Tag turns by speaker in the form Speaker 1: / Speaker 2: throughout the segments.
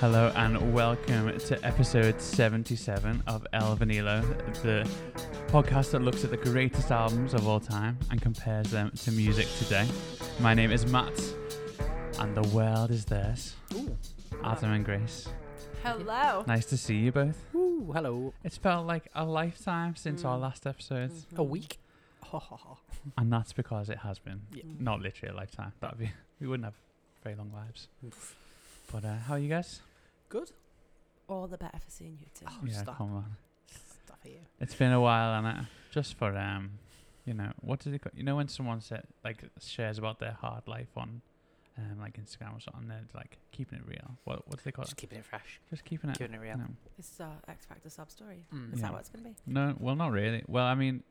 Speaker 1: Hello and welcome to episode 77 of El Vanilo, the podcast that looks at the greatest albums of all time and compares them to music today. My name is Matt, and the world is theirs.
Speaker 2: Ooh.
Speaker 1: Adam and Grace,
Speaker 3: Hello.
Speaker 1: nice to see you both.
Speaker 2: Ooh, hello.
Speaker 1: It's felt like a lifetime since our
Speaker 3: Mm.
Speaker 1: last episode,
Speaker 2: A week. Ha ha ha.
Speaker 1: and that's because it has been
Speaker 2: Yeah.
Speaker 3: Mm.
Speaker 1: not literally a lifetime. That'd be we wouldn't have very long lives. But uh, how are you guys?
Speaker 2: Good.
Speaker 3: All the better for seeing you two.
Speaker 2: Oh, stop.
Speaker 1: come on.
Speaker 2: Stop here.
Speaker 1: It's been a while, and I, just for um, you know, what did it? ca- You know, when someone said like shares about their hard life on, um, like Instagram or something, they're like keeping it real. What what do they call
Speaker 2: Just
Speaker 1: it?
Speaker 2: keeping it fresh.
Speaker 1: Just keeping it.
Speaker 2: Keeping it real.
Speaker 1: No.
Speaker 3: This is our X Factor sub story.
Speaker 2: Mm.
Speaker 3: Is
Speaker 1: Yeah.
Speaker 3: that what it's going to be?
Speaker 1: no, well, not really. Well, I mean,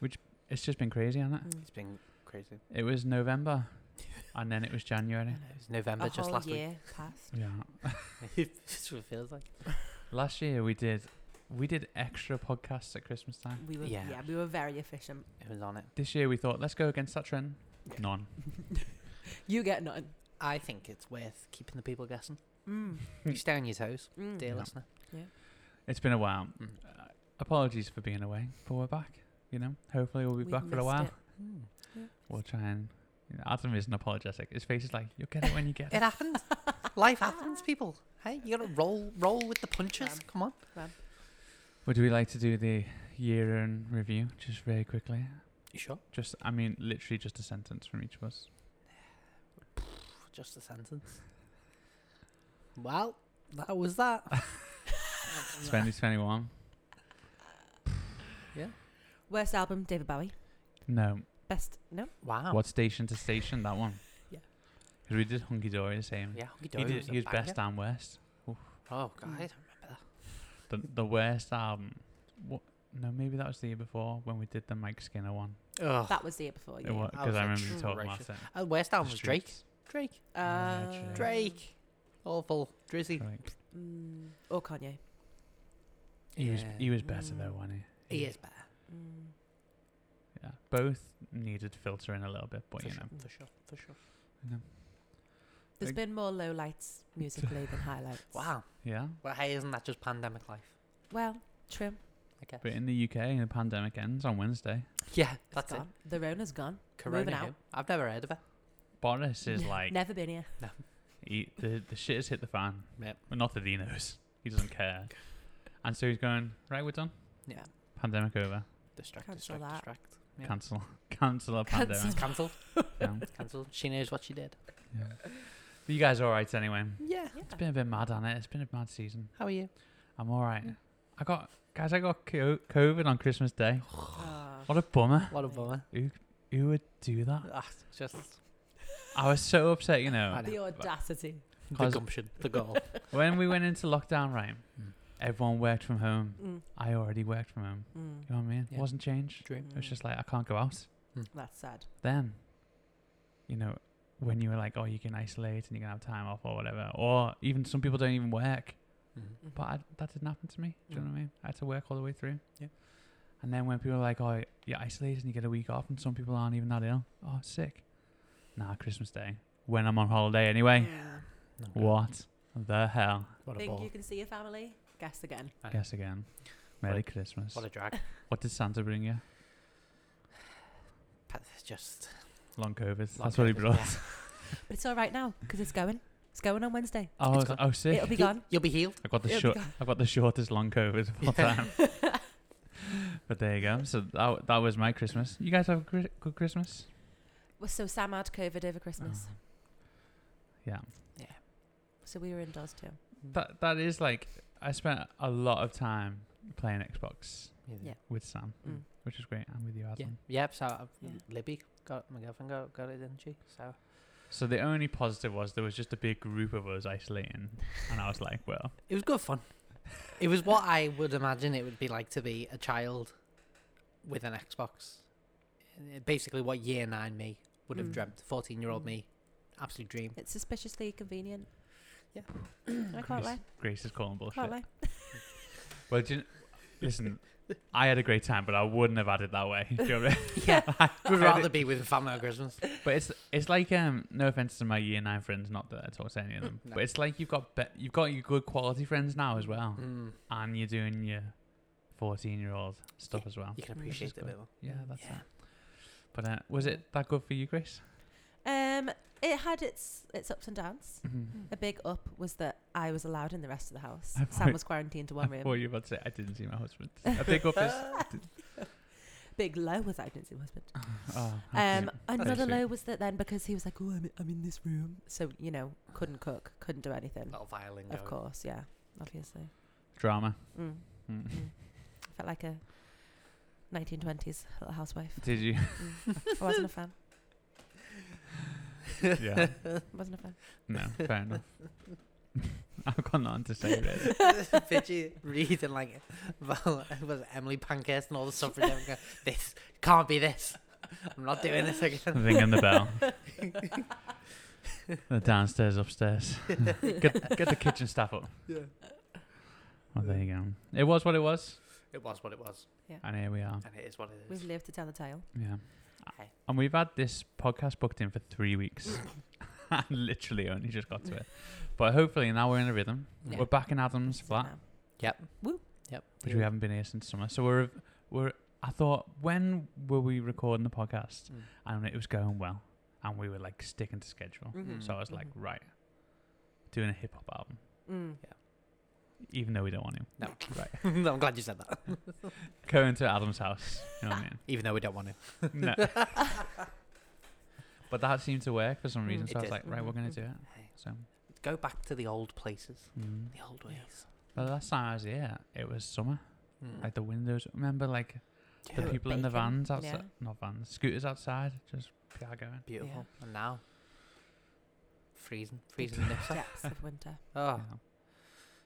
Speaker 1: which it's just been crazy, hasn't it?
Speaker 3: Mm.
Speaker 2: It's been crazy.
Speaker 1: It was November, and then it was January.
Speaker 2: It's November
Speaker 3: a
Speaker 2: just
Speaker 3: whole
Speaker 2: last
Speaker 3: year passed.
Speaker 1: Yeah,
Speaker 2: week. That's what it feels like.
Speaker 1: last year we did we did extra podcasts at Christmas time.
Speaker 3: We were
Speaker 2: Yeah.
Speaker 3: yeah. we were very efficient.
Speaker 2: It was on it.
Speaker 1: This year we thought let's go against that trend.
Speaker 2: Yeah.
Speaker 1: None.
Speaker 3: You get none.
Speaker 2: I think it's worth keeping the people guessing.
Speaker 3: Mm.
Speaker 2: You stay on your toes,
Speaker 3: Mm.
Speaker 2: dear
Speaker 1: Yeah.
Speaker 2: listener.
Speaker 1: It's been a while.
Speaker 2: Mm.
Speaker 1: Uh, apologies for being away, but we're back. You know, hopefully we'll be
Speaker 3: We've
Speaker 1: back for a
Speaker 3: missed
Speaker 1: while.
Speaker 3: it.
Speaker 1: We'll try and. You know, Adam isn't apologetic. His face is like, "You'll get it when you get
Speaker 2: It
Speaker 1: it."
Speaker 2: happens. Life happens, people. Hey, you gotta roll, roll with the punches.
Speaker 3: Fab.
Speaker 2: Come on.
Speaker 1: Would we like to do the year in review just very quickly?
Speaker 2: You sure?
Speaker 1: Just, I mean, literally just a sentence from each of us.
Speaker 2: Just a sentence. Well, that was that.
Speaker 1: 2021.
Speaker 3: Worst album, David Bowie.
Speaker 1: No,
Speaker 3: Best no.
Speaker 2: Wow.
Speaker 1: what station to station? That one.
Speaker 2: Yeah.
Speaker 1: Because we did Hunky Dory the same.
Speaker 2: Yeah, he
Speaker 1: He did. He was best and worst.
Speaker 2: Oh god, I
Speaker 3: Mm.
Speaker 2: don't remember that.
Speaker 1: The the worst album. What? No, maybe that was the year before when we did the Mike Skinner one.
Speaker 2: Oh,
Speaker 3: That was the year before.
Speaker 1: It
Speaker 3: Yeah.
Speaker 1: was
Speaker 2: I
Speaker 1: because
Speaker 2: was
Speaker 1: I
Speaker 2: like,
Speaker 1: remember you talking about
Speaker 2: "Gracious."
Speaker 1: it.
Speaker 2: uh, worst
Speaker 1: The
Speaker 2: album was Drake.
Speaker 1: streets.
Speaker 2: Drake.
Speaker 1: Yeah,
Speaker 3: Uh,
Speaker 2: Drake. Awful. Drizzy.
Speaker 1: Like,
Speaker 3: Mm. Or Kanye.
Speaker 1: he was he was better though,
Speaker 3: Mm.
Speaker 1: wasn't he?
Speaker 2: He is better.
Speaker 3: Mm.
Speaker 1: Yeah, both needed filtering a little bit, but
Speaker 2: for
Speaker 1: you
Speaker 2: sure,
Speaker 1: know,
Speaker 2: for sure. For sure.
Speaker 1: you know.
Speaker 3: There's
Speaker 1: Like-
Speaker 3: been more lowlights musically than highlights.
Speaker 2: Wow.
Speaker 1: yeah.
Speaker 2: Well, hey, isn't that just pandemic life?
Speaker 3: Well, true.
Speaker 2: I guess.
Speaker 1: But in the UK, the pandemic ends on Wednesday.
Speaker 2: yeah,
Speaker 3: It's
Speaker 2: that's it.
Speaker 3: gone. The Rona's gone.
Speaker 2: Corona.
Speaker 3: out.
Speaker 2: him. I've never heard of it.
Speaker 1: Boris is like
Speaker 3: Never been here.
Speaker 1: he, the the shit has hit the fan.
Speaker 2: Yep.
Speaker 1: But not that he knows. He doesn't care. and so he's going right. We're done.
Speaker 2: Yeah.
Speaker 1: Pandemic over.
Speaker 2: Distract,
Speaker 3: Cancel
Speaker 2: distract,
Speaker 3: that.
Speaker 2: distract. Yeah.
Speaker 1: Cancel. Cancel a pandemic.
Speaker 3: Cancel.
Speaker 2: It's cancelled.
Speaker 1: Yeah.
Speaker 2: cancelled. She knows what she did.
Speaker 1: Yeah. But you guys are all right anyway.
Speaker 2: Yeah.
Speaker 3: Yeah.
Speaker 1: It's been a bit mad on it. It's been a mad season.
Speaker 2: How are you?
Speaker 1: I'm all right.
Speaker 3: Mm.
Speaker 1: I got guys. I got co- COVID on Christmas Day.
Speaker 3: Ah.
Speaker 1: What a bummer.
Speaker 2: What a bummer.
Speaker 1: Who would do that?
Speaker 2: Ah, it's just
Speaker 1: I was so upset. You know.
Speaker 2: I know.
Speaker 3: the audacity.
Speaker 2: the
Speaker 1: Cause-
Speaker 2: gumption, the goal.
Speaker 1: when we went into lockdown, right,
Speaker 2: Mm.
Speaker 1: everyone worked from home.
Speaker 3: Mm.
Speaker 1: I already worked from home.
Speaker 3: Mm.
Speaker 1: You know what I mean?
Speaker 2: Yeah.
Speaker 1: Wasn't changed.
Speaker 2: Dream.
Speaker 1: It was just like I can't go out.
Speaker 3: That's sad.
Speaker 1: Then, you know, when you were like, oh, you can isolate and you can have time off or whatever, or even some people don't even work.
Speaker 2: Mm.
Speaker 3: Mm-hmm.
Speaker 1: But I, that didn't happen to me. Do you know
Speaker 2: Mm.
Speaker 1: what I mean? I had to work all the way through.
Speaker 2: Yeah.
Speaker 1: And then when people are like, oh, you're isolated and you get a week off, and some people aren't even that ill. Oh, sick. Nah, Christmas Day. When I'm on holiday anyway.
Speaker 3: Mm.
Speaker 2: No, God.
Speaker 1: What the hell?
Speaker 2: What a
Speaker 3: Think you
Speaker 2: ball.
Speaker 3: can see your family? Guess again.
Speaker 2: Aye.
Speaker 1: Guess again. Merry
Speaker 2: Right.
Speaker 1: Christmas.
Speaker 2: What a drag.
Speaker 1: What did Santa bring you?
Speaker 2: Pa- Just.
Speaker 1: Long COVID.
Speaker 2: Long
Speaker 1: That's what he
Speaker 2: COVID,
Speaker 1: brought.
Speaker 2: yeah.
Speaker 3: But it's all right now because it's going. It's going on Wednesday.
Speaker 1: Oh, I
Speaker 2: It's
Speaker 1: was-
Speaker 2: gone.
Speaker 1: oh, sick.
Speaker 3: It'll be
Speaker 2: You'll-
Speaker 3: gone.
Speaker 2: You'll be healed.
Speaker 1: I got the
Speaker 3: it'll
Speaker 1: short.
Speaker 3: be gone.
Speaker 1: I got the shortest long COVID of all time. but there you go. So that, that was my Christmas. You guys have a cri- good Christmas.
Speaker 3: Well, so Sam had COVID over Christmas,
Speaker 1: Ah. Oh. Yeah.
Speaker 3: so we were indoors too.
Speaker 1: That that is like I spent a lot of time playing Xbox
Speaker 2: Yeah.
Speaker 1: with Sam,
Speaker 3: Mm.
Speaker 1: which is great, and with you, Adam.
Speaker 2: Yeah. Yep. So uh,
Speaker 3: Yeah.
Speaker 2: Libby got my girlfriend got, got it, didn't she? So
Speaker 1: So the only positive was there was just a big group of us isolating, and I was like, well,
Speaker 2: it was good fun. It was what I would imagine it would be like to be a child with an Xbox. Uh, Basically, what year nine me would have
Speaker 3: Mm.
Speaker 2: dreamt. Fourteen year old
Speaker 3: Mm.
Speaker 2: me, absolute dream.
Speaker 3: It's suspiciously convenient.
Speaker 2: Yeah.
Speaker 3: I can't
Speaker 1: Grace,
Speaker 3: lie.
Speaker 1: Grace is calling bullshit.
Speaker 3: Can't lie.
Speaker 1: Well, do you, Listen, I had a great time, but I wouldn't have had it that way. Do you know what I mean?
Speaker 2: Yeah, we'd
Speaker 1: I-
Speaker 2: rather be with family on Christmas.
Speaker 1: But it's it's like um no offense to my year nine friends, not that I talk to any of them,
Speaker 2: Mm, no.
Speaker 1: but it's like you've got be- you've got your good quality friends now as well,
Speaker 2: Mm,
Speaker 1: and you're doing your fourteen year old stuff as well.
Speaker 2: you can
Speaker 1: Which is
Speaker 2: appreciate it a
Speaker 1: good.
Speaker 2: bit more.
Speaker 1: Yeah, that's
Speaker 3: Yeah.
Speaker 1: it. But uh, was it that good for you, Chris?
Speaker 3: Um, it had its its ups and downs.
Speaker 2: Mm-hmm.
Speaker 1: Mhm.
Speaker 3: A big up was that I was allowed in the rest of the house.
Speaker 1: I
Speaker 3: Sam
Speaker 1: thought-
Speaker 3: was quarantined to
Speaker 1: I
Speaker 3: one room.
Speaker 1: thought you were about to say I didn't see my husband. A big up is
Speaker 3: Big low was I didn't see my husband.
Speaker 1: oh, how
Speaker 3: Um,
Speaker 1: cute.
Speaker 3: another
Speaker 1: sweet.
Speaker 3: low was that then because he was like, "Oh, I'm i- I'm in this room," so you know, couldn't cook, couldn't do anything.
Speaker 1: Oh,
Speaker 2: Little violin.
Speaker 3: Of
Speaker 2: going.
Speaker 3: course, yeah, obviously.
Speaker 1: drama.
Speaker 3: Mm.
Speaker 1: Mm.
Speaker 3: Felt like a 1920s little housewife.
Speaker 1: Did you?
Speaker 3: I wasn't a fan.
Speaker 1: yeah.
Speaker 3: Wasn't a fan.
Speaker 1: No, fair enough. I've got nothing to say really.
Speaker 2: Bitchy reading like well, it was Emily Pankhurst and all the stuff. and go, This can't be this. I'm not doing this again.
Speaker 1: Ringing the bell. the downstairs, upstairs. get, get the kitchen staff up.
Speaker 2: Yeah.
Speaker 1: Well, there you go. It was what it was,
Speaker 2: It was what it was,
Speaker 1: and here we are.
Speaker 2: and it is what it
Speaker 3: We've
Speaker 2: is.
Speaker 3: lived to tell the tale.
Speaker 1: Yeah.
Speaker 2: Aye.
Speaker 1: And we've had this podcast booked in for three weeks. I literally only just got to it. But hopefully now we're in a rhythm.
Speaker 2: Yeah.
Speaker 1: We're back in Adam's
Speaker 3: So
Speaker 1: flat,
Speaker 3: now-
Speaker 2: Yep.
Speaker 1: which we haven't been here since summer. So we're we're I thought when were we recording the podcast?
Speaker 2: Mm.
Speaker 1: And it was going well. And we were like sticking to schedule.
Speaker 2: Mhm.
Speaker 1: So I was like,
Speaker 3: Mhm.
Speaker 1: right, doing a hip hop album,
Speaker 3: Mm.
Speaker 1: even though we don't want him.
Speaker 2: No.
Speaker 1: Right.
Speaker 2: I'm glad you said that.
Speaker 1: Going to Adam's house. You know what I mean?
Speaker 2: Even though we don't want to.
Speaker 1: No. but that seemed to work for some
Speaker 3: Mm.
Speaker 1: reason.
Speaker 2: It
Speaker 1: So I was
Speaker 2: did. Mm-hmm.
Speaker 1: like, right, we're going
Speaker 3: Mhm.
Speaker 1: to do it.
Speaker 2: Hey,
Speaker 1: So
Speaker 2: Go back to the old places,
Speaker 1: mm.
Speaker 2: the old ways.
Speaker 1: the last time I was here, it was summer.
Speaker 2: Mm.
Speaker 1: Like the windows. Remember, like the
Speaker 2: Yeah,
Speaker 1: people in the
Speaker 3: bacon,
Speaker 1: vans outside?
Speaker 3: yeah.
Speaker 1: Not vans, scooters outside, just PR going.
Speaker 2: beautiful. And now, freezing, freezing. nips.
Speaker 3: Depths of winter.
Speaker 2: oh,
Speaker 1: Yeah.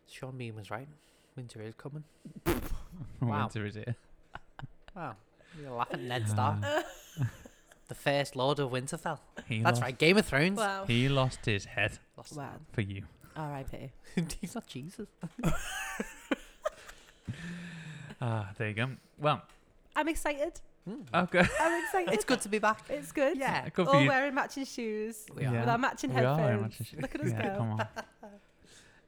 Speaker 2: Sean Bean was right. Winter is coming. Wow.
Speaker 1: Winter is here.
Speaker 2: Wow. You're laughing, Ned Stark,
Speaker 1: Uh,
Speaker 2: the first Lord of Winterfell.
Speaker 1: he
Speaker 2: That's
Speaker 1: lost,
Speaker 2: right, Game of Thrones.
Speaker 3: Wow.
Speaker 1: He lost his head
Speaker 2: Lost
Speaker 3: Wow.
Speaker 1: for you.
Speaker 3: R.I.P.
Speaker 2: it. He's not Jesus.
Speaker 1: Ah, there you go. Well, oh,
Speaker 3: I'm excited.
Speaker 2: Hmm.
Speaker 1: okay.
Speaker 3: I'm excited.
Speaker 2: It's good to be back.
Speaker 3: It's good.
Speaker 2: Yeah.
Speaker 1: Good for
Speaker 3: All
Speaker 1: you.
Speaker 3: wearing matching shoes.
Speaker 2: We are.
Speaker 1: Yeah.
Speaker 3: With our matching
Speaker 1: We are
Speaker 3: headphones.
Speaker 1: very much a-
Speaker 3: Look at us
Speaker 1: yeah,
Speaker 3: go.
Speaker 1: Come on.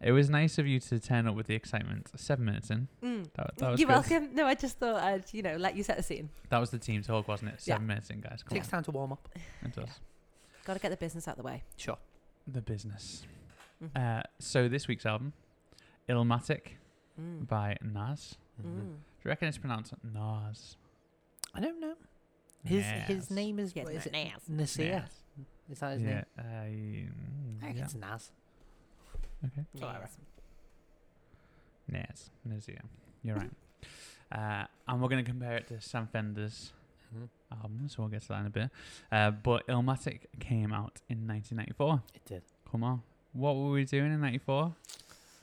Speaker 1: It was nice of you to turn up with the excitement. Seven minutes in.
Speaker 3: Mm.
Speaker 1: That, that was
Speaker 3: You're
Speaker 1: good.
Speaker 3: welcome. No, I just thought I'd, you know, let you set the scene.
Speaker 1: That was the team talk, wasn't it? Seven minutes in, guys. Come
Speaker 2: Takes time to warm up.
Speaker 1: on. It does.
Speaker 3: Got to get the business out the way.
Speaker 2: Sure.
Speaker 1: The business.
Speaker 3: Mhm.
Speaker 1: Uh, so this week's album, Illmatic
Speaker 3: Mm.
Speaker 1: by Nas.
Speaker 3: Mm.
Speaker 1: Do you reckon it's pronounced Nas?
Speaker 2: I don't know. His his
Speaker 1: Nas.
Speaker 2: name is
Speaker 3: Yes,
Speaker 2: what is it?
Speaker 3: Nas.
Speaker 2: Nasir.
Speaker 1: Nas.
Speaker 2: Is that his
Speaker 1: Yeah.
Speaker 2: name?
Speaker 1: Uh, mm,
Speaker 2: I think
Speaker 1: yeah.
Speaker 2: it's Nas.
Speaker 1: Okay.
Speaker 2: It's all right.
Speaker 3: Yes.
Speaker 1: Nas. Nazir. You're right. Uh, and we're going to compare it to Sam Fender's album, so we'll get to that in a bit. Uh, but Illmatic came out in 1994.
Speaker 2: It did.
Speaker 1: Come on. What were we doing in 94?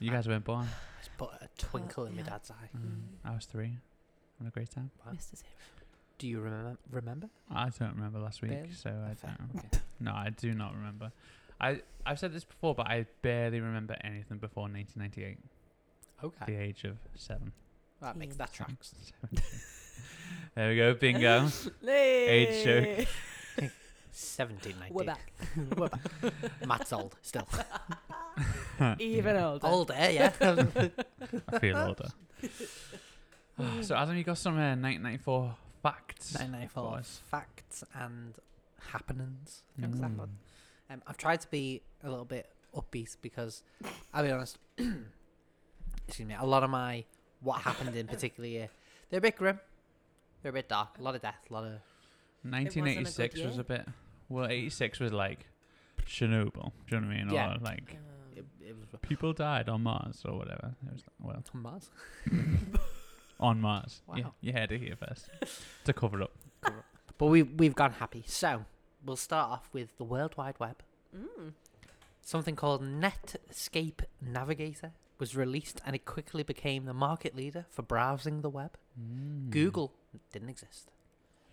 Speaker 1: You
Speaker 2: I-
Speaker 1: guys weren't born.
Speaker 2: Just put a twinkle in my
Speaker 3: yeah.
Speaker 2: dad's eye.
Speaker 1: Um, I was three. Having a great time.
Speaker 2: Wow.
Speaker 3: Mr. Zero.
Speaker 2: Do you remember? Remember?
Speaker 1: I don't remember last week,
Speaker 2: Barely?
Speaker 1: so I
Speaker 2: Fair.
Speaker 1: don't.
Speaker 2: Okay.
Speaker 1: No, I do not remember. I I've said this before, but I barely remember anything before 1998,
Speaker 2: okay.
Speaker 1: the age of seven.
Speaker 2: That makes that
Speaker 1: Seven.
Speaker 2: Ah. tracks.
Speaker 1: There we go, bingo. Age show.
Speaker 2: Seventeen ninety.
Speaker 3: We're back.
Speaker 2: We're back. Matt's old still.
Speaker 3: Even older.
Speaker 2: Older, eh? yeah.
Speaker 1: I feel older. Ah, so Adam, you got some uh, 1994 facts.
Speaker 2: Nine nine four
Speaker 1: us.
Speaker 2: facts and happenings.
Speaker 1: Mm.
Speaker 2: I think is that what- Um, I've tried to be a little bit upbeat because, I'll be honest, excuse me, a lot of my what happened in particular year, they're a bit grim, they're a bit dark, a lot of death, a lot of
Speaker 1: 1986 was
Speaker 3: year.
Speaker 1: a bit. Well, 86 was like Chernobyl. Do you know what I mean?
Speaker 2: Yeah.
Speaker 1: Or like
Speaker 2: it, it was
Speaker 1: people died on Mars or whatever. It was well
Speaker 2: on Mars.
Speaker 1: on Mars. Yeah,
Speaker 2: Wow.
Speaker 1: you had it here first to cover up.
Speaker 2: But we we've gone happy. So we'll start off with the World Wide Web.
Speaker 3: Mm.
Speaker 2: Something called Netscape Navigator was released, and it quickly became the market leader for browsing the web.
Speaker 1: Hmm.
Speaker 2: Google didn't exist.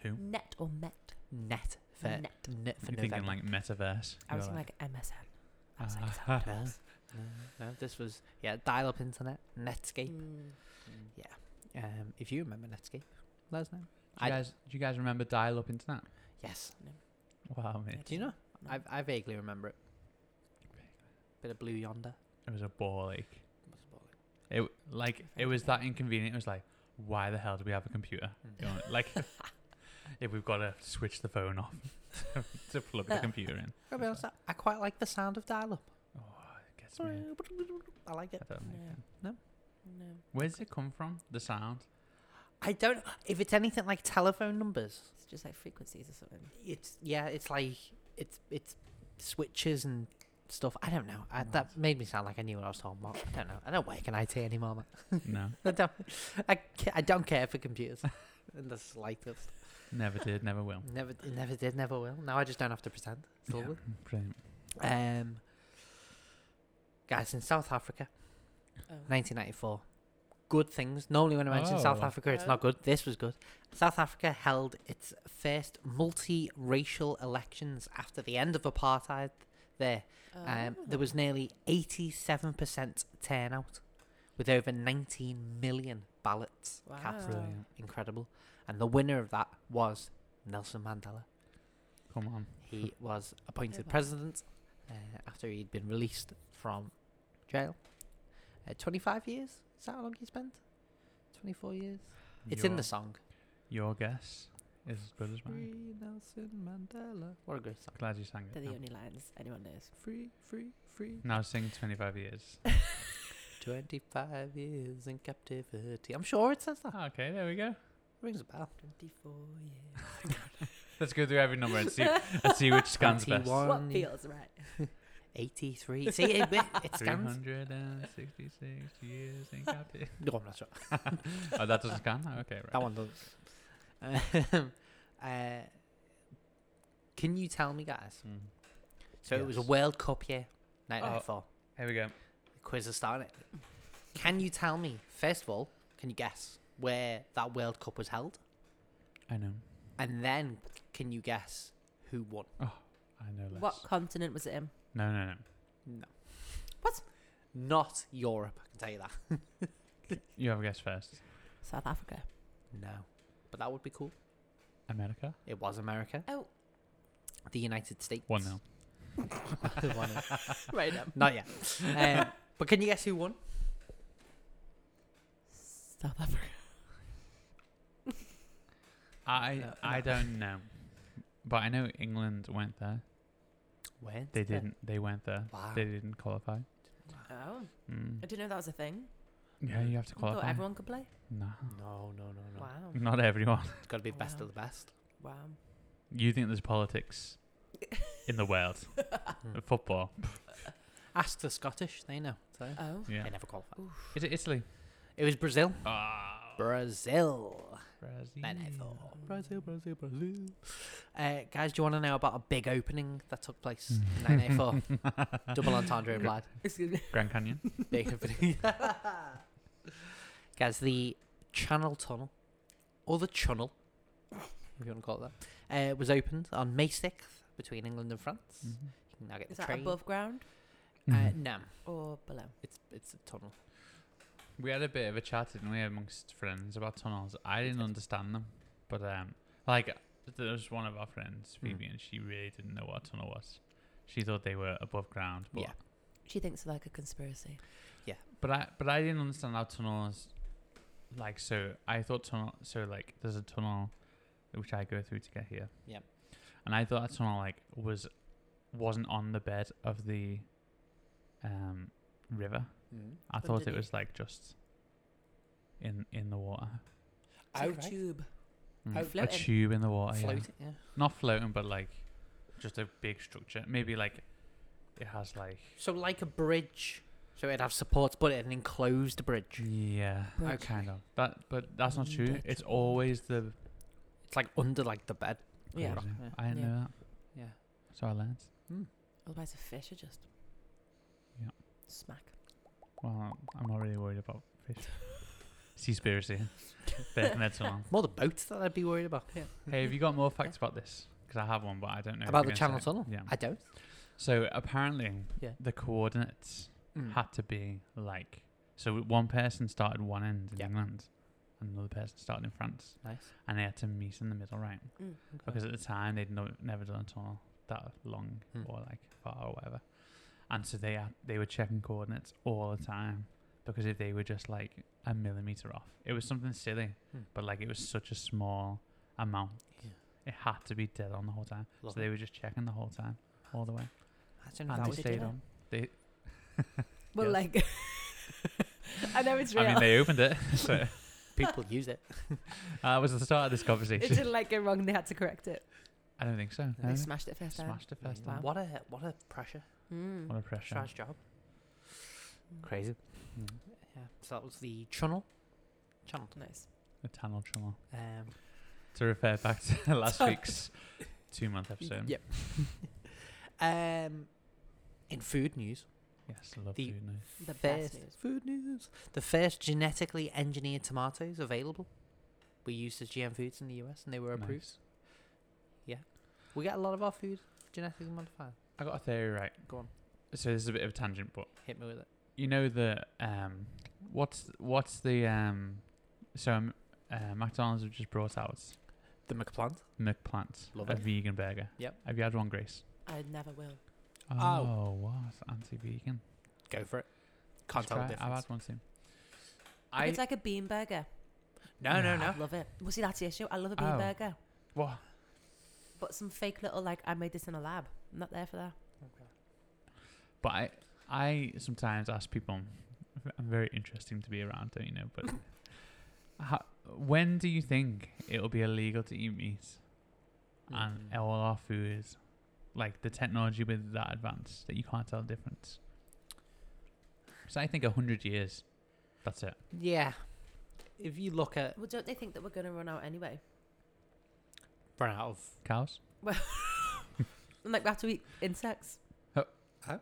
Speaker 3: mm. Net or met?
Speaker 2: Net for
Speaker 3: Net.
Speaker 2: ne- for
Speaker 1: You're thinking
Speaker 2: November.
Speaker 1: like metaverse.
Speaker 3: I was
Speaker 1: You're
Speaker 3: thinking like MSN. I was like,
Speaker 1: Ah.
Speaker 3: is that what it was?
Speaker 2: No, no, this was yeah, dial-up internet, Netscape.
Speaker 3: Mm.
Speaker 2: Yeah, Um, if you remember Netscape, let us know.
Speaker 1: Do
Speaker 2: I-
Speaker 1: you guys, do you guys remember dial up internet?
Speaker 2: Yes.
Speaker 1: Wow, mate.
Speaker 2: Do you know?
Speaker 3: No.
Speaker 2: I, I vaguely remember it. Bit of Blue Yonder.
Speaker 1: It was a ball ache. It w- like it was that inconvenient. It was like, why the hell do we have a computer?
Speaker 2: Mm.
Speaker 1: You know, like, if we've got to switch the phone off to plug the computer in,
Speaker 2: I'll be honest, I- I quite like the sound of dial up.
Speaker 1: oh, it gets me.
Speaker 2: I like it.
Speaker 1: I don't like
Speaker 3: Yeah.
Speaker 1: it.
Speaker 3: No.
Speaker 1: Where does it come from? The sound.
Speaker 2: I don't. If it's anything like telephone numbers,
Speaker 3: It's just like frequencies or something.
Speaker 2: it's yeah, it's like it's it's switches and stuff. I don't know. I,
Speaker 1: Mad.
Speaker 2: that made me sound like I knew what I was talking about. I don't know. I don't work in IT anymore. Man.
Speaker 1: No,
Speaker 2: I don't. I, ca- I don't care for computers. In the slightest.
Speaker 1: never did, never will.
Speaker 2: Never, never did, never will. Now I just don't have to pretend. It's
Speaker 1: Yeah,
Speaker 2: lovely.
Speaker 1: brilliant.
Speaker 2: Um, guys, in South Africa,
Speaker 3: Oh.
Speaker 2: 1994. Good things. Normally, when I mention South
Speaker 1: Oh.
Speaker 2: Africa, it's
Speaker 3: Oh.
Speaker 2: not good. This was good. South Africa held its first multi-racial elections after the end of apartheid. There,
Speaker 3: Oh.
Speaker 2: um, there was nearly 87% turnout, with over 19 million ballots cast.
Speaker 3: Wow.
Speaker 1: Brilliant.
Speaker 2: Incredible. And the winner of that was Nelson Mandela.
Speaker 1: Come on.
Speaker 2: He was appointed
Speaker 3: wow.
Speaker 2: president uh, after he'd been released from jail. Uh, 25 years? Is that how long he spent? 24 years? It's in
Speaker 1: Your-
Speaker 2: the song.
Speaker 1: Your guess is as good as mine.
Speaker 2: Free Nelson Mandela. What a great song.
Speaker 1: Glad you sang
Speaker 3: They're
Speaker 1: it.
Speaker 3: the
Speaker 1: now.
Speaker 3: only lines anyone knows.
Speaker 2: Free, free, free.
Speaker 1: Now sing 25 years.
Speaker 2: 25 years in captivity. I'm sure it says that.
Speaker 1: Ah, okay, there we go.
Speaker 2: Rings a bell.
Speaker 3: 24 years.
Speaker 1: Let's go through every number and see and see which scans best.
Speaker 2: 21,
Speaker 3: what feels right?
Speaker 2: 83. See, it, it, it scans.
Speaker 1: 366 years in captivity.
Speaker 2: No, I'm not sure.
Speaker 1: oh, that doesn't scan? Oh, Okay, right.
Speaker 2: That one does. Um, uh, can you tell me, guys?
Speaker 1: Mm.
Speaker 2: So it was a
Speaker 1: Yes.
Speaker 2: World Cup year, 1994.
Speaker 1: Here we go.
Speaker 2: The quiz is starting. Can you tell me, first of all, can you guess where that World Cup was held?
Speaker 1: I know.
Speaker 2: And then can you guess who won?
Speaker 1: I know less.
Speaker 3: What continent was it in?
Speaker 1: No, no, no.
Speaker 2: No. What? Not Europe, I can tell you that.
Speaker 1: You have a guess first.
Speaker 3: South Africa.
Speaker 2: No. But that would be cool.
Speaker 1: America?
Speaker 2: It was America.
Speaker 3: Oh.
Speaker 2: The United States.
Speaker 1: 1 0.
Speaker 2: One nil.
Speaker 3: Right up.
Speaker 2: Not yet. Um, but can you guess who won?
Speaker 3: South Africa.
Speaker 1: I,
Speaker 2: No,
Speaker 1: I
Speaker 2: no.
Speaker 1: don't know. But I know England went there.
Speaker 2: When?
Speaker 1: They didn't. They went there.
Speaker 2: Wow.
Speaker 1: They didn't qualify.
Speaker 3: Oh.
Speaker 1: Mm.
Speaker 3: I didn't know that was a thing.
Speaker 1: Yeah, you have to
Speaker 3: I thought
Speaker 1: qualify.
Speaker 3: everyone could play.
Speaker 1: No.
Speaker 2: No, no, no, no.
Speaker 3: Wow.
Speaker 1: Not everyone.
Speaker 2: It's got to be best
Speaker 3: Wow.
Speaker 2: of the best.
Speaker 3: Wow.
Speaker 1: You think there's politics in the world? Football.
Speaker 2: Ask the Scottish, they know. So
Speaker 3: Oh.
Speaker 1: Yeah.
Speaker 2: They never qualify.
Speaker 1: Is it Italy?
Speaker 2: It was Brazil.
Speaker 1: Ah,
Speaker 2: Brazil.
Speaker 1: Brazil.
Speaker 2: Brazil, Brazil, Brazil, Brazil. Uh, guys, do you want to know about a big opening that took place in 1984? Double entendre implied.
Speaker 3: Excuse me.
Speaker 1: Grand Canyon.
Speaker 2: Big opening. guys, the Channel Tunnel, or the Channel, if you want to call it that, uh, was opened on May 6th between England and France.
Speaker 1: Mm-hmm.
Speaker 2: You can now get
Speaker 3: Is
Speaker 2: the
Speaker 3: that
Speaker 2: train.
Speaker 3: above ground
Speaker 2: Uh,
Speaker 1: Mhm.
Speaker 2: no,
Speaker 3: or below?
Speaker 2: it's it's a tunnel.
Speaker 1: We had a bit of a chat, didn't we, amongst friends about tunnels. I didn't understand them, but um, like there was one of our friends,
Speaker 2: Mm.
Speaker 1: Phoebe, and she really didn't know what a tunnel was. She thought they were above ground, but
Speaker 2: Yeah.
Speaker 3: She thinks like a conspiracy.
Speaker 1: but I but I didn't understand how tunnels, like so. I thought tunnel so like there's a tunnel, which I go through to get here.
Speaker 2: Yep.
Speaker 1: And I thought that tunnel like was, wasn't on the bed of the, um, river.
Speaker 2: Mm.
Speaker 1: I thought it
Speaker 3: Underneath.
Speaker 1: was like just. In in the water.
Speaker 3: It's like a tube.
Speaker 1: Mm.
Speaker 2: Hmm.
Speaker 3: Oh,
Speaker 1: a
Speaker 3: floating.
Speaker 1: tube in the water. yeah.
Speaker 2: Floating, yeah.
Speaker 1: Not floating, but like just a big structure. Maybe like it has like
Speaker 2: So like a bridge. So it'd have supports, but an enclosed bridge.
Speaker 1: yeah,
Speaker 3: Bridge.
Speaker 1: kind of that. But that's not true.
Speaker 3: Bridge.
Speaker 1: It's always the
Speaker 2: It's like under like the bed.
Speaker 3: Yeah.
Speaker 1: Crazy.
Speaker 2: Yeah.
Speaker 1: I didn't
Speaker 3: Yeah.
Speaker 1: know that,
Speaker 2: Yeah.
Speaker 1: so I learned.
Speaker 3: Otherwise, a fish are just.
Speaker 1: Yeah.
Speaker 3: Smack.
Speaker 1: Well, I'm not really worried about fish. Seaspiracy. There, that's all.
Speaker 2: More the boats that I'd be worried about.
Speaker 1: Hey, have you got more facts about this? Because I have one, but I don't know if
Speaker 2: About
Speaker 1: you're
Speaker 2: the
Speaker 1: gonna
Speaker 2: Channel
Speaker 1: say it.
Speaker 2: Tunnel?
Speaker 1: Yeah.
Speaker 2: I don't.
Speaker 1: So apparently,
Speaker 2: Yeah.
Speaker 1: the
Speaker 2: Hmm. Mm.
Speaker 1: coordinates had to be like so one person started one end in
Speaker 2: Yeah.
Speaker 1: England and another person started in France,
Speaker 2: Nice.
Speaker 1: and they had to meet in the middle, right?
Speaker 3: Mm.
Speaker 1: Because at the time they'd no, never done a tunnel that long
Speaker 2: Hmm.
Speaker 1: or like far or whatever, and so they had, they were checking coordinates all the time because if they were just like a millimeter off, it was something silly,
Speaker 2: Hmm.
Speaker 1: but like it was such a small amount,
Speaker 2: Yeah.
Speaker 1: it had to be dead on the whole time.
Speaker 2: Love
Speaker 1: so they were just checking the whole time, all the way,
Speaker 2: Imagine if
Speaker 1: and
Speaker 2: that
Speaker 1: they
Speaker 2: was
Speaker 3: did
Speaker 1: stayed
Speaker 3: it.
Speaker 1: on. They,
Speaker 3: Well,
Speaker 1: Yes.
Speaker 3: like, I know it's real.
Speaker 1: I mean, they opened it. So
Speaker 2: people use it.
Speaker 1: that was the start of this
Speaker 3: it
Speaker 1: conversation.
Speaker 3: didn't like go wrong. They had to correct it.
Speaker 1: I don't think so.
Speaker 3: They
Speaker 1: no.
Speaker 3: smashed it first time.
Speaker 1: Smashed it first
Speaker 3: Wow.
Speaker 1: time.
Speaker 2: Mm. What a what a pressure.
Speaker 3: Mm.
Speaker 1: What a pressure.
Speaker 2: Strange job.
Speaker 3: Mm.
Speaker 2: Crazy.
Speaker 1: Mm.
Speaker 2: Yeah. So that was the channel. Channel.
Speaker 3: Nice.
Speaker 1: A tunnel trauma.
Speaker 2: Um,
Speaker 1: To refer back to last week's two month episode.
Speaker 2: Yep. um, in food news,
Speaker 1: Yes, I love
Speaker 2: The-
Speaker 1: food now.
Speaker 3: The
Speaker 2: first
Speaker 3: best news.
Speaker 2: food news, the first genetically engineered tomatoes available were used as GM foods in the US, and they were approved.
Speaker 1: Nice.
Speaker 2: We get a lot of our food genetically modified.
Speaker 1: I got a theory right.
Speaker 2: Go on,
Speaker 1: So this is a bit of a tangent, but
Speaker 2: hit me with it.
Speaker 1: you know the um what's what's the um so um, uh, McDonald's have just brought out
Speaker 2: The McPlant.
Speaker 1: McPlant,
Speaker 2: Love
Speaker 1: a
Speaker 2: it.
Speaker 1: vegan burger.
Speaker 2: Yep.
Speaker 1: Have you had one, Grace?
Speaker 3: I never will.
Speaker 1: Oh,
Speaker 2: Oh.
Speaker 1: what anti vegan?
Speaker 2: Go for it. Can't tell the
Speaker 1: I've
Speaker 2: difference.
Speaker 1: had one too.
Speaker 3: If
Speaker 1: I
Speaker 3: it's like a bean burger.
Speaker 2: No, no, no.
Speaker 3: I love it. Well, see, that's the issue. I love a bean
Speaker 1: Oh.
Speaker 3: burger,
Speaker 1: what?
Speaker 3: but some fake little like I made this in a lab. I'm not there for that.
Speaker 1: But I, I sometimes ask people. I'm very interesting to be around, don't you know? But how, when do you think it'll be illegal to eat meat
Speaker 2: Mm.
Speaker 1: and all our food is like the technology with that advanced that you can't tell the difference? So I think a hundred years. That's it.
Speaker 2: Yeah. If you look at
Speaker 3: Well, don't they think that we're going to run out anyway?
Speaker 2: run out of
Speaker 1: Cows.
Speaker 3: And like we have to eat insects.
Speaker 1: Oh.
Speaker 2: Huh?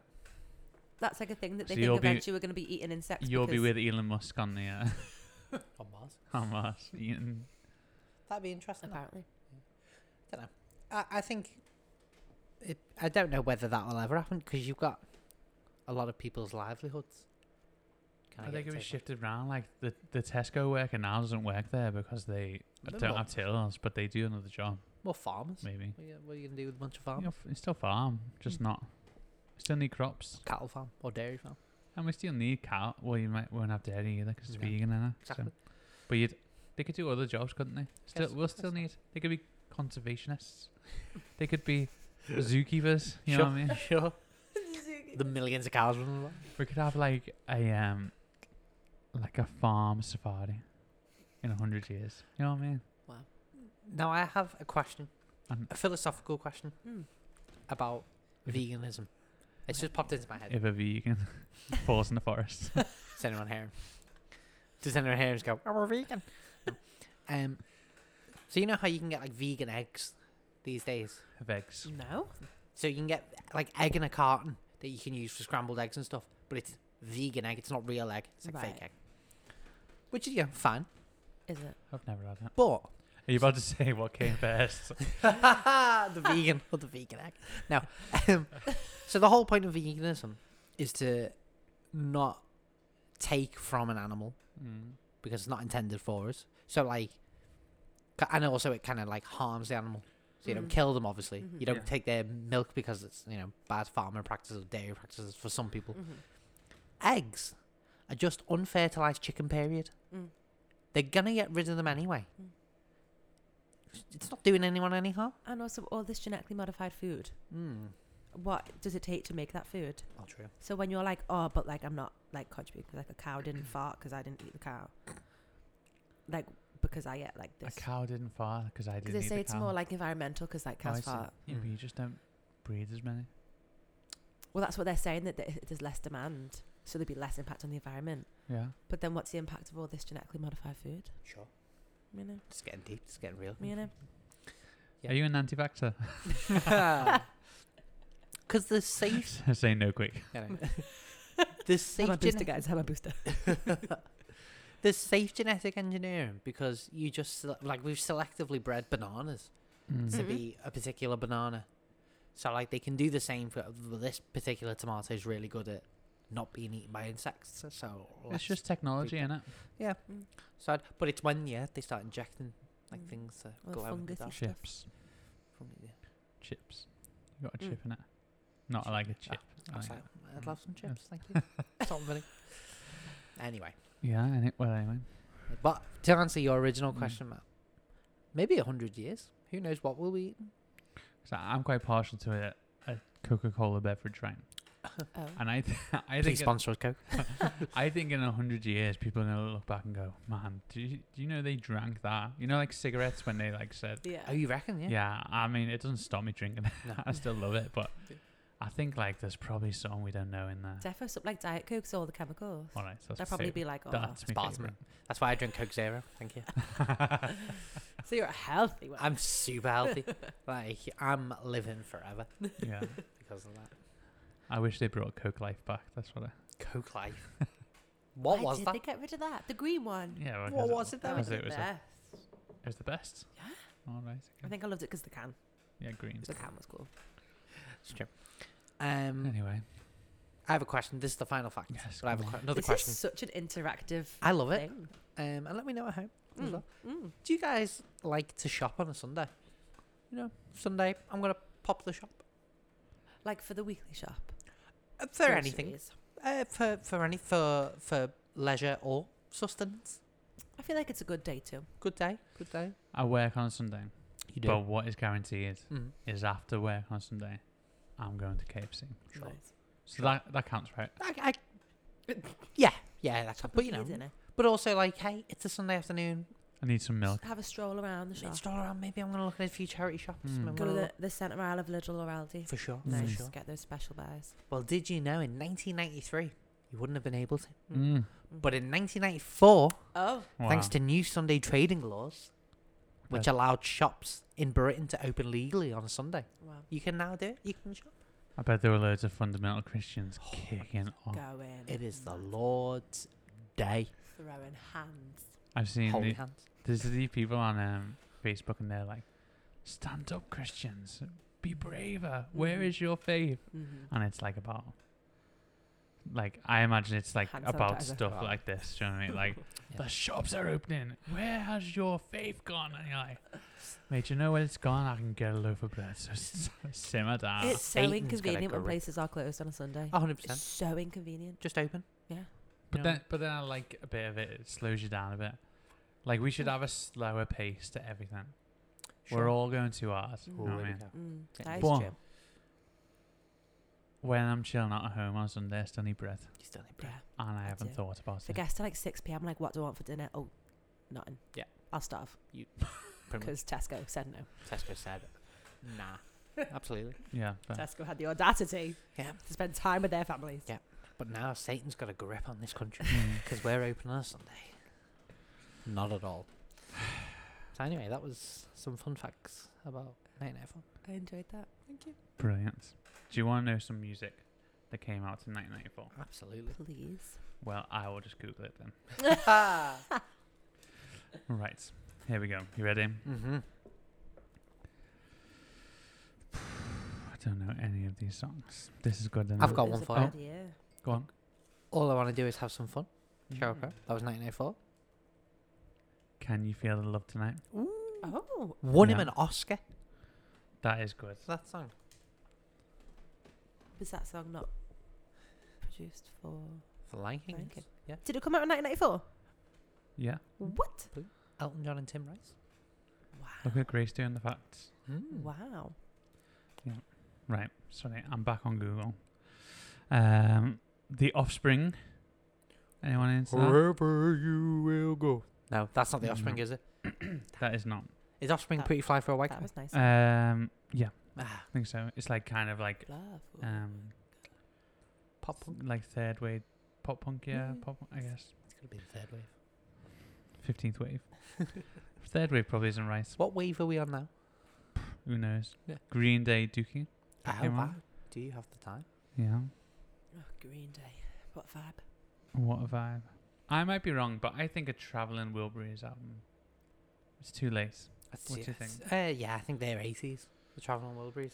Speaker 3: That's like a thing that they
Speaker 1: So you'll
Speaker 3: think
Speaker 1: be-
Speaker 3: eventually we're going to be eating insects.
Speaker 1: You'll be
Speaker 3: because-
Speaker 1: with Elon Musk on the uh,
Speaker 2: on Mars,
Speaker 1: Hamas eating.
Speaker 2: that'd be interesting.
Speaker 3: apparently.
Speaker 2: I, I think it, I don't know whether that will ever happen because you've got a lot of people's livelihoods.
Speaker 1: I
Speaker 2: get
Speaker 1: think
Speaker 2: a
Speaker 1: it was
Speaker 2: take
Speaker 1: shifted round. Like the the Tesco worker now doesn't work there because they
Speaker 2: on- No,
Speaker 1: don't
Speaker 2: more,
Speaker 1: have tills, but they do another job.
Speaker 2: more farmers.
Speaker 1: Maybe.
Speaker 2: What are, you, what are you gonna do with a bunch of
Speaker 1: You
Speaker 2: farms?
Speaker 1: know, f- it's still farm,
Speaker 2: Hmm.
Speaker 1: just not. We still need crops,
Speaker 2: Cattle farm or dairy farm?
Speaker 1: and we still need cow. Well, you might won't have dairy either because it's
Speaker 2: No.
Speaker 1: vegan, innit?
Speaker 2: Exactly.
Speaker 1: So, but you'd, they could do other jobs, couldn't they? Still,
Speaker 2: Yes,
Speaker 1: we'll still
Speaker 2: yes.
Speaker 1: need. They could be conservationists. they could be zookeepers. You know what I mean?
Speaker 2: sure. The millions of cows running along.
Speaker 1: We could have like a um, like a farm safari in a hundred years. You know what I mean?
Speaker 2: Now I have a question,
Speaker 1: Um,
Speaker 2: a philosophical question
Speaker 3: Hmm.
Speaker 2: about
Speaker 1: If it-
Speaker 2: veganism. It's just popped into my head.
Speaker 1: If a vegan falls in the forest,
Speaker 2: Does anyone hear him? Does anyone hear him just go, oh, we're vegan? No. um, so you know how you can get like vegan eggs these days?
Speaker 1: of eggs.
Speaker 3: No.
Speaker 2: So you can get like egg in a carton that you can use for scrambled eggs and stuff, but it's vegan egg. It's not real egg. It's like fake
Speaker 3: Right.
Speaker 2: egg. Which is, yeah, fine.
Speaker 3: Is it?
Speaker 1: I've never had that.
Speaker 2: But
Speaker 1: Are you about to say what came first?
Speaker 2: the vegan or the vegan egg. No. Um, so the whole point of veganism is to not take from an animal Hmm.
Speaker 1: Mm.
Speaker 2: because it's not intended for us. So like, c- and also it kind of like harms the animal. So you don't
Speaker 3: Mhm.
Speaker 2: kill them, obviously.
Speaker 3: Mhm.
Speaker 2: You don't
Speaker 1: Yeah.
Speaker 2: take their milk because it's you know bad farming practices or dairy practices for some people.
Speaker 3: Mhm.
Speaker 2: Eggs are just unfertilized chicken. Period.
Speaker 3: Mm.
Speaker 2: They're gonna get rid of them anyway.
Speaker 3: Mm.
Speaker 2: It's not doing anyone any harm.
Speaker 3: And also all this genetically modified food.
Speaker 2: Mm.
Speaker 3: What does it take to make that food?
Speaker 2: Not true.
Speaker 3: So when you're like, oh, but like I'm not like contributing 'cause, like a cow didn't fart because I didn't eat the cow. Like because I ate like
Speaker 1: A
Speaker 3: this.
Speaker 1: cow didn't fart because I didn't.
Speaker 3: Because they
Speaker 1: eat
Speaker 3: say
Speaker 1: the
Speaker 3: it's
Speaker 1: cow.
Speaker 3: more like environmental because like
Speaker 1: Oh, I
Speaker 3: cows
Speaker 1: see.
Speaker 3: fart.
Speaker 1: Yeah, but you just don't breed as many.
Speaker 3: Well, that's what they're saying that th- there's less demand, so there'd be less impact on the environment.
Speaker 1: Yeah.
Speaker 3: But then, what's the impact of all this genetically modified food?
Speaker 2: Sure.
Speaker 3: You know,
Speaker 2: It's getting deep. It's getting real.
Speaker 3: you know.
Speaker 2: Yeah.
Speaker 1: Are you an anti-vaxxer?
Speaker 2: Because the safe,
Speaker 1: say no quick.
Speaker 2: the
Speaker 3: Have my
Speaker 2: safe,
Speaker 3: booster,
Speaker 2: gene-
Speaker 3: guys. Have my booster.
Speaker 2: the safe genetic engineering. Because you just sele- like we've selectively bred bananas to
Speaker 1: Mm-hmm.
Speaker 3: Mhm.
Speaker 2: be a particular banana, so like they can do the same for this particular tomato is really good at not being eaten by insects. So
Speaker 1: It's
Speaker 2: let's-
Speaker 1: just technology, innit?
Speaker 2: so I'd- but it's when yeah they start injecting like
Speaker 3: Mm.
Speaker 2: things to
Speaker 3: Or
Speaker 2: go out and
Speaker 3: fungusy
Speaker 2: stuff.
Speaker 3: shit.
Speaker 1: Chips.
Speaker 2: Fung- yeah.
Speaker 1: Chips. You got a
Speaker 3: Mm. Ah,
Speaker 1: chip in it. Not like a chip.
Speaker 2: I was
Speaker 1: like-
Speaker 2: like, I'd
Speaker 1: Mm.
Speaker 2: love some
Speaker 1: Yeah.
Speaker 2: chips, thank you. Salt and vinegar. Anyway,
Speaker 1: yeah, and it well anyway.
Speaker 2: but to answer your original
Speaker 1: Mm.
Speaker 2: question, Matt, maybe a hundred years. Who knows what we'll be eating?
Speaker 1: So I'm quite partial to a, a Coca-Cola beverage, right?
Speaker 3: Oh.
Speaker 1: And I, th- I
Speaker 2: Please
Speaker 1: think, in,
Speaker 2: sponsor us, Coke.
Speaker 1: I think in a hundred years, people are gonna look back and go, "Man, do you, do you know they drank that? You know, like cigarettes when they like said,
Speaker 2: Oh,
Speaker 3: Yeah.
Speaker 2: you reckon?
Speaker 1: yeah.
Speaker 2: Yeah.
Speaker 1: I mean, it doesn't stop me drinking.
Speaker 2: No.
Speaker 1: I still love it, but
Speaker 2: Yeah.
Speaker 1: I think like there's probably some we don't know in there.
Speaker 3: Defo something like Diet Coke's all the chemicals.
Speaker 1: All right, so
Speaker 3: They'll
Speaker 1: that's
Speaker 3: probably
Speaker 1: two.
Speaker 3: be like, oh,
Speaker 1: that's my
Speaker 2: Spartan. That's why I drink Coke Zero. Thank you.
Speaker 1: favorite.
Speaker 3: so you're a healthy one.
Speaker 2: I'm super healthy. like I'm living forever
Speaker 1: yeah,
Speaker 2: because of that.
Speaker 1: I wish they brought Coke Life back. That's what I.
Speaker 2: Coke life. What
Speaker 3: Why
Speaker 2: was
Speaker 3: did
Speaker 2: that?
Speaker 3: they get rid of that? The green one.
Speaker 1: Yeah, well,
Speaker 2: What
Speaker 1: 'cause
Speaker 2: was it though?
Speaker 3: That
Speaker 1: That
Speaker 3: was
Speaker 1: was
Speaker 3: the
Speaker 1: it, was it?
Speaker 3: best.
Speaker 1: It was the best.
Speaker 3: Yeah.
Speaker 1: All right.
Speaker 3: I
Speaker 1: Okay.
Speaker 3: think I loved it because the can.
Speaker 1: Yeah, green.
Speaker 3: The can was cool.
Speaker 2: It's true. Um,
Speaker 1: Anyway,
Speaker 2: I have a question. This is the final fact.
Speaker 1: Yes,
Speaker 2: but I have a
Speaker 1: go on.
Speaker 2: que- another
Speaker 3: this
Speaker 2: question.
Speaker 3: is such an interactive
Speaker 2: I love it.
Speaker 3: thing.
Speaker 2: Um, and let me know at home. as
Speaker 3: Mm,
Speaker 2: well.
Speaker 3: mm.
Speaker 2: Do you guys like to shop on a Sunday? You know, Sunday I'm gonna pop the shop
Speaker 3: Like for the weekly shop.
Speaker 2: uh, for anything,
Speaker 3: groceries.
Speaker 2: uh, for for any for for leisure or sustenance.
Speaker 3: I feel like it's a good day too.
Speaker 2: Good day, good day.
Speaker 1: I work on Sunday,
Speaker 2: You
Speaker 1: but what is guaranteed
Speaker 2: Mm.
Speaker 1: is after work on Sunday, I'm going to KFC.
Speaker 2: Sure.
Speaker 3: Nice.
Speaker 1: So that that counts, right?
Speaker 2: I, I, yeah, yeah, that's but you
Speaker 3: Lovely
Speaker 2: know,
Speaker 3: dinner.
Speaker 2: but also like, hey, it's a Sunday afternoon.
Speaker 1: I need some milk.
Speaker 3: Have a stroll around the shop.
Speaker 2: It's all around. Maybe I'm gonna look at a few charity shops.
Speaker 1: Mm.
Speaker 2: I'm
Speaker 3: Go
Speaker 2: gonna
Speaker 3: to the,
Speaker 2: look-
Speaker 3: the centre aisle of Lidl or Aldi.
Speaker 2: Hmm. for sure,
Speaker 3: Nice.
Speaker 2: for sure.
Speaker 3: Get those special buys.
Speaker 2: Well, did you know in 1993 you wouldn't have been able to,
Speaker 1: Mm.
Speaker 2: but in 1994.
Speaker 3: Oh,
Speaker 1: Wow.
Speaker 2: thanks to new Sunday trading laws, which
Speaker 1: That's-
Speaker 2: allowed shops in Britain to open legally on a Sunday.
Speaker 3: wow.
Speaker 2: You can now do it. You can shop.
Speaker 1: I bet there were loads of fundamental Christians
Speaker 2: Oh my
Speaker 1: kicking off.
Speaker 3: Go in.
Speaker 2: It is the
Speaker 3: mad.
Speaker 2: Lord's day.
Speaker 3: Throwing hands.
Speaker 1: I've seen
Speaker 2: Holy
Speaker 1: the,
Speaker 2: hands.
Speaker 1: there's these people on um, Facebook and they're like, "Stand up, Christians, be braver. Where
Speaker 3: Mhm.
Speaker 1: is your faith?"
Speaker 3: Mm-hmm.
Speaker 1: And it's like about, like I imagine it's like
Speaker 3: Hand
Speaker 1: about
Speaker 3: sanitizer.
Speaker 1: stuff
Speaker 2: Wow.
Speaker 1: like this. Do you know what I mean? Like
Speaker 2: Yeah.
Speaker 1: the shops are opening. Where has your faith gone? And you're like,
Speaker 2: Uh,
Speaker 1: "Mate, you know where it's gone? I can get a loaf of bread." So s- simmer down.
Speaker 3: It's so
Speaker 2: Satan's gonna
Speaker 3: inconvenient when
Speaker 2: go in.
Speaker 3: places are closed on a Sunday.
Speaker 2: A hundred
Speaker 3: It's
Speaker 2: percent.
Speaker 3: so inconvenient.
Speaker 2: Just open.
Speaker 1: But
Speaker 2: Yeah.
Speaker 1: then, but then I like a bit of it. It slows you down a bit. Like we should have a slower pace to everything. We're
Speaker 2: Sure.
Speaker 1: all going too hard. you
Speaker 3: Mm.
Speaker 1: know
Speaker 2: Ooh,
Speaker 1: what I
Speaker 2: there we
Speaker 1: mean?
Speaker 2: go.
Speaker 3: Mm.
Speaker 2: Yeah,
Speaker 3: That
Speaker 2: nice
Speaker 3: is
Speaker 1: Bon.
Speaker 2: job.
Speaker 1: When I'm chilling out at home on Sunday, I still need bread,
Speaker 2: You still need
Speaker 3: Yeah.
Speaker 2: bread.
Speaker 1: and I
Speaker 3: That's
Speaker 1: haven't
Speaker 3: it.
Speaker 1: thought about
Speaker 3: If it
Speaker 1: it.
Speaker 3: gets to like 6 p.m., like, what do I want for dinner? Oh, nothing.
Speaker 2: Yeah.
Speaker 3: I'll starve
Speaker 2: Pretty much.
Speaker 3: because Tesco said no.
Speaker 2: Tesco said, nah. Absolutely.
Speaker 1: Yeah, but
Speaker 3: Tesco had the audacity
Speaker 2: Yeah.
Speaker 3: to spend time with their families.
Speaker 2: Yeah. But now Satan's got a grip on this country
Speaker 1: Mm.
Speaker 2: because we're open on a Sunday. Not at all. So anyway, that was some fun facts about oh 1994.
Speaker 3: I enjoyed that.
Speaker 1: brilliant. Do you want to know some music that came out in 1994?
Speaker 2: Absolutely.
Speaker 3: Please.
Speaker 1: Well, I will just Google it then.
Speaker 2: mm-hmm.
Speaker 1: Right, here we go. You ready?
Speaker 3: Mm-hmm.
Speaker 1: I don't know any of these songs. This is good. isn't
Speaker 2: I've
Speaker 1: it?
Speaker 2: got
Speaker 3: It
Speaker 2: one
Speaker 3: was a
Speaker 2: for
Speaker 3: bad year.
Speaker 1: Go on.
Speaker 2: All I want to do is have some fun. Cheryl Crow.
Speaker 1: Mm.
Speaker 2: That was oh 1994.
Speaker 1: Can you feel the love tonight?
Speaker 3: Oh,
Speaker 2: Won him
Speaker 1: Yeah.
Speaker 2: an Oscar.
Speaker 1: That is good.
Speaker 2: for That song.
Speaker 3: was that song not produced for?
Speaker 2: For Lion King.
Speaker 3: Lion King.
Speaker 2: Yeah.
Speaker 3: Did it come out in 1994?
Speaker 1: Yeah.
Speaker 2: Mm.
Speaker 3: What?
Speaker 2: Elton John and Tim Rice.
Speaker 1: Look
Speaker 3: Wow.
Speaker 1: at Grace doing the facts.
Speaker 2: Hmm.
Speaker 3: Hmm. Wow.
Speaker 1: Right, sorry, I'm back on Google. Um, the Offspring. Anyone into that?
Speaker 2: Wherever you will go. Mm-hmm. No, that's not the Offspring,
Speaker 1: No.
Speaker 2: is it?
Speaker 1: That is not.
Speaker 2: Is Offspring
Speaker 3: That-
Speaker 2: pretty fly for a white
Speaker 3: That was nice.
Speaker 1: Um, yeah,
Speaker 2: ah,
Speaker 1: I think so. It's like kind of like
Speaker 3: Love.
Speaker 1: um,
Speaker 2: pop punk?
Speaker 1: like third wave pop punk, yeah,
Speaker 3: Mm.
Speaker 1: pop. I guess
Speaker 2: It's gonna be the third wave.
Speaker 1: fifteenth wave. third wave probably isn't right.
Speaker 2: What wave are we on now?
Speaker 1: Who knows?
Speaker 2: Yeah.
Speaker 1: Green Day, Dookie.
Speaker 2: Ah,
Speaker 1: Came
Speaker 2: wow.
Speaker 1: on.
Speaker 2: Do you have the time?
Speaker 1: Yeah.
Speaker 3: Oh, Green Day. What vibe?
Speaker 1: What a vibe. I might be wrong, but I think a Traveling Wilburys album. It's too late.
Speaker 2: That's
Speaker 1: What do you
Speaker 2: yes. Uh, yeah, I think they're eighties. The Traveling Wilburys.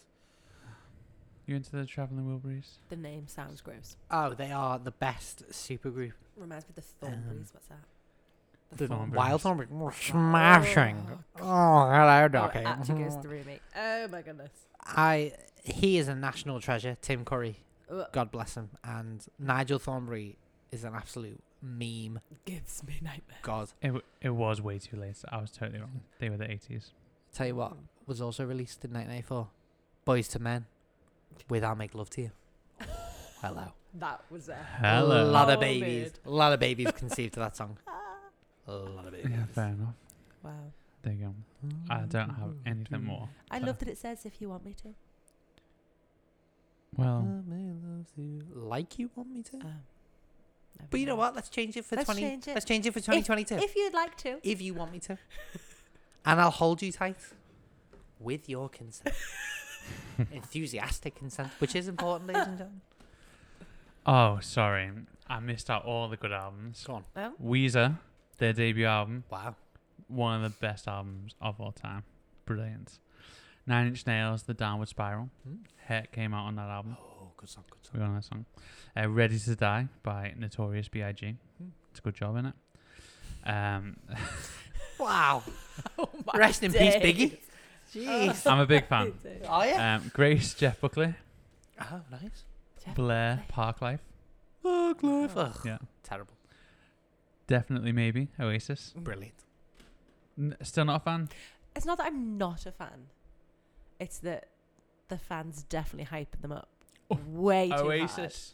Speaker 1: You into the Traveling Wilburys?
Speaker 3: The name sounds gross.
Speaker 2: Oh, they are the best supergroup.
Speaker 3: Reminds me of the
Speaker 2: Um,
Speaker 3: Thornberries. What's that?
Speaker 2: The
Speaker 1: Thornberrys. Oh,
Speaker 2: Wild Thornberry were smashing. Oh, hello, Doc.
Speaker 3: Oh, it actually goes through me. Oh my goodness.
Speaker 2: I he is a national treasure, Tim Curry.
Speaker 3: Ugh,
Speaker 2: God bless him. And Nigel Thornberry is an absolute meme.
Speaker 3: gives me nightmares.
Speaker 2: God,
Speaker 1: It, w- it was way too late. I was totally wrong. They were the 80s.
Speaker 2: tell you what was also released in 1984, Boys to Men, with "I'll Make Love to You." Hello.
Speaker 3: That was a
Speaker 1: Hello.
Speaker 2: A lot of
Speaker 3: Oh,
Speaker 2: babies.
Speaker 3: dude.
Speaker 2: A lot of babies conceived to that song. A lot of babies.
Speaker 1: Yeah, fair enough.
Speaker 3: Wow.
Speaker 1: There you go. I don't have anything more.
Speaker 3: I
Speaker 1: So-
Speaker 3: love that it says if you want me to.
Speaker 2: Oh.
Speaker 1: Well,
Speaker 2: Like you want me to.
Speaker 3: Um, never
Speaker 2: Uh, But you know
Speaker 3: mind.
Speaker 2: what? Let's change it for
Speaker 3: Let's
Speaker 2: 20.
Speaker 3: change it.
Speaker 2: Let's change it for 2022. If,
Speaker 3: If you'd like to.
Speaker 2: you want me to. and I'll hold you tight with your consent. Enthusiastic consent, which is important, ladies and gentlemen.
Speaker 1: oh, sorry. I missed out all the good albums.
Speaker 2: Go on.
Speaker 1: Weezer, their debut album,
Speaker 2: Wow.
Speaker 1: one of the best albums of all time. Brilliant. Nine Inch Nails, The Downward Spiral.
Speaker 2: Mm.
Speaker 1: Heck came out on that album.
Speaker 2: Oh, good song, good
Speaker 1: We got that song. Uh, Ready to Die by Notorious B.I.G.
Speaker 2: Hmm.
Speaker 1: It's a good job, isn't it? Um,
Speaker 2: Wow.
Speaker 3: Oh my
Speaker 2: Rest in peace,
Speaker 3: days.
Speaker 2: Biggie. Jeez.
Speaker 1: I'm a big fan.
Speaker 2: Oh, yeah.
Speaker 1: Um, Grace, Jeff Buckley,
Speaker 2: Oh, nice.
Speaker 3: Jeff
Speaker 1: Blair,
Speaker 3: Buckley.
Speaker 1: Park Life.
Speaker 2: Oh, Clive.
Speaker 3: Oh.
Speaker 2: Ugh,
Speaker 1: Yeah.
Speaker 2: Terrible.
Speaker 1: Definitely, maybe Oasis.
Speaker 2: Brilliant.
Speaker 1: N- still not a fan.
Speaker 3: It's not that I'm not a fan. It's that the fans definitely hype them up
Speaker 1: Oh,
Speaker 3: way too hard.
Speaker 1: Oasis.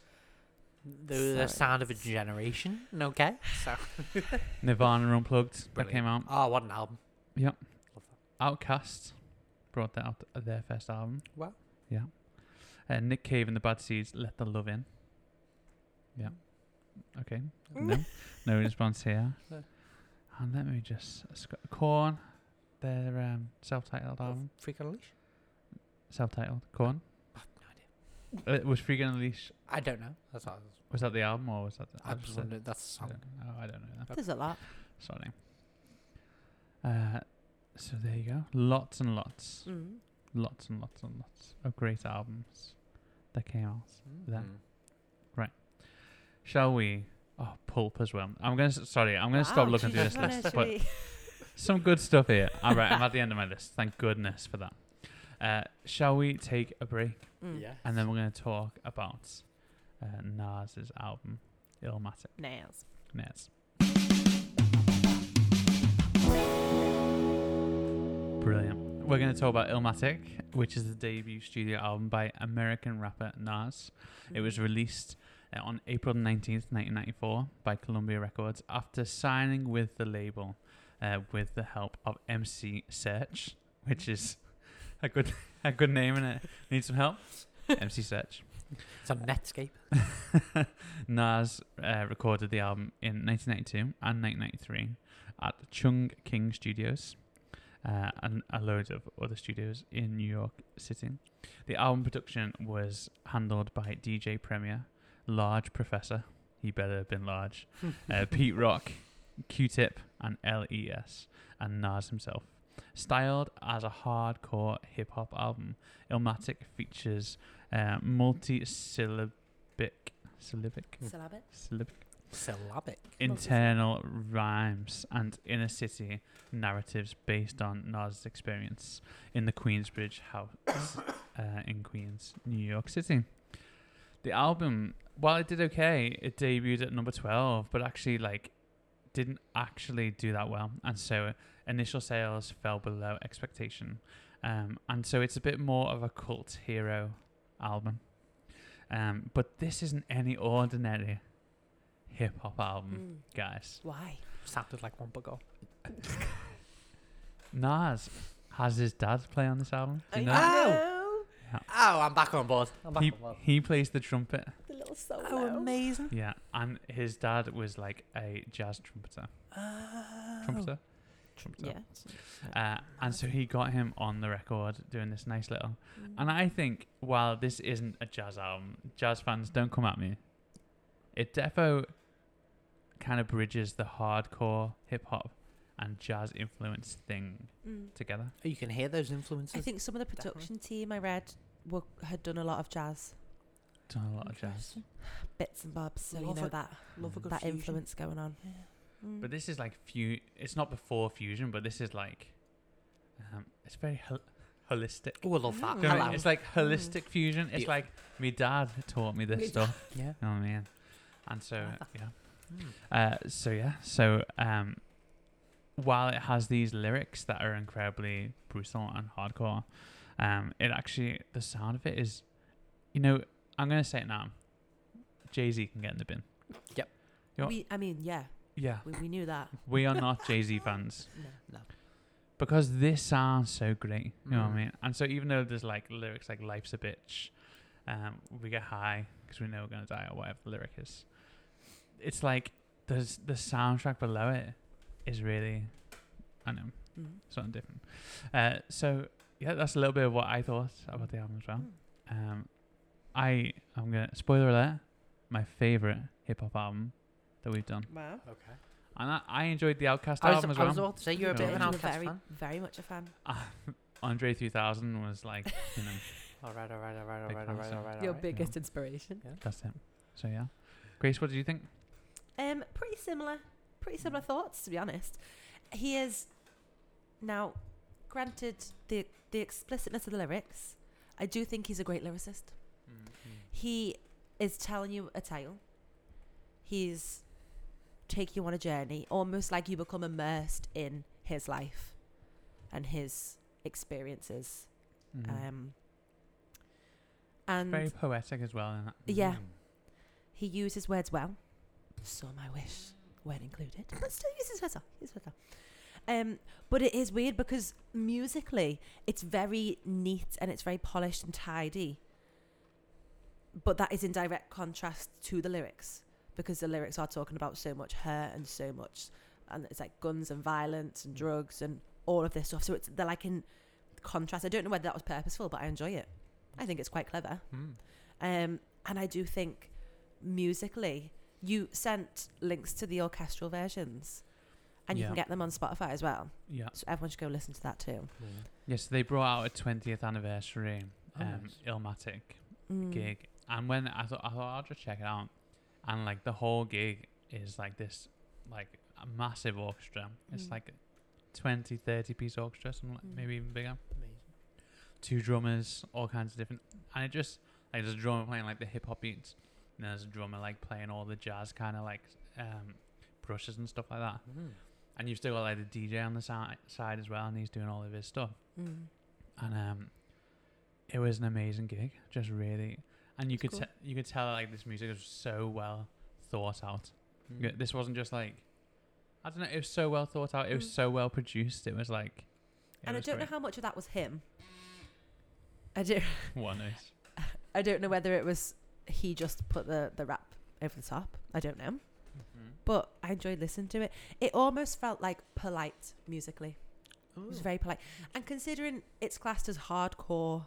Speaker 2: The, the
Speaker 3: Sorry.
Speaker 2: sound of a generation. Okay. So.
Speaker 1: Nirvana Unplugged that
Speaker 2: Brilliant.
Speaker 1: came out.
Speaker 2: Oh, what an album.
Speaker 1: Outcast brought that out at their first album.
Speaker 2: Wow.
Speaker 1: Yeah. Uh, Nick Cave and the Bad Seeds, Let the Love In. Yeah. Okay. No, no response here.
Speaker 2: Mm. No.
Speaker 1: And let me just sc- Corn, their um, self-titled album,
Speaker 2: Freak on a leash?
Speaker 1: self-titled Corn.
Speaker 2: I have no idea.
Speaker 1: Uh, was Freak and Unleash
Speaker 2: I don't know. That's what I was.
Speaker 1: was that the album or was that? The
Speaker 2: I was
Speaker 1: episode?
Speaker 2: wondering. That's a
Speaker 1: I
Speaker 2: song.
Speaker 1: don't, oh, I don't know that.
Speaker 3: There's a lot.
Speaker 1: Sorry. Uh, so there you go. Lots and lots,
Speaker 3: Mm.
Speaker 1: lots and lots and lots of great albums that came out. That-
Speaker 2: Mm.
Speaker 1: Shall we? Oh, pulp as well. I'm gonna. s- Sorry, I'm gonna stop
Speaker 3: Wow,
Speaker 1: looking through
Speaker 3: Jesus,
Speaker 1: this
Speaker 3: what
Speaker 1: list.
Speaker 3: else
Speaker 1: But
Speaker 3: we-
Speaker 1: some good stuff here. All right, I'm at the end of my list. Thank goodness for that. Uh, shall we take a break
Speaker 3: Mm.
Speaker 1: and then we're going to talk about uh, Nas's album Illmatic
Speaker 3: Nails.
Speaker 1: Nas. Brilliant. We're going to talk about Illmatic, which is the debut studio album by American rapper Nas. It was released uh, on April 19th, 1994, by Columbia Records after signing with the label uh, with the help of MC Search, which is a good a good name and it needs some help. MC Search.
Speaker 2: It's on Netscape.
Speaker 1: Nas uh, recorded the album in 1992 and 1993 at Chung King Studios uh, and a load of other studios in New York City. The album production was handled by DJ Premier, Large Professor, he better have been large, uh, Pete Rock, Q Tip, and LES, and Nas himself. Styled as a hardcore hip hop album, Illmatic features uh, multi syllabic. Syllabic?
Speaker 3: Syllabic.
Speaker 1: Syllabic?
Speaker 2: Syllabic.
Speaker 1: internal rhymes and inner city narratives based on Nas's experience in the Queensbridge house uh, in Queens, New York City. The album, while it did okay, it debuted at number 12, but actually like didn't actually do that well, and so initial sales fell below expectation. Um, and so it's a bit more of a cult hero album. Um, but this isn't any ordinary hip hop album
Speaker 3: Mm.
Speaker 1: guys.
Speaker 3: Why?
Speaker 2: Sounded like one go.
Speaker 1: Nas has his dad play on this album. Do you
Speaker 2: I-
Speaker 1: know?
Speaker 3: Oh,
Speaker 2: Oh, I'm back on board. I'm back
Speaker 1: He,
Speaker 2: on board.
Speaker 1: he plays the trumpet.
Speaker 3: the little solo.
Speaker 2: amazing.
Speaker 1: Yeah, and his dad was like a jazz trumpeter.
Speaker 2: Oh.
Speaker 1: Trumpeter? Trumpeter.
Speaker 3: Yeah.
Speaker 1: Uh, and so he got him on the record doing this nice little.
Speaker 3: Mm.
Speaker 1: And I think while this isn't a jazz album, jazz fans don't come at me. It defo kind of bridges the hardcore hip hop and jazz influence thing
Speaker 3: Mm.
Speaker 1: together.
Speaker 2: Oh, You can hear those
Speaker 3: I
Speaker 2: influences.
Speaker 3: think some of the
Speaker 2: Definitely.
Speaker 3: production team I read were, had done a lot of jazz
Speaker 1: Done a lot of jazz.
Speaker 4: Interesting.
Speaker 3: bits and bobs, so
Speaker 4: Love
Speaker 3: you know
Speaker 4: it.
Speaker 3: that mm,
Speaker 4: Love a good
Speaker 3: that
Speaker 4: fusion.
Speaker 3: influence going on.
Speaker 4: Yeah.
Speaker 3: Mm.
Speaker 1: But this is like few. It's not before fusion, but this is like, um, it's very hol- holistic.
Speaker 2: Oh, I love
Speaker 3: Mm.
Speaker 2: that.
Speaker 1: Do you know what I mean?
Speaker 2: Hello.
Speaker 1: It's like holistic fusion. It's
Speaker 2: Beautiful.
Speaker 1: like my dad taught me
Speaker 4: Me
Speaker 1: this stuff.
Speaker 2: Yeah.
Speaker 1: Oh man, and so yeah.
Speaker 2: Mm.
Speaker 1: Uh, so yeah, so um, while it has these lyrics that are incredibly brutal and hardcore, um, it actually the sound of it is, you know, I'm gonna say it now. Jay Z can get in the bin. you know-
Speaker 3: we, I mean, yeah,
Speaker 1: Yeah,
Speaker 3: we, we knew that. Mm.
Speaker 1: we are not Jay Z fans
Speaker 3: No.
Speaker 1: because this sounds so great. You know what I
Speaker 2: Mm.
Speaker 1: mean? And so even though there's like lyrics like "life's a bitch," um, we get high because we know we're gonna die or whatever the lyric is. It's like there's the soundtrack below it is really, I know.
Speaker 3: Mm.
Speaker 1: something different. Uh, so yeah, that's a little bit of what I thought about the album as well.
Speaker 3: Mm.
Speaker 1: Um, I I'm gonna spoiler alert, my favorite hip hop album that we've done,
Speaker 3: Wow.
Speaker 2: Okay.
Speaker 1: and I, I enjoyed the Outcast
Speaker 2: I was,
Speaker 1: album as
Speaker 2: I was
Speaker 1: well.
Speaker 2: about to say you're a
Speaker 1: Yeah.
Speaker 2: bit of an
Speaker 3: You're
Speaker 2: outcast
Speaker 3: very,
Speaker 2: fan.
Speaker 3: very much a fan.
Speaker 1: Andre 3000 was like, you know,
Speaker 2: All right, all right, all right, all
Speaker 1: Big
Speaker 2: right, all
Speaker 1: fan,
Speaker 2: right,
Speaker 1: so.
Speaker 2: all right.
Speaker 4: Your
Speaker 2: all right.
Speaker 4: biggest inspiration.
Speaker 1: that's it. So yeah, Grace, what did you think?
Speaker 3: Um, pretty similar, pretty similar thoughts to be honest. He is now, granted the the explicitness of the lyrics, I do think he's a great lyricist.
Speaker 2: Mm-hmm.
Speaker 3: He is telling you a tale. He's taking you on a journey, almost like you become immersed in his life and his experiences.
Speaker 2: Mm. Mm-hmm.
Speaker 1: Mhm.
Speaker 3: Um, and
Speaker 1: Very poetic as well. In that.
Speaker 2: Mm.
Speaker 3: yeah, he uses words well. Some I wish weren't included, but still uses words well. Uses words well. Um, but it is weird because musically, it's very neat and it's very polished and tidy. But that is in direct contrast to the lyrics because the lyrics are talking about so much hurt and so much, and it's like guns and violence and drugs and all of this stuff. So it's they're like in contrast. I don't know whether that was purposeful, but I enjoy it. I think it's quite clever.
Speaker 2: Hmm.
Speaker 1: Mm.
Speaker 3: Um, and I do think musically, you sent links to the orchestral versions, and you
Speaker 1: Yeah.
Speaker 3: can get them on Spotify as well.
Speaker 1: Yeah.
Speaker 3: So everyone should go listen to that too.
Speaker 1: Yes, they brought out a 20th anniversary
Speaker 2: Oh,
Speaker 1: um,
Speaker 2: nice.
Speaker 1: Illmatic
Speaker 3: Mm.
Speaker 1: gig, and when I thought, I thought I'll just check it out, and like the whole gig is like this, like a massive orchestra. It's
Speaker 3: Mm.
Speaker 1: like a 20, 30 piece orchestra, something like,
Speaker 3: Mm.
Speaker 1: maybe even bigger. Two drummers, all kinds of different, and it just like there's a drummer playing like the hip hop beats, and there's a drummer like playing all the jazz kind of like um, brushes and stuff like that.
Speaker 2: Amazing.
Speaker 1: And you've still got like the DJ on the si- side as well, and he's doing all of his stuff
Speaker 3: Mm.
Speaker 1: and um, it was an amazing gig. Just really, and you
Speaker 3: That's
Speaker 1: could
Speaker 3: cool.
Speaker 1: te- you could tell like this music was so well thought out. Y- This wasn't just like I don't know. It was so well thought out. It was
Speaker 3: Mm.
Speaker 1: so well produced. It was like. it
Speaker 3: And I
Speaker 1: was
Speaker 3: don't know
Speaker 1: great.
Speaker 3: how much of that was him. I do.
Speaker 1: What nice.
Speaker 3: I don't know whether it was he just put the the rap over the top. I don't know, but I enjoyed listening to it. It almost felt like polite musically. It was very polite, and considering it's classed as hardcore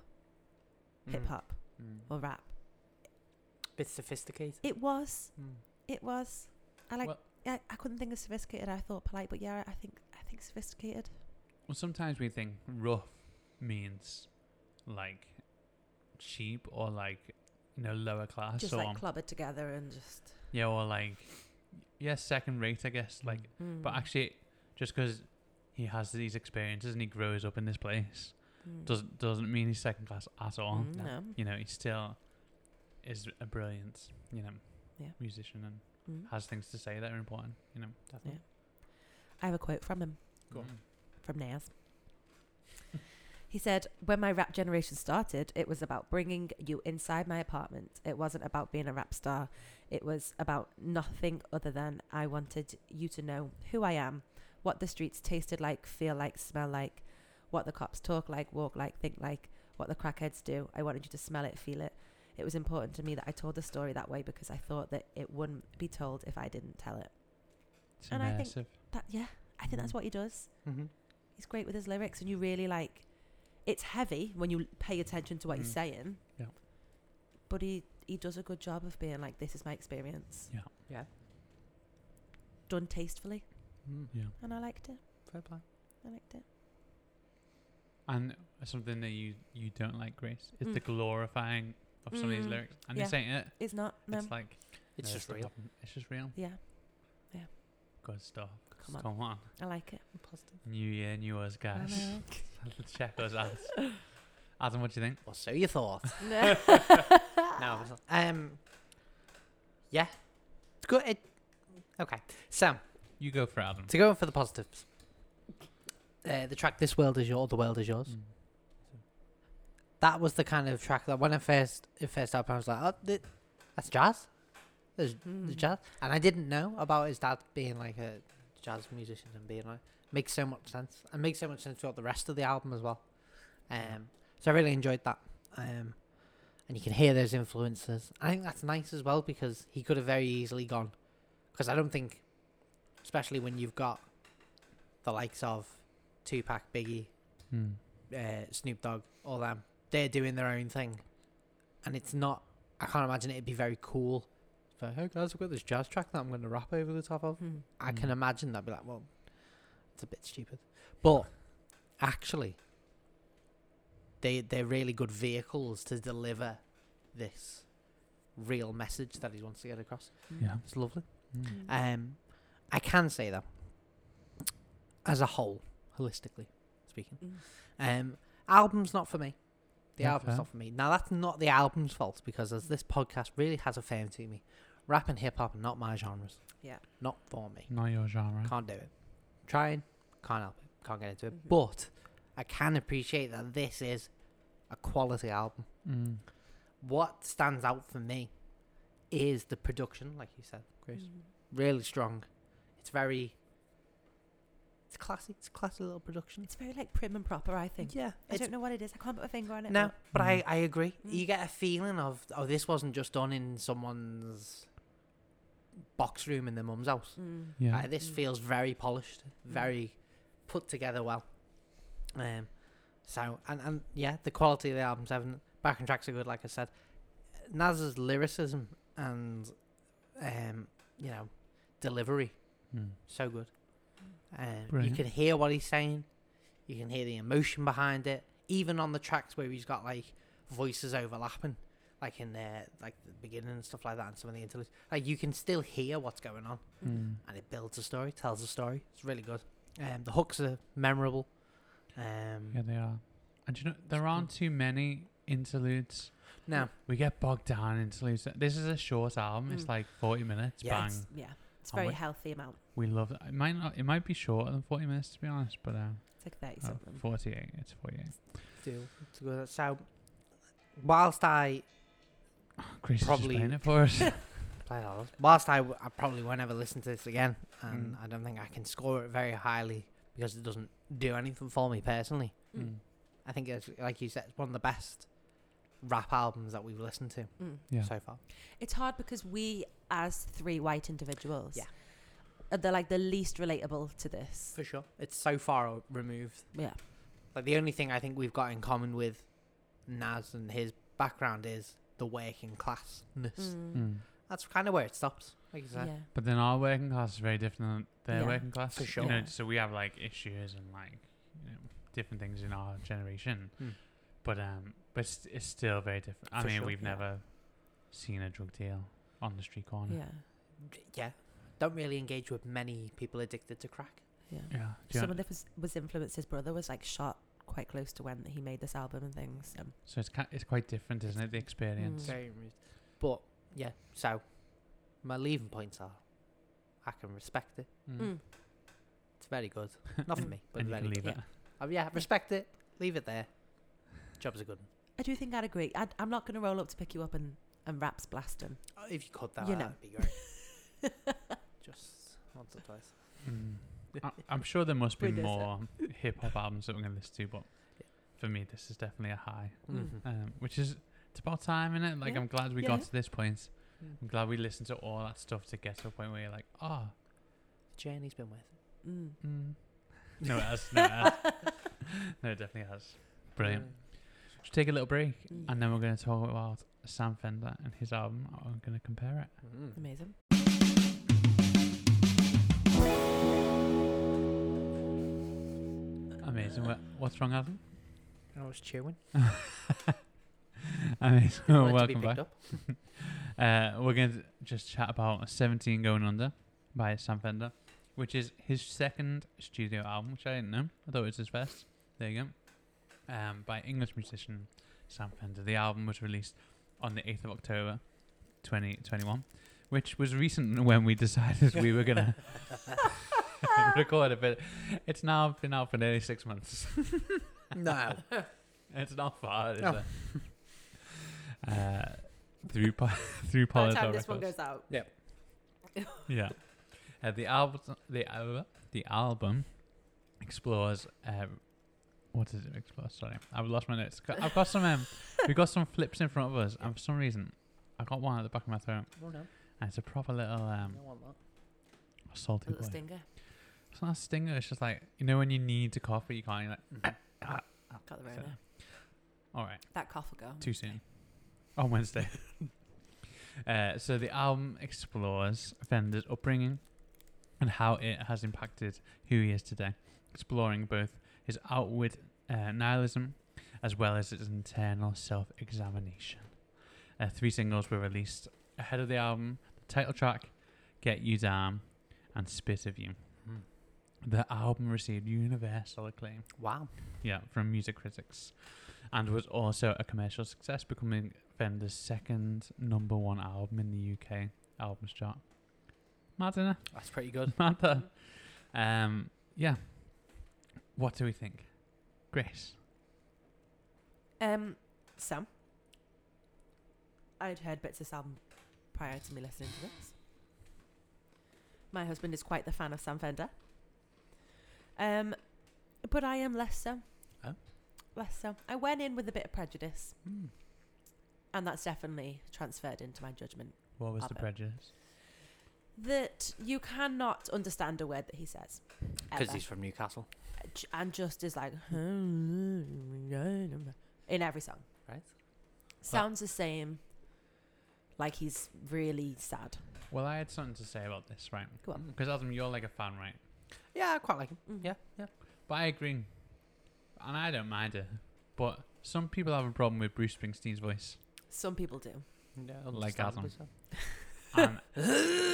Speaker 1: Hmm. Mm-hmm.
Speaker 3: hip hop
Speaker 1: Mm.
Speaker 3: or rap,
Speaker 2: Bit sophisticated.
Speaker 3: it was
Speaker 2: Mm.
Speaker 3: It was. I like.
Speaker 1: Well-
Speaker 3: I, I couldn't think of sophisticated. I thought polite, but yeah, I think I think sophisticated.
Speaker 1: Well, sometimes we think rough means like cheap or like you know lower class
Speaker 3: just
Speaker 1: or
Speaker 3: like clubbered together and just.
Speaker 1: yeah or like yeah second rate I guess like
Speaker 3: hmm. Mm-hmm.
Speaker 1: But actually, just because he has these experiences and he grows up in this place
Speaker 3: Hmm.
Speaker 1: doesn't doesn't mean he's second class at all.
Speaker 3: Mm, no.
Speaker 1: You know, he still is a brilliant, you know,
Speaker 3: Yeah.
Speaker 1: musician and
Speaker 3: Mm.
Speaker 1: has things to say that are important. You know, Mm-hmm.
Speaker 2: Definitely.
Speaker 3: I have a quote from him
Speaker 1: Go
Speaker 3: from Nas. he said, "When my rap generation started, it was about bringing you inside my apartment. It wasn't about being a rap star. It was about nothing other than I wanted you to know who I am, what the streets tasted like, feel like, smell like, what the cops talk like, walk like, think like, what the crackheads do. I wanted you to smell it, feel it." It was important to me that I told the story that way because I thought that it wouldn't be told if I didn't tell it.
Speaker 1: It's
Speaker 3: And I think-
Speaker 1: immersive.
Speaker 3: That yeah, I think that's
Speaker 1: Mhm.
Speaker 3: what he does
Speaker 2: Mm-hmm.
Speaker 3: he's great with his lyrics and you really like it's heavy when you pay attention to what he's
Speaker 1: Mm.
Speaker 3: saying
Speaker 1: Yeah.
Speaker 3: but he he does a good job of being like this is my experience
Speaker 1: Yeah.
Speaker 2: Yeah.
Speaker 3: done tastefully
Speaker 1: yeah.
Speaker 3: and i liked it
Speaker 2: Fair play.
Speaker 3: i liked it
Speaker 1: And something that you you don't like, Grace, is the
Speaker 3: Mm.
Speaker 1: glorifying of some of these
Speaker 3: Mm,
Speaker 1: lyrics. And
Speaker 3: yeah.
Speaker 1: this ain't it.
Speaker 3: It's not. No.
Speaker 1: It's like
Speaker 2: It's
Speaker 1: no,
Speaker 2: just
Speaker 1: not
Speaker 2: real.
Speaker 1: happening. It's just real.
Speaker 3: yeah,
Speaker 1: Good stuff.
Speaker 3: Come on.
Speaker 1: Come on.
Speaker 3: I like it.
Speaker 2: Positive.
Speaker 1: New year, new us,
Speaker 3: I
Speaker 1: guys.
Speaker 3: know.
Speaker 1: Check us out. Adam, what do you think?
Speaker 2: Or so you thought.
Speaker 3: No.
Speaker 2: no. it's not. Um. Yeah. It's Good. It, okay. So
Speaker 1: You go for Adam.
Speaker 2: to go in for the positives. Uh, the track "This World Is Yours," "The World Is Yours."
Speaker 1: Mm.
Speaker 2: That was the kind of track that when I first it first up, I was like, "Oh, th- that's jazz." There's the
Speaker 3: Mm.
Speaker 2: jazz, and I didn't know about his dad being like a jazz musician and being like makes so much sense and makes so much sense throughout the rest of the album as well. Um, so I really enjoyed that. Um, and you can hear those influences. I think that's nice as well because he could have very easily gone, because I don't think, especially when you've got the likes of Tupac, Biggie,
Speaker 1: Mm.
Speaker 2: uh, Snoop Dogg, all them, they're doing their own thing, and it's not. I can't imagine it'd be very cool. For, hey guys, I've got this jazz track that I'm going to rap over the top of.
Speaker 3: Mm.
Speaker 2: I can
Speaker 1: Mm.
Speaker 2: imagine that'd be like, well, it's a bit stupid, but actually, they they're really good vehicles to deliver this real message that he wants to get across.
Speaker 1: Yeah.
Speaker 2: It's lovely.
Speaker 3: Hmm.
Speaker 1: Mm.
Speaker 2: Um, I can say though, as a whole, holistically speaking,
Speaker 3: Mm.
Speaker 2: um, album's not for me. The
Speaker 1: Yeah,
Speaker 2: album's
Speaker 1: fair.
Speaker 2: not for me. Now that's not the album's fault because as this podcast really has affirmed to me, rap and hip hop are not my genres.
Speaker 3: Yeah.
Speaker 2: Not for me.
Speaker 1: Not your genre.
Speaker 2: Can't do it. Trying, can't help it. Can't get into it.
Speaker 3: Mhm.
Speaker 2: But I can appreciate that this is a quality album.
Speaker 1: Mm.
Speaker 2: What stands out for me is the production, like you said,
Speaker 3: Mm.
Speaker 2: Grace.
Speaker 3: Hmm.
Speaker 2: Really strong. It's very. It's classy. It's a classy little production.
Speaker 3: It's very like prim and proper. I think.
Speaker 2: Yeah.
Speaker 3: I
Speaker 2: It's
Speaker 3: don't know what it is. I can't put my finger on it.
Speaker 2: No,
Speaker 3: but
Speaker 2: but I,
Speaker 1: Mm.
Speaker 2: I agree.
Speaker 3: Mm.
Speaker 2: You get a feeling of oh, this wasn't just done in someone's box room in their mum's house.
Speaker 3: Mm.
Speaker 1: Yeah.
Speaker 2: Uh, this
Speaker 3: Mm.
Speaker 2: feels very polished,
Speaker 3: Mm.
Speaker 2: very put together well. Um, so and and yeah, the quality of the album's evident. Backing tracks are good, like I said. Naz's lyricism and um, you know, delivery
Speaker 1: Mm.
Speaker 2: so good. Um, you
Speaker 1: Brilliant.
Speaker 2: can hear what he's saying. You can hear the emotion behind it. Even on the tracks where he's got like voices overlapping, like in the like the beginning and stuff like that, and some of the interludes, like you can still hear what's going on,
Speaker 1: Mm.
Speaker 2: and it builds a story, tells a story. It's really good. Um, the hooks are memorable. Um,
Speaker 1: Yeah, they are. And do you know, there aren't too many interludes.
Speaker 2: Now,
Speaker 1: We get bogged down in interludes. This is a short album. It's
Speaker 3: Mm.
Speaker 1: like 40 minutes.
Speaker 2: Yeah,
Speaker 1: Bang.
Speaker 2: it's-
Speaker 3: Yeah. It's
Speaker 1: I'll
Speaker 3: very
Speaker 1: wait.
Speaker 3: healthy amount.
Speaker 1: We love that. It might not. It might be shorter than 40 minutes to be honest, but um,
Speaker 3: It's like thirty
Speaker 1: oh,
Speaker 3: something.
Speaker 1: 48. It's 48.
Speaker 2: do to go- so whilst I
Speaker 1: Chris is
Speaker 2: Probably-
Speaker 1: just playing it for us. Mm.
Speaker 2: play all this, whilst I, w- I probably won't ever listen to this again, and
Speaker 1: Mm.
Speaker 2: I don't think I can score it very highly because it doesn't do anything for me personally.
Speaker 1: Mm.
Speaker 2: I think it's like you said, it's one of the best rap albums that we've listened to
Speaker 3: Mm.
Speaker 1: Yeah.
Speaker 2: so far.
Speaker 3: It's hard because we, as three white individuals,
Speaker 2: Yeah.
Speaker 3: are the, like the least relatable to this.
Speaker 2: For sure, it's so far o- removed.
Speaker 3: Yeah.
Speaker 2: Like the only thing I think we've got in common with Nas and his background is the working classness.
Speaker 3: Mm.
Speaker 1: Mm.
Speaker 2: That's kind of where it stops. Like you
Speaker 3: Yeah.
Speaker 2: said,
Speaker 1: But then our working class is very different than their
Speaker 3: Yeah.
Speaker 1: working class.
Speaker 2: For
Speaker 1: You know,
Speaker 3: sure.
Speaker 1: so we have like issues and like you know, different things in our generation.
Speaker 3: Hmm.
Speaker 2: Mm.
Speaker 1: But um, but it's, it's still very different. I
Speaker 2: For
Speaker 1: mean,
Speaker 2: sure,
Speaker 1: we've
Speaker 3: yeah.
Speaker 1: never seen a drug deal on the street corner.
Speaker 3: Yeah.
Speaker 2: D- yeah, don't really engage with many people addicted to crack.
Speaker 3: Yeah.
Speaker 1: Yeah. Do you
Speaker 3: Someone
Speaker 1: know-
Speaker 3: that was, was influenced. His brother was like shot quite close to when he made this album and things. Um,
Speaker 1: so it's ki- it's quite different, isn't it? The experience.
Speaker 3: Mm.
Speaker 2: Very removed. But yeah, so my leaving points are, I can respect it.
Speaker 3: Hmm.
Speaker 1: Mm.
Speaker 2: It's very good. Not for me, but
Speaker 1: And you
Speaker 2: very
Speaker 1: can
Speaker 2: good.
Speaker 1: leave
Speaker 3: yeah.
Speaker 1: it.
Speaker 2: Uh, yeah, respect it. Leave it there. Job's a good one.
Speaker 3: I do think I'd agree. I'd, I'm not going to roll up to pick you up and and raps blasting.
Speaker 2: Uh, If you could, that
Speaker 3: You know.
Speaker 2: that'd be great. Just once or twice.
Speaker 1: Mm. I, I'm sure there must be
Speaker 3: Who does it?
Speaker 1: more hip hop albums that we're going to listen to, but
Speaker 2: Yeah.
Speaker 1: for me, this is definitely a high,
Speaker 3: Mm.
Speaker 1: um, which is it's about time, innit? Like,
Speaker 3: Yeah.
Speaker 1: I'm glad we
Speaker 3: Yeah,
Speaker 1: got
Speaker 3: yeah.
Speaker 1: to this point.
Speaker 2: Mm.
Speaker 1: I'm glad we listened to all that stuff to get to a point where you're like, oh,
Speaker 2: The journey's been worth it.
Speaker 3: Mm.
Speaker 1: mm. no, it has. No, it has. no, it definitely has. Brilliant. Should take a little break,
Speaker 3: Mm.
Speaker 1: and then we're going to talk about Sam Fender and his album. Oh, I'm going to compare it.
Speaker 2: Mm.
Speaker 3: Amazing.
Speaker 1: Amazing. Wha- What's wrong, Adam?
Speaker 2: I was chewing.
Speaker 1: I mean, so
Speaker 2: Wanted to be
Speaker 1: Oh, welcome back.
Speaker 2: picked up.
Speaker 1: Uh, we're going to just chat about 17 Going Under by Sam Fender, which is his second studio album, which I didn't know. I thought it was his first. There you go. Um, by English musician Sam Fender. The album was released on the 8th of October 2021, which was recent when we decided we were going to record it, but it's now been out for nearly six months.
Speaker 2: No.
Speaker 1: It's not far, is
Speaker 2: No.
Speaker 1: it? uh, through po- through
Speaker 3: By the
Speaker 1: Polydor
Speaker 3: time
Speaker 1: Records.
Speaker 3: this one goes out,
Speaker 1: Yeah. Uh, the album the al- the album explores uh, what does it explore? Sorry, I've lost my notes. Got- I've got some. Um, we've got some flips in front of us, and for some reason, I got one at the back of my throat,
Speaker 2: Oh, no.
Speaker 1: and it's a proper little um,
Speaker 2: I want that.
Speaker 3: a
Speaker 1: salty
Speaker 3: little
Speaker 1: boy.
Speaker 3: stinger.
Speaker 1: It's not a stinger. It's just like you know when you need to cough, but you can't. You're like,
Speaker 3: Got the
Speaker 1: So-
Speaker 3: rona.
Speaker 1: all right.
Speaker 3: That cough will go.
Speaker 1: Too soon. On Wednesday. uh, so the album explores Fender's upbringing and how it has impacted who he is today, exploring both his outward uh, nihilism as well as its internal self examination. Uh, three singles were released ahead of the album the title track, Get You Down, and Spit of You. The album received universal acclaim
Speaker 2: Wow.
Speaker 1: yeah, from music critics, and was also a commercial success, becoming Fender's second number one album in the UK albums chart. Mad, innit?
Speaker 2: That's pretty good.
Speaker 1: Mad that. Um, yeah. What do we think, Grace?
Speaker 3: Um, Sam, I'd heard bits of this album prior to me listening to this. My husband is quite the fan of Sam Fender. Um, but I am less so.
Speaker 2: Oh.
Speaker 3: Less so. I went in with a bit of prejudice, and that's definitely transferred into my judgment.
Speaker 1: What was
Speaker 3: Love
Speaker 1: the
Speaker 3: it.
Speaker 1: prejudice?
Speaker 3: That you cannot understand a word that he says.
Speaker 2: Because
Speaker 3: ever.
Speaker 2: he's from Newcastle.
Speaker 3: J- And just is like, in every song.
Speaker 2: Right.
Speaker 3: Sounds the same, like he's really sad.
Speaker 1: Well, I had something to say about this, right?
Speaker 3: Go on.
Speaker 1: Because Adam, you're like a fan, right?
Speaker 2: Yeah, I quite like him.
Speaker 1: Mm-hmm.
Speaker 3: Mm.
Speaker 2: Yeah, yeah.
Speaker 1: But I agree, and I don't mind it. But some people have a problem with Bruce Springsteen's voice.
Speaker 3: Some people do.
Speaker 2: yeah
Speaker 1: Like
Speaker 2: understandably
Speaker 1: Adam.
Speaker 2: so.
Speaker 1: And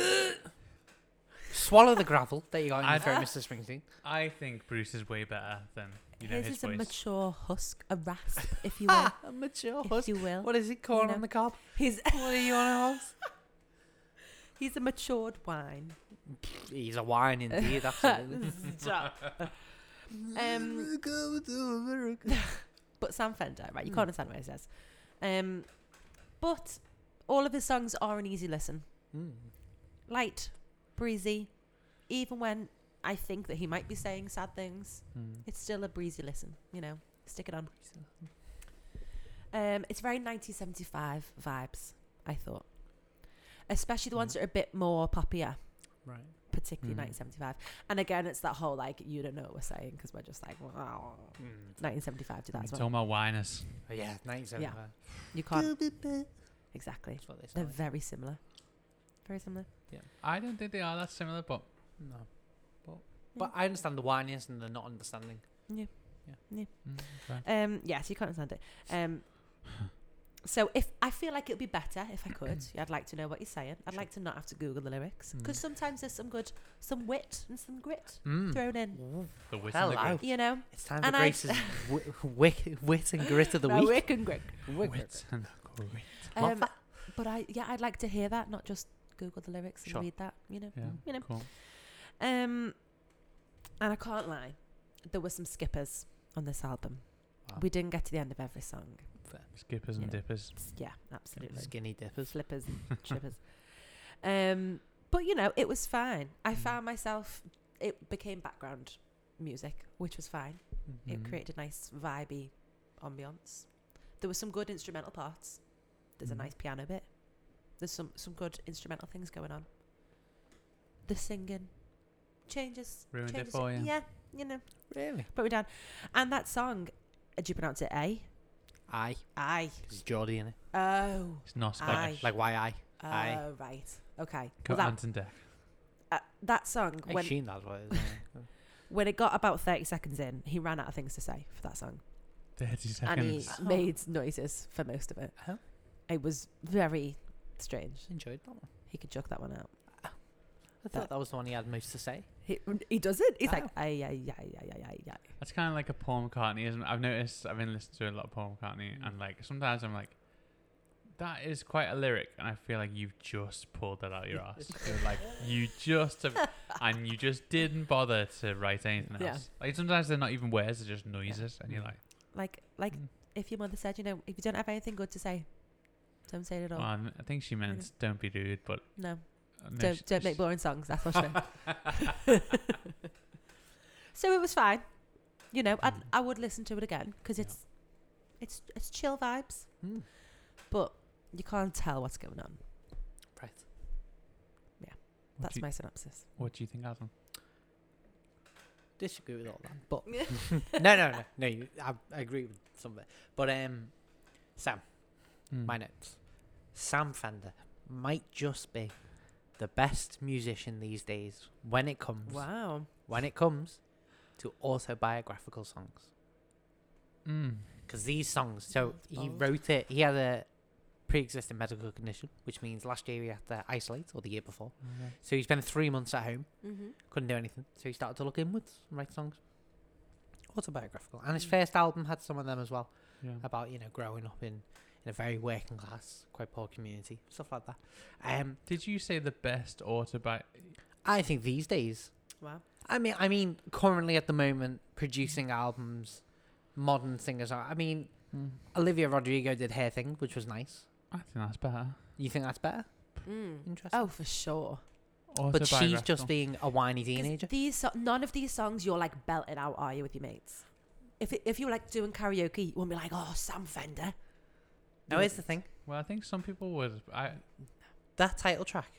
Speaker 2: Swallow the gravel. There you go.
Speaker 1: I-
Speaker 2: I'm very Mr. Springsteen.
Speaker 1: I think Bruce is way better than you know
Speaker 3: His,
Speaker 1: his,
Speaker 3: is a
Speaker 1: voice.
Speaker 3: mature husk, a rasp, if you will.
Speaker 2: a Ah, mature
Speaker 3: if you will.
Speaker 2: is it? Corn
Speaker 3: know.
Speaker 2: on the cob?
Speaker 3: He's
Speaker 2: What are you on about?
Speaker 3: he's a matured wine.
Speaker 2: He's a wine indeed, absolutely.
Speaker 3: Stop. um,
Speaker 2: Go to America.
Speaker 3: but Sam Fender,
Speaker 1: Hmm.
Speaker 3: right? You can't understand what he says. Um, but all of his songs are an easy listen,
Speaker 2: Mm.
Speaker 3: light, breezy. Even when I think that he might be saying sad things,
Speaker 1: Mm.
Speaker 3: it's still a breezy listen. You know, stick it on. Um, it's very 1975 vibes, I thought. Especially the ones that are a bit more poppier,
Speaker 2: Right.
Speaker 3: particularly
Speaker 1: Mm.
Speaker 3: 1975. And again, it's that whole like, you don't know what we're saying because we're just like, wow.
Speaker 2: Mm.
Speaker 3: 1975 did that as
Speaker 1: You're
Speaker 3: well.
Speaker 1: talking about whiners.
Speaker 2: Oh, yeah, 1975.
Speaker 3: You can't. Exactly.
Speaker 2: That's what they
Speaker 3: They're
Speaker 2: sound like.
Speaker 3: very similar. Very similar.
Speaker 1: I don't think they are that similar, but
Speaker 2: No. But, but I understand the whininess and the not understanding.
Speaker 1: mm, okay.
Speaker 3: Um, yes, you can't understand it. Um, so if I feel like it would be better if I could, Yeah, I'd like to know what you're saying.
Speaker 2: Sure.
Speaker 3: I'd
Speaker 2: Hmm.
Speaker 3: like to not have to Google the lyrics because
Speaker 1: Mm.
Speaker 3: sometimes there's some good, some wit and some grit
Speaker 2: Hmm.
Speaker 1: Mm,
Speaker 3: thrown in.
Speaker 1: the wit and the
Speaker 2: hello.
Speaker 1: grit.
Speaker 3: You know,
Speaker 2: It's time
Speaker 3: And
Speaker 2: for
Speaker 3: I-
Speaker 2: Grace's wi- wit, wit and grit of the
Speaker 3: No,
Speaker 2: week.
Speaker 3: Rick and Greg.
Speaker 2: Wit.
Speaker 1: Wit and the grit.
Speaker 2: What
Speaker 3: Um,
Speaker 2: the-
Speaker 3: but I, yeah, I'd like to hear that, not just Google the lyrics and
Speaker 2: Sure.
Speaker 3: read that. You know,
Speaker 1: Yeah,
Speaker 3: Mm, you know.
Speaker 1: cool.
Speaker 3: Um, and I can't lie, there were some skippers on this album.
Speaker 2: Wow.
Speaker 3: We didn't get to the end of every song.
Speaker 1: Skippers and
Speaker 3: You know.
Speaker 1: dippers.
Speaker 3: It's- yeah, absolutely.
Speaker 2: Skinny dippers.
Speaker 3: Flippers, and chippers. Um, but you know, it was fine. I
Speaker 1: Mm.
Speaker 3: found myself. It became background music, which was fine. It
Speaker 1: Mhm.
Speaker 3: created a nice vibey ambiance. There were some good instrumental parts. There's
Speaker 1: Mhm.
Speaker 3: a nice piano bit. There's some some good instrumental things going on. The singing changes.
Speaker 1: Ruined it
Speaker 3: changes
Speaker 1: for you.
Speaker 3: Yeah, you know,
Speaker 2: Really?
Speaker 3: put me down. And that song, uh, do you pronounce it A?
Speaker 2: Aye.
Speaker 3: I.
Speaker 2: Because Geordie in it.
Speaker 3: Oh.
Speaker 1: It's not
Speaker 3: Aye.
Speaker 1: Scottish.
Speaker 2: Like, why I?
Speaker 3: Oh,
Speaker 2: Aye.
Speaker 3: right. Okay.
Speaker 1: Got
Speaker 3: Well, that,
Speaker 1: Ant and Deck.
Speaker 3: uh, that song,
Speaker 2: I
Speaker 3: when,
Speaker 2: Sheen, that's what it is. isn't it?
Speaker 3: when it got about 30 seconds in, he ran out of things to say for that song.
Speaker 1: Thirty
Speaker 3: and he
Speaker 1: seconds.
Speaker 3: made noises for most of it.
Speaker 2: Oh.
Speaker 3: It was very strange.
Speaker 2: Enjoyed that one.
Speaker 3: He could chuck that one out.
Speaker 2: I thought that was the one he had most to say.
Speaker 3: He, he does it. He's
Speaker 2: Oh.
Speaker 3: like, ay, ay, ay, ay, ay, ay, ay.
Speaker 1: That's kind of like a Paul McCartney, isn't it? I've noticed. I've been listening to a lot of Paul McCartney,
Speaker 2: Mm.
Speaker 1: and like sometimes I'm like, that is quite a lyric, and I feel like you've just pulled that out of your ass. You're like you just have, and you just didn't bother to write anything else.
Speaker 3: Yeah.
Speaker 1: Like sometimes they're not even words; they're just noises, and you're
Speaker 2: Mm.
Speaker 1: like,
Speaker 3: Like, like
Speaker 1: Mm.
Speaker 3: if your mother said, you know, if you don't have anything good to say, don't say it at all.
Speaker 1: well, I'm- I think she meant don't be rude, but
Speaker 3: no,
Speaker 1: uh, no,
Speaker 3: Mm. don't,
Speaker 1: she-
Speaker 3: don't make boring songs. That's what she meant. so it was fine. You know, I'd, I would listen to it again because
Speaker 1: Yeah.
Speaker 3: it's, it's, it's chill vibes,
Speaker 2: Mm.
Speaker 3: but you can't tell what's going on.
Speaker 2: Right.
Speaker 1: What
Speaker 3: That's
Speaker 1: do you,
Speaker 3: my synopsis.
Speaker 1: What do you think, Adam?
Speaker 2: Disagree with all that, but no, no, no, no. You, I, I agree with some of it, but um, Sam,
Speaker 1: Mm.
Speaker 2: my notes. Sam Fender might just be the best musician these days when it comes
Speaker 3: Wow.
Speaker 2: when it comes to autobiographical songs.
Speaker 1: Mm.
Speaker 2: Because these songs, so
Speaker 3: That's
Speaker 2: he
Speaker 3: bold.
Speaker 2: wrote it. He had a pre-existing medical condition, which means last year he had to isolate, or the year before. So he spent three months at home,
Speaker 3: Mm-hmm.
Speaker 2: couldn't do anything. So he started to look inwards and write songs, autobiographical. And his
Speaker 3: Mm.
Speaker 2: first album had some of them as well,
Speaker 1: Yeah.
Speaker 2: about you know growing up in, in a very working class, quite poor community, stuff like that. Um,
Speaker 1: Did you say the best autobi?
Speaker 2: I think these days
Speaker 3: Wow.
Speaker 2: I mean, I mean, currently at the moment, producing albums, modern singers. Are, I mean,
Speaker 1: Mm.
Speaker 2: Olivia Rodrigo did her thing, which was nice.
Speaker 1: I think that's better.
Speaker 2: You think that's better?
Speaker 3: Mm.
Speaker 2: Interesting.
Speaker 3: Oh, for sure.
Speaker 2: but she's just
Speaker 1: Autobiographical.
Speaker 2: being a whiny
Speaker 3: 'Cause
Speaker 2: teenager.
Speaker 3: These so- none of these songs you're like belting out, are you, with your mates? If it, if you were like doing karaoke, you wouldn't be like, oh, Sam Fender.
Speaker 2: Now, here's the thing:
Speaker 1: Well, I think some people would. I
Speaker 2: that title track,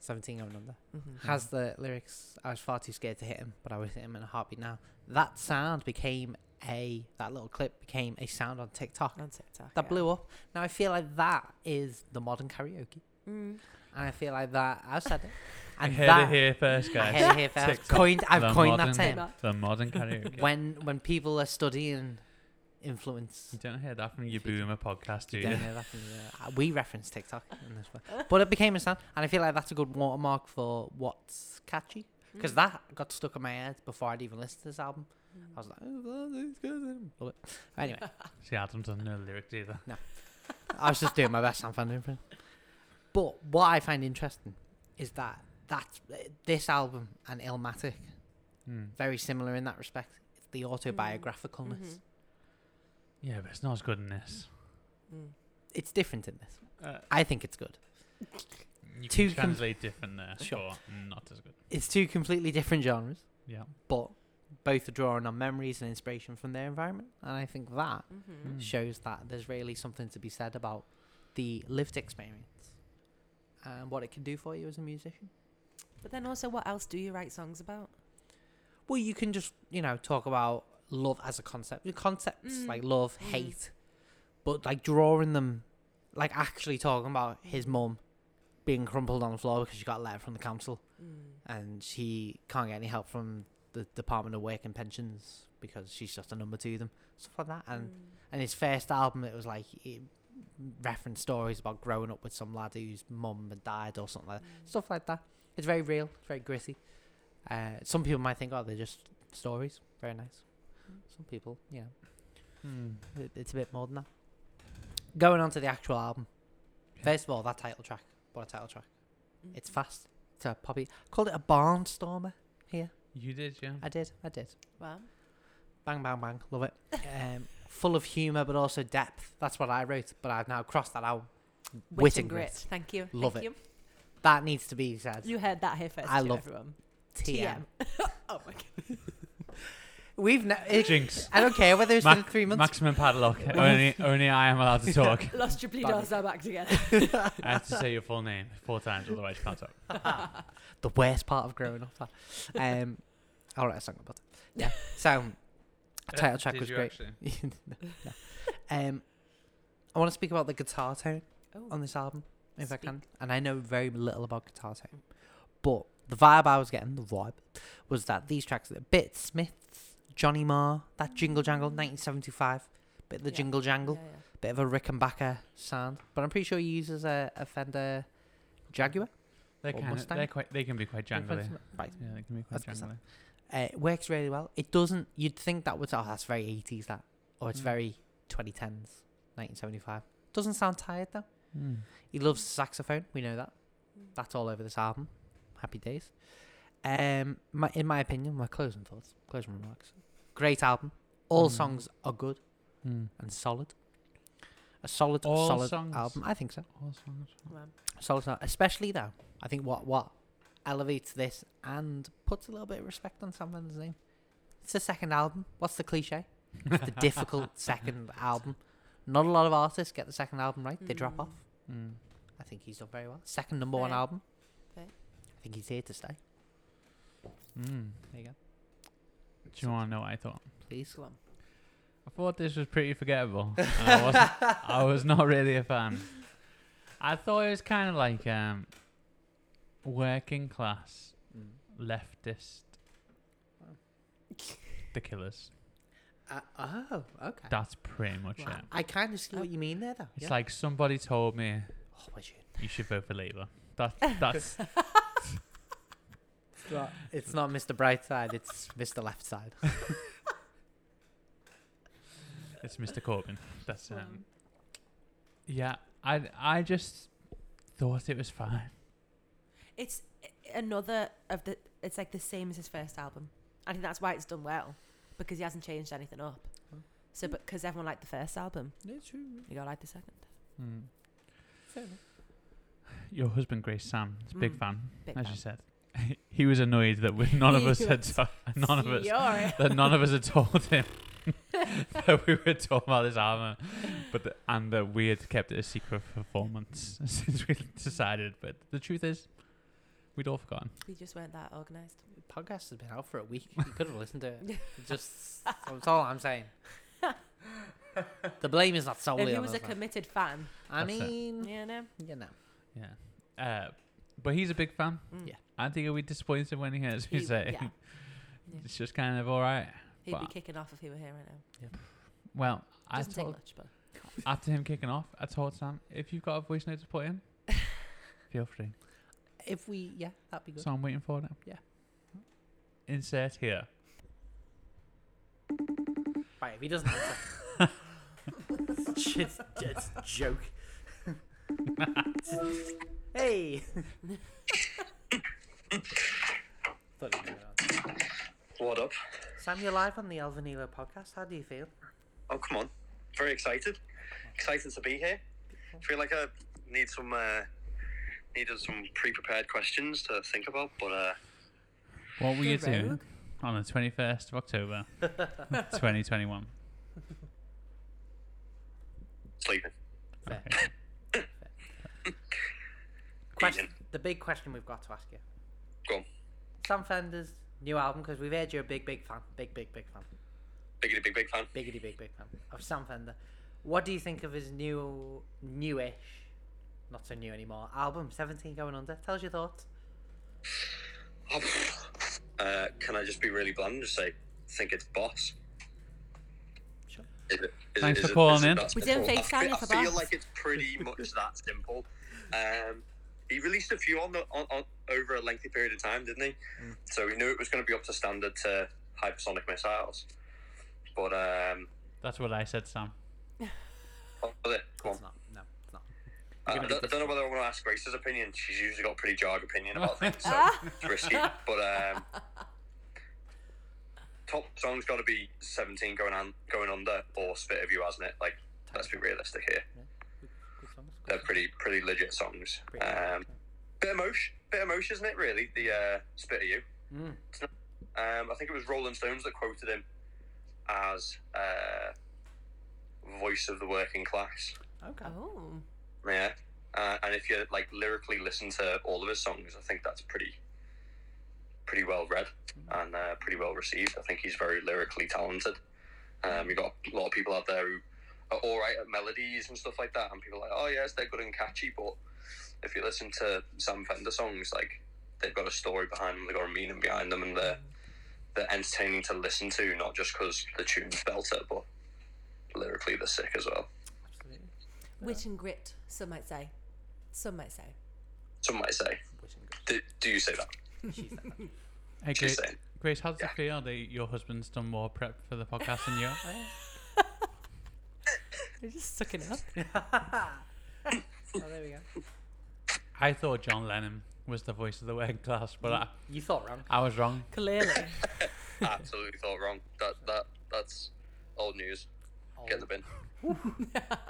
Speaker 2: "17 Going Under,"
Speaker 1: Mm-hmm.
Speaker 3: Mm-hmm.
Speaker 2: has the lyrics. I was far too scared to hit him, but I would hit him in a heartbeat. Now, that sound became a that little clip became a sound on TikTok
Speaker 3: on TikTok.
Speaker 2: that
Speaker 3: yeah.
Speaker 2: blew up. Now, I feel like that is the modern karaoke,
Speaker 3: Mm.
Speaker 2: and I feel like that I've said it.
Speaker 1: I
Speaker 2: And
Speaker 1: heard
Speaker 2: that,
Speaker 1: it here first,
Speaker 2: I
Speaker 1: guys.
Speaker 2: heard it here first.
Speaker 1: TikTok.
Speaker 2: Coined,
Speaker 1: The
Speaker 2: I've coined
Speaker 1: modern-
Speaker 2: that term.
Speaker 3: Timer.
Speaker 1: The modern karaoke.
Speaker 2: When when people are studying influence,
Speaker 1: you don't hear that from your boomer podcast, do
Speaker 2: you
Speaker 1: you?
Speaker 2: don't know that from the- uh, we reference TikTok in this one, but it became a sound, and I feel like that's a good watermark for what's catchy. Because that got stuck in my head before I'd even listened to this album.
Speaker 3: Mm-hmm.
Speaker 2: I was like, oh, well, it's good, I love it. Anyway,
Speaker 1: See, Adam doesn't know the lyrics either.
Speaker 2: I was just doing my best. I'm finding it. But what I find interesting is that that's uh, this album and Illmatic
Speaker 1: Mm.
Speaker 2: very similar in that respect. It's the autobiographicalness.
Speaker 3: Mhm.
Speaker 1: Yeah, but it's not as good in this.
Speaker 3: Mm.
Speaker 2: It's different in this.
Speaker 1: Uh,
Speaker 2: I think it's good.
Speaker 1: you
Speaker 2: Two
Speaker 1: can
Speaker 2: com-
Speaker 1: translate different there.
Speaker 2: Sure.
Speaker 1: Sure. Not as good.
Speaker 2: It's two completely different genres,
Speaker 1: Yeah.
Speaker 2: but both are drawing on memories and inspiration from their environment. And I think that
Speaker 3: Mhm.
Speaker 1: Mm.
Speaker 2: shows that there's really something to be said about the lived experience and what it can do for you as a musician.
Speaker 3: But then also, what else do you write songs about?
Speaker 2: Well, you can just, you know, talk about love as a concept. The concepts
Speaker 3: Mm.
Speaker 2: like love,
Speaker 3: Mm.
Speaker 2: hate, but like drawing them, like actually talking about his mum being crumpled on the floor because she got a letter from the council. and she can't get any help from the Department of Work and Pensions because she's just a number to them, stuff like that.
Speaker 3: Mm.
Speaker 2: And and his first album, it was like it referenced stories about growing up with some lad whose mum had died or
Speaker 3: Mm.
Speaker 2: something like that. stuff like that. It's very real, it's very gritty. Uh, some people might think, oh, they're just stories. Very nice. Some people, you know,
Speaker 1: Mm.
Speaker 2: it, it's a bit more than that. Going on to the actual album.
Speaker 1: Yeah.
Speaker 2: First of all, that title track. What a title track! It's fast. It's a poppy. Called it a barnstormer.
Speaker 1: You did, yeah.
Speaker 2: I did. I did.
Speaker 3: Wow.
Speaker 2: Bang, bang, bang. Love it. Um, full of humour, but also depth. That's what I wrote, but I've now crossed that out.
Speaker 3: Wit, and grit. Thank you.
Speaker 2: Love
Speaker 3: Thank
Speaker 2: it. That needs to be said.
Speaker 3: You. you heard that here first.
Speaker 2: I
Speaker 3: too,
Speaker 2: love
Speaker 3: everyone.
Speaker 2: TM.
Speaker 3: oh my god.
Speaker 2: We've ne- it-
Speaker 1: Jinx.
Speaker 2: I don't care whether it's been
Speaker 1: Mac-
Speaker 2: three months.
Speaker 1: Maximum padlock. only, only I am allowed to talk.
Speaker 3: Lost your bleed
Speaker 2: Bobby.
Speaker 3: are back together.
Speaker 1: I have to say your full name four times, otherwise you can't talk.
Speaker 2: the worst part of growing up. that. Um, all right, a song about it. Yeah. So title track
Speaker 1: Uh, Did
Speaker 2: was
Speaker 1: you
Speaker 2: great.
Speaker 1: actually?
Speaker 2: no, no. Um, I want to speak about the guitar tone
Speaker 3: Oh.
Speaker 2: on this album, if I can. And I know very little about guitar tone, but the vibe I was getting, the vibe, Mm. was that these tracks, the Bit Smiths, Johnny Marr, that Jingle Jangle, 1975, bit of the
Speaker 3: Yeah.
Speaker 2: jingle jangle,
Speaker 3: Yeah, yeah.
Speaker 2: bit of a Rickenbacker sound. But I'm pretty sure he uses a, a Fender Jaguar.
Speaker 1: They
Speaker 2: Or
Speaker 1: can,
Speaker 2: Mustang?
Speaker 1: they're quite, they can be quite jangly.
Speaker 2: Right.
Speaker 1: Yeah, they can be quite
Speaker 2: That's what's up.
Speaker 1: jangly.
Speaker 2: Uh, it works really well. It doesn't. You'd think that was oh that's very 80s that, or it's
Speaker 1: Mm.
Speaker 2: very 2010s, 1975. Doesn't sound tired though.
Speaker 1: Mm.
Speaker 2: He loves saxophone. We know that. That's all over this album. Happy days. Um, my, in my opinion, my closing thoughts, closing remarks. Great album. All
Speaker 1: Mm.
Speaker 2: songs are good
Speaker 1: Mm.
Speaker 2: and solid. A solid,
Speaker 1: All
Speaker 2: solid
Speaker 1: songs?
Speaker 2: album. I think so.
Speaker 1: All songs.
Speaker 3: Wow.
Speaker 2: Solid, sol- especially though. I think what what elevates this and puts a little bit of respect on Sam Mendes' name. It's the second album. What's the cliche? It's the difficult second album. Not a lot of artists get the second album right. They drop
Speaker 3: Mm.
Speaker 2: off.
Speaker 1: Mm.
Speaker 2: I think he's done very well. Second number one
Speaker 3: Fair.
Speaker 2: album.
Speaker 3: Fair.
Speaker 2: I think he's here to stay.
Speaker 1: Mm.
Speaker 2: There you go.
Speaker 1: Do you want to know what I thought?
Speaker 2: Please.
Speaker 3: Go on.
Speaker 1: I thought this was pretty forgettable. and I, wasn't, I was not really a fan. I thought it was kind of like um, working class
Speaker 2: Mm.
Speaker 1: leftist.
Speaker 2: Wow.
Speaker 1: The Killers.
Speaker 2: Uh, oh, okay.
Speaker 1: That's pretty much
Speaker 2: Wow.
Speaker 1: it.
Speaker 2: I kind of
Speaker 3: Oh.
Speaker 2: see what you mean there, though.
Speaker 1: It's
Speaker 2: yeah.
Speaker 1: like somebody told me
Speaker 2: oh, my shit.
Speaker 1: you should vote for Labour. That, that's
Speaker 2: It's not, it's not Mr. Brightside, it's Mr. Leftside.
Speaker 1: it's Mr. Corbyn. That's um, yeah. I I just thought it was fine.
Speaker 3: It's a- another of the. It's like the same as his first album. I think that's why it's done well because he hasn't changed anything up.
Speaker 2: Hmm.
Speaker 3: So, because everyone liked the first album,
Speaker 2: It's true.
Speaker 3: you gotta like the second.
Speaker 2: Fair enough.
Speaker 1: Hmm. Your husband, Grace Sam, is a big
Speaker 3: Mm,
Speaker 1: fan,
Speaker 3: Big
Speaker 1: as you
Speaker 3: fan.
Speaker 1: said. he was annoyed that we, none of us
Speaker 3: He
Speaker 1: had to- none of us
Speaker 3: You're-
Speaker 1: that none of us had told him that we were talking about this album, but the, and that we had kept it a secret for four months since we decided. But the truth is, we'd all forgotten.
Speaker 3: we just weren't that organised.
Speaker 2: Podcast has been out for a week. You could have listened to it. It Just that's all I'm saying. the blame is not solely
Speaker 3: If he
Speaker 2: on
Speaker 3: was a
Speaker 2: us, man.
Speaker 3: committed fan,
Speaker 2: I
Speaker 1: That's it.
Speaker 2: mean,
Speaker 3: you know,
Speaker 2: you know,
Speaker 1: Yeah. Uh, but he's a big fan.
Speaker 3: Mm.
Speaker 2: Yeah.
Speaker 1: I think he'll be disappointed when he hears me
Speaker 3: He-
Speaker 1: say
Speaker 3: yeah. Yeah.
Speaker 1: it's just kind of all right.
Speaker 3: he'd be
Speaker 1: But-
Speaker 3: kicking off if he were here right now.
Speaker 1: Well, I
Speaker 3: Doesn't take
Speaker 1: told
Speaker 3: much, but
Speaker 1: after him kicking off, I told Sam if you've got a voice note to put in, feel free.
Speaker 2: if we, yeah, that'd be good.
Speaker 1: So I'm waiting for it.
Speaker 2: Yeah.
Speaker 1: Insert here.
Speaker 2: right, if he doesn't answer, just, just joke. hey. Thought he was gonna answer.
Speaker 4: What up?
Speaker 2: Sam, you're live on the Elvanilo podcast. How do you feel?
Speaker 4: Oh, come on. Very excited. Excited to be here. Feel like I need some uh, needed some pre-prepared questions to think about, but uh,
Speaker 1: What were you
Speaker 3: Go rogue.
Speaker 1: doing on the 21st of October, 2021?
Speaker 4: sleeping.
Speaker 2: Fair.
Speaker 1: Okay.
Speaker 2: Question, the big question we've got to ask you.
Speaker 4: Go on.
Speaker 2: Sam Fender's new album, because we've heard you're a big, big fan. Big, big, big fan.
Speaker 4: Biggity big big fan.
Speaker 2: Biggity, big, big fan of Sam Fender. What do you think of his new, newish, not so new anymore, album, 17 Going Under? Tell us your thoughts.
Speaker 4: Oh, uh, can I just be really bland and just say, think it's boss?
Speaker 2: Sure.
Speaker 4: Is it- is
Speaker 1: Thanks
Speaker 4: it-
Speaker 1: for
Speaker 4: is it-
Speaker 1: calling
Speaker 4: is it
Speaker 1: in.
Speaker 4: that
Speaker 3: We didn't
Speaker 4: simple?
Speaker 3: think
Speaker 4: I,
Speaker 3: Simon
Speaker 4: feel-
Speaker 3: for
Speaker 4: I feel
Speaker 3: boss.
Speaker 4: like it's pretty much that simple. Um, he released a few on the on, on over a lengthy period of time, didn't he? So we knew it was going to be up to standard to hypersonic missiles. But um,
Speaker 1: That's what I said, Sam.
Speaker 4: what was it? Come on.
Speaker 2: It's not. Oh, No, it's not.
Speaker 4: I, I
Speaker 2: gonna be
Speaker 4: don't, I don't know whether I want to ask Grace's opinion. She's usually got a pretty jarred opinion about things, so it's risky. But um, top song's got to be 17 going on, going under or Spit of You, hasn't it? Like, let's be realistic here.
Speaker 2: Good songs, good
Speaker 4: They're
Speaker 2: songs.
Speaker 4: pretty pretty legit songs.
Speaker 2: Pretty
Speaker 4: Um,
Speaker 2: good.
Speaker 4: bit of mosh, bit of mosh, isn't it? Really, the uh, Spit of You.
Speaker 2: Mm.
Speaker 4: It's not- Um, I think it was Rolling Stones that quoted him as uh, voice of the working class.
Speaker 2: Okay.
Speaker 3: oh,
Speaker 4: Yeah. Uh, and if you like lyrically listen to all of his songs, I think that's pretty, pretty well read and uh, pretty well received. I think he's very lyrically talented. Um, you got a lot of people out there who are all right at melodies and stuff like that, and people are like, oh yes, they're good and catchy, but if you listen to Sam Fender songs, like they've got a story behind them, they've got a meaning behind them, and they're they're entertaining to listen to, not just because the tune's belter, but lyrically they're sick as well.
Speaker 2: Absolutely.
Speaker 3: Wit and grit, some might say. Some might say.
Speaker 4: Some might say,
Speaker 2: Wishing
Speaker 4: do, do you say that?
Speaker 2: good. She's that. bad.
Speaker 1: Hey,
Speaker 4: She's
Speaker 1: Grace,
Speaker 4: saying.
Speaker 1: Grace, how does
Speaker 4: Yeah.
Speaker 1: it feel that your husband's done more prep for the podcast than you? have?
Speaker 3: They're just sucking up.
Speaker 2: oh, there we go.
Speaker 1: I thought John Lennon was the voice of the working class, but I,
Speaker 2: You thought wrong.
Speaker 1: I was wrong.
Speaker 3: Clearly.
Speaker 4: Absolutely thought wrong. That that that's old news. Get in the bin.
Speaker 2: Oh,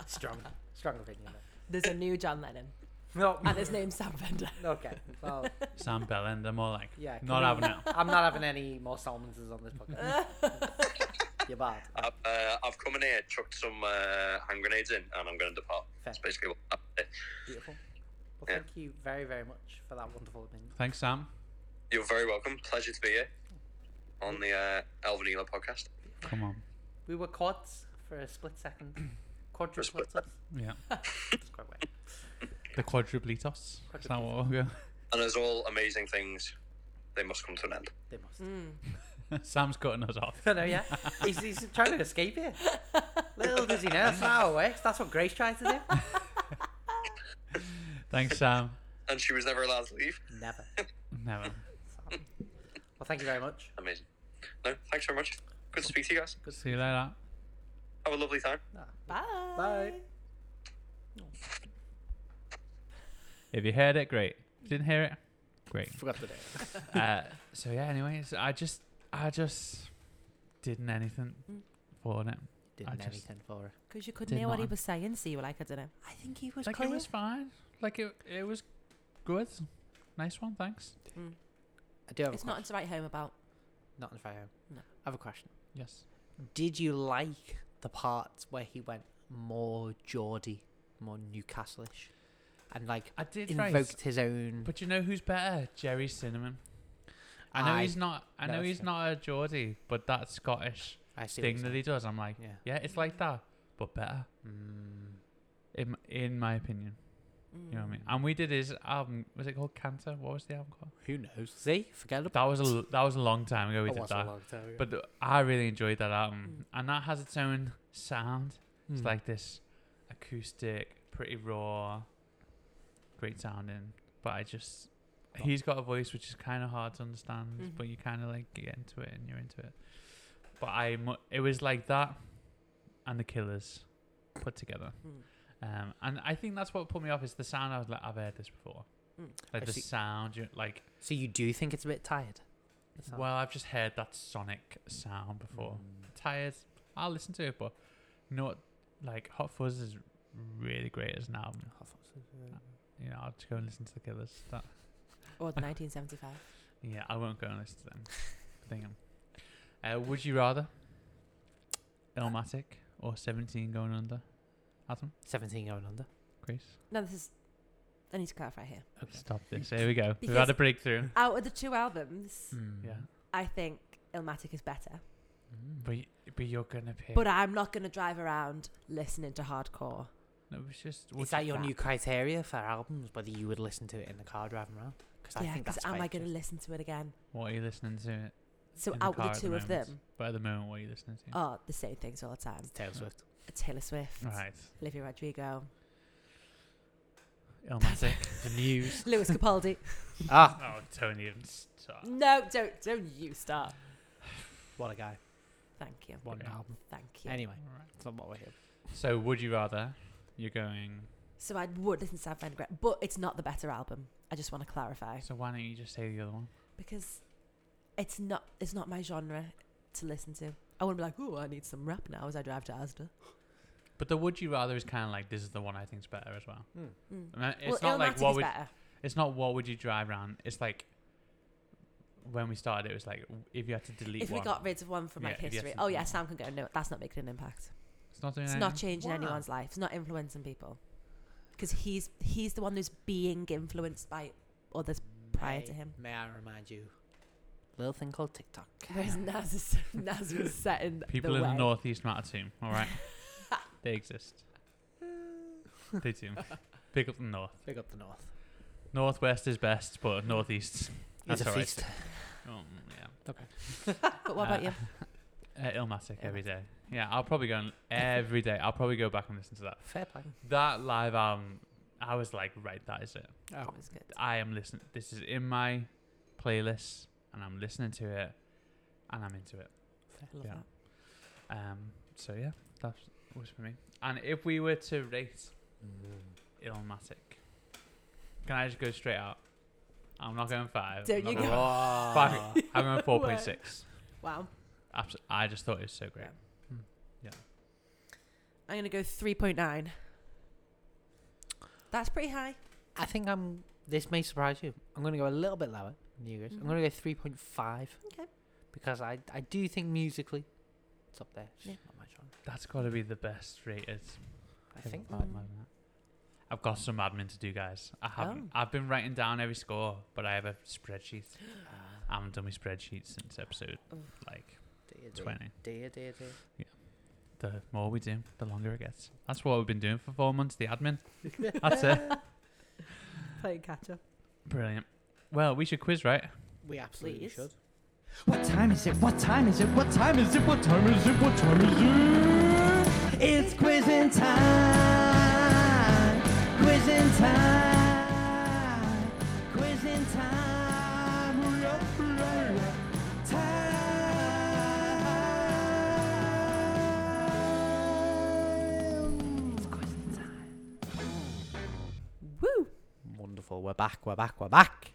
Speaker 2: Strong, strong opinion. Uh,
Speaker 3: There's a new John Lennon,
Speaker 2: No,
Speaker 3: and his name's Sam Fender.
Speaker 2: okay. Well,
Speaker 1: Sam Bellend, they're more like,
Speaker 2: Yeah, can
Speaker 1: not
Speaker 2: we-
Speaker 1: having it.
Speaker 2: I'm not having any more Salmonses on this podcast. You're bad.
Speaker 4: I've, uh, I've come in here, chucked some uh, hand grenades in, and I'm going to depart.
Speaker 2: Fair.
Speaker 4: That's basically what happened. there.
Speaker 2: Beautiful. Well,
Speaker 4: Yeah.
Speaker 2: thank you very, very much for that wonderful opinion.
Speaker 1: Thanks, Sam.
Speaker 4: You're very welcome. Pleasure to be here on the uh, Elvin Ela podcast.
Speaker 1: Come on.
Speaker 2: We were quads for a split second. Quadruplets us.
Speaker 1: Yeah.
Speaker 2: That's quite weird.
Speaker 1: The quadruplitos. Is that what we'll
Speaker 4: And as all amazing things, they must come to an end.
Speaker 2: They must.
Speaker 1: go? Sam's cutting us off.
Speaker 2: I know, yeah. He's, he's trying to escape here. Little does he know, that's not how it works. That's what Grace tried to do.
Speaker 1: Thanks, Sam.
Speaker 4: And she was never allowed to leave.
Speaker 2: Never.
Speaker 1: Never.
Speaker 2: Sorry. Well, thank you very much.
Speaker 4: Amazing. No, thanks very much. Good to speak to you guys.
Speaker 1: See you later.
Speaker 4: Have a lovely time.
Speaker 2: No.
Speaker 3: Bye.
Speaker 2: Bye.
Speaker 1: If you heard it, great. If you didn't hear it, great.
Speaker 2: Forgot the day.
Speaker 1: uh, so yeah. Anyways, I just, I just didn't anything for it.
Speaker 2: Didn't
Speaker 1: just-
Speaker 2: anything for her.
Speaker 3: Because you couldn't
Speaker 1: Did
Speaker 3: hear what
Speaker 1: not.
Speaker 3: he was saying, so you were like, I don't know. I think he was
Speaker 1: like
Speaker 3: clear.
Speaker 1: it was fine. Like it, it was good. Nice one. Thanks.
Speaker 2: I do have
Speaker 3: It's
Speaker 2: a
Speaker 3: not
Speaker 2: question.
Speaker 3: to write home about.
Speaker 2: Not in fire.
Speaker 3: No.
Speaker 2: I have a question.
Speaker 1: Yes.
Speaker 2: Did you like the parts where he went more Geordie, more Newcastleish, and like
Speaker 1: I did
Speaker 2: invoked
Speaker 1: raise,
Speaker 2: his own?
Speaker 1: but you know who's better? Jerry Cinnamon. I know
Speaker 2: Aye.
Speaker 1: he's not. I
Speaker 2: No,
Speaker 1: know
Speaker 2: that's
Speaker 1: he's
Speaker 2: fair.
Speaker 1: not a Geordie, but that Scottish
Speaker 2: I see. what
Speaker 1: thing
Speaker 2: you're
Speaker 1: that he does, I'm like,
Speaker 2: saying. yeah.
Speaker 1: yeah, it's like that, but better.
Speaker 2: Mm,
Speaker 1: In in my opinion,
Speaker 3: Mm.
Speaker 1: you know what I mean. And we did his album. Was it called Cancer? What was the album called?
Speaker 2: who knows? See, forget about
Speaker 1: That was a l- that was a long time ago. We
Speaker 2: it.
Speaker 1: did
Speaker 2: was a
Speaker 1: that.
Speaker 2: long Mm. time ago.
Speaker 1: But th- I really enjoyed that album, and that has its own sound. It's
Speaker 2: Mm.
Speaker 1: like this acoustic, pretty raw, great sounding. But I just, he's got a voice which is kind of hard to understand,
Speaker 2: Mm-hmm.
Speaker 3: Mhm.
Speaker 1: but you kind of like get into it and you're into it. But I, mu- it was like that, and the Killers put together.
Speaker 3: Mm.
Speaker 1: Um, and I think that's what put me off is the sound. I was like, I've heard this before.
Speaker 3: Mm.
Speaker 1: Like
Speaker 2: I
Speaker 1: the
Speaker 2: see.
Speaker 1: sound, you, like
Speaker 2: so you do think it's a bit tired? the sound?
Speaker 1: well, I've just heard that sonic sound before
Speaker 2: Mm.
Speaker 1: tired. I'll listen to it, but not like Hot Fuzz is really great as an album. Uh,
Speaker 2: I thought so, yeah.
Speaker 1: You know, I'll just go and listen to the Killers. That,
Speaker 3: Or the 1975.
Speaker 1: yeah, I won't go and listen to them. Dang 'em. Uh, would you rather Illmatic or Seventeen Going Under? Adam,
Speaker 2: Seventeen going under.
Speaker 1: Grace,
Speaker 3: No, this is. I need to clarify here.
Speaker 1: stop this. Here we go. We've
Speaker 3: Because-
Speaker 1: had a breakthrough.
Speaker 3: Out of the two albums,
Speaker 1: Yeah,
Speaker 3: I think Illmatic is better.
Speaker 1: but y- but you're gonna pick.
Speaker 3: But I'm not going to drive around listening to hardcore.
Speaker 1: no, it's just
Speaker 2: Is that your new criteria for albums? Whether you would listen to it in the car driving around? Because I
Speaker 3: yeah,
Speaker 2: think
Speaker 3: because
Speaker 2: that's quite
Speaker 3: am I going to
Speaker 2: interesting.
Speaker 3: listen to it again?
Speaker 1: What are you listening to?
Speaker 3: So
Speaker 1: in
Speaker 3: out
Speaker 1: car
Speaker 3: of
Speaker 1: at
Speaker 3: the two of
Speaker 1: moment?
Speaker 3: them
Speaker 1: But at the moment, what are you listening
Speaker 2: Oh.
Speaker 1: to?
Speaker 3: are the same things all the time.
Speaker 2: Taylor Swift.
Speaker 3: Taylor Swift,
Speaker 1: Right,
Speaker 3: Olivia Rodrigo,
Speaker 1: Illmatic.
Speaker 2: The news.
Speaker 3: Lewis Capaldi.
Speaker 2: ah,
Speaker 1: oh, Tony, and stop.
Speaker 3: No, don't don't you start.
Speaker 2: what a guy.
Speaker 3: Thank you.
Speaker 2: What an
Speaker 1: Okay.
Speaker 2: album.
Speaker 3: Thank you.
Speaker 2: Anyway,
Speaker 1: Alright.
Speaker 2: that's not what we're here.
Speaker 1: So, would you rather? You're going.
Speaker 3: So I would listen to Sam Fender, but it's not the better album. I just want to clarify
Speaker 1: So why don't you just say the other one?
Speaker 3: because it's not it's not my genre to listen to. I wouldn't be like, oh, I need some rap now as I drive to Asda.
Speaker 1: But the would you rather is kind of like this is the one I think's better as well.
Speaker 3: Mm.
Speaker 1: I mean,
Speaker 3: well,
Speaker 1: It's not like
Speaker 3: Illmatic
Speaker 1: what
Speaker 3: is
Speaker 1: would
Speaker 3: better.
Speaker 1: it's not what would you drive around. It's like when we started, it was like w- if you had to delete
Speaker 3: If we
Speaker 1: one,
Speaker 3: got rid of one from like
Speaker 1: Yeah, if you had
Speaker 3: history,
Speaker 1: to
Speaker 3: oh
Speaker 1: delete
Speaker 3: yeah,
Speaker 1: one.
Speaker 3: Sam can go. No, that's not making an impact.
Speaker 1: it's not doing
Speaker 3: It's
Speaker 1: anything.
Speaker 3: not changing
Speaker 2: Wow.
Speaker 3: anyone's life. It's not influencing people because he's he's the one who's being influenced by others prior to
Speaker 2: May-
Speaker 3: him.
Speaker 2: May I remind you, little thing called TikTok.
Speaker 3: Whereas Nas is Nas was setting
Speaker 1: People
Speaker 3: the
Speaker 1: in
Speaker 3: way.
Speaker 1: the northeast matter to 'em, All right, they exist. They do. Pick up the north.
Speaker 2: Big up the north.
Speaker 1: Northwest is best, but northeast. That's
Speaker 2: It's a
Speaker 1: all right.
Speaker 2: feast.
Speaker 1: Um, yeah.
Speaker 3: But what about you?
Speaker 1: Uh, Illmatic uh, every day. Yeah, I'll probably go on every day. I'll probably go back and listen to that.
Speaker 2: Fair play.
Speaker 1: That live album, I was like, right, that is it.
Speaker 2: Oh,
Speaker 3: That was good.
Speaker 1: I am listening. This is in my playlist, and I'm listening to it, and I'm into it.
Speaker 3: Love
Speaker 1: Yeah.
Speaker 3: that.
Speaker 1: Um, so yeah, that was for me. And if we were to rate
Speaker 2: Mm.
Speaker 1: Illmatic, can I just go straight out? I'm not going five.
Speaker 3: Don't
Speaker 1: I'm not
Speaker 3: you
Speaker 1: going
Speaker 3: go-
Speaker 2: Oh.
Speaker 1: five.
Speaker 2: Wow.
Speaker 1: I'm going four point six.
Speaker 3: Wow.
Speaker 1: Abs- I just thought it was so great.
Speaker 3: I'm gonna go three point nine. That's pretty high.
Speaker 2: I think I'm. This may surprise you. I'm going to go a little bit lower than you guys. I'm going to go three point five.
Speaker 3: Okay.
Speaker 2: Because I I do think musically, it's up there. It's
Speaker 3: Yeah.
Speaker 2: not my genre.
Speaker 1: That's got to be the best rated.
Speaker 2: I think.
Speaker 1: I've, I've got some admin to do, guys. I haven't. I've been writing down every score, but I have a spreadsheet.
Speaker 2: uh,
Speaker 1: I haven't done my spreadsheet since episode
Speaker 3: Oh.
Speaker 1: like
Speaker 2: Dear, dear,
Speaker 1: twenty.
Speaker 2: dear, dear, dear.
Speaker 1: The more we do, the longer it gets. That's what we've been doing for four months. The admin. That's it.
Speaker 3: Playing catch up.
Speaker 1: Brilliant. Well, we should quiz, right?
Speaker 2: We absolutely
Speaker 3: Please.
Speaker 2: should.
Speaker 5: What time is it? What time is it? What time is it? What time is it? What time is it? It's quizzing time. Quizzing time. Quizzing time. Ruh, ruh, ruh. Time.
Speaker 3: Woo.
Speaker 2: Wonderful. We're back. We're back. We're back.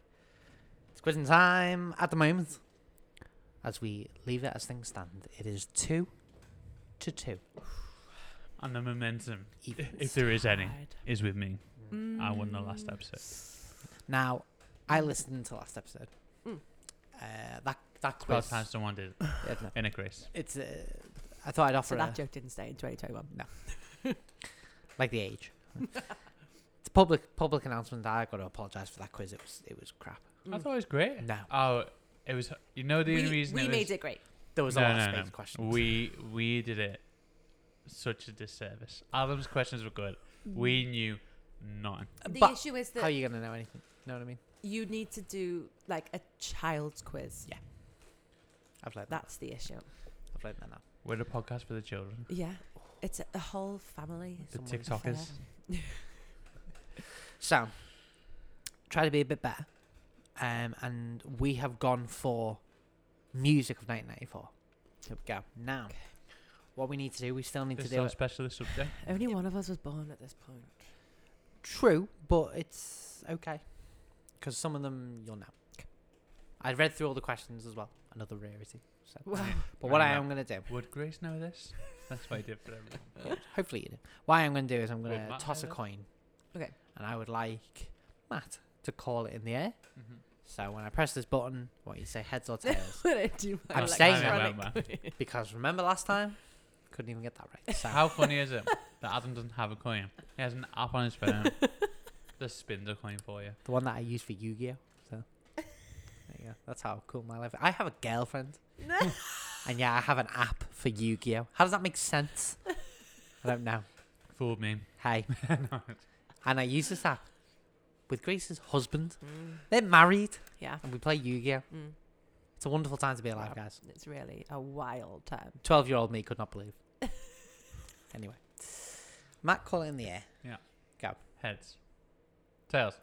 Speaker 2: It's quizzing time at the moment. As we leave it as things stand, it is two to two.
Speaker 1: And the momentum,
Speaker 2: Even.
Speaker 1: if there is any,
Speaker 3: Hard.
Speaker 1: is with me. E.
Speaker 3: Mm.
Speaker 1: I won the last episode.
Speaker 2: Now, I listened to last episode.
Speaker 3: Mm.
Speaker 2: Uh, that that
Speaker 1: Twelve
Speaker 2: quiz.
Speaker 1: times someone did
Speaker 2: Yeah, no.
Speaker 1: in a grace.
Speaker 2: It's. Uh, I thought I'd offer
Speaker 3: So
Speaker 2: a-
Speaker 3: that joke didn't stay in 2021.
Speaker 2: like the age. it's a public public announcement. I got to apologise for that quiz. It was it was crap.
Speaker 1: I
Speaker 3: Mm.
Speaker 1: thought it was great.
Speaker 2: No,
Speaker 1: Oh, it was. You know the
Speaker 3: we
Speaker 1: only reason
Speaker 3: we
Speaker 1: it was,
Speaker 3: made it great.
Speaker 2: there was a
Speaker 1: No,
Speaker 2: lot
Speaker 1: no,
Speaker 2: of
Speaker 1: no.
Speaker 2: space questions.
Speaker 1: We we did it such a disservice. Adam's questions were good. We knew none.
Speaker 3: The
Speaker 2: but
Speaker 3: issue is
Speaker 2: how are
Speaker 3: that
Speaker 2: you gonna know anything? Know what I mean?
Speaker 3: you need to do like a child's quiz.
Speaker 2: Yeah. I've learned that.
Speaker 3: That's the issue.
Speaker 2: I've learned that now.
Speaker 1: We're the podcast for the children.
Speaker 3: Yeah. Oh. It's a, a whole family.
Speaker 1: The
Speaker 2: Someone-
Speaker 1: TikTokers.
Speaker 2: So, try to be a bit better. Um, and we have gone for music of 1994. Here we go. Now, what we need to do, we still need
Speaker 1: This
Speaker 2: to
Speaker 1: is
Speaker 2: do
Speaker 1: our
Speaker 2: it.
Speaker 1: specialist subject.
Speaker 3: Only one of us was born at this point.
Speaker 2: True, but it's okay. Because some of them you'll know. I read through all the questions as well. Another rarity. So.
Speaker 3: Wow.
Speaker 2: But what I
Speaker 1: Fair
Speaker 2: am going to do,
Speaker 1: Would Grace know this? That's what I did for everyone.
Speaker 2: hopefully you do, what I'm going to do is I'm
Speaker 1: Would
Speaker 2: going to
Speaker 1: Matt
Speaker 2: toss a
Speaker 1: know that?
Speaker 2: coin.
Speaker 3: Okay.
Speaker 2: And I would like Matt to call it in the air.
Speaker 1: Mhm.
Speaker 2: So when I press this button, what you say, heads or tails?
Speaker 3: When I do my
Speaker 2: I'm staying
Speaker 1: in
Speaker 3: electronic quiz.
Speaker 2: Because remember last time? Couldn't even get that right. So
Speaker 1: How funny is it that Adam doesn't have a coin? He has an app on his phone that spins a coin for you.
Speaker 2: the one that I used for Yu Gi Oh! So there you go. That's how cool my life I have a girlfriend. and yeah, I have an app for Yu Gi Oh! How does that make sense? I don't know.
Speaker 1: Fooled me.
Speaker 2: Hey. And I use this app with Grace's husband. They're married
Speaker 3: yeah.
Speaker 2: and we play Yu Gi Oh!
Speaker 3: Mm.
Speaker 2: It's a wonderful time to be alive,
Speaker 3: Wow.
Speaker 2: guys.
Speaker 3: It's really a wild time.
Speaker 2: 12 year old me could not believe. anyway, Matt, call it in the air.
Speaker 1: Heads. Tails.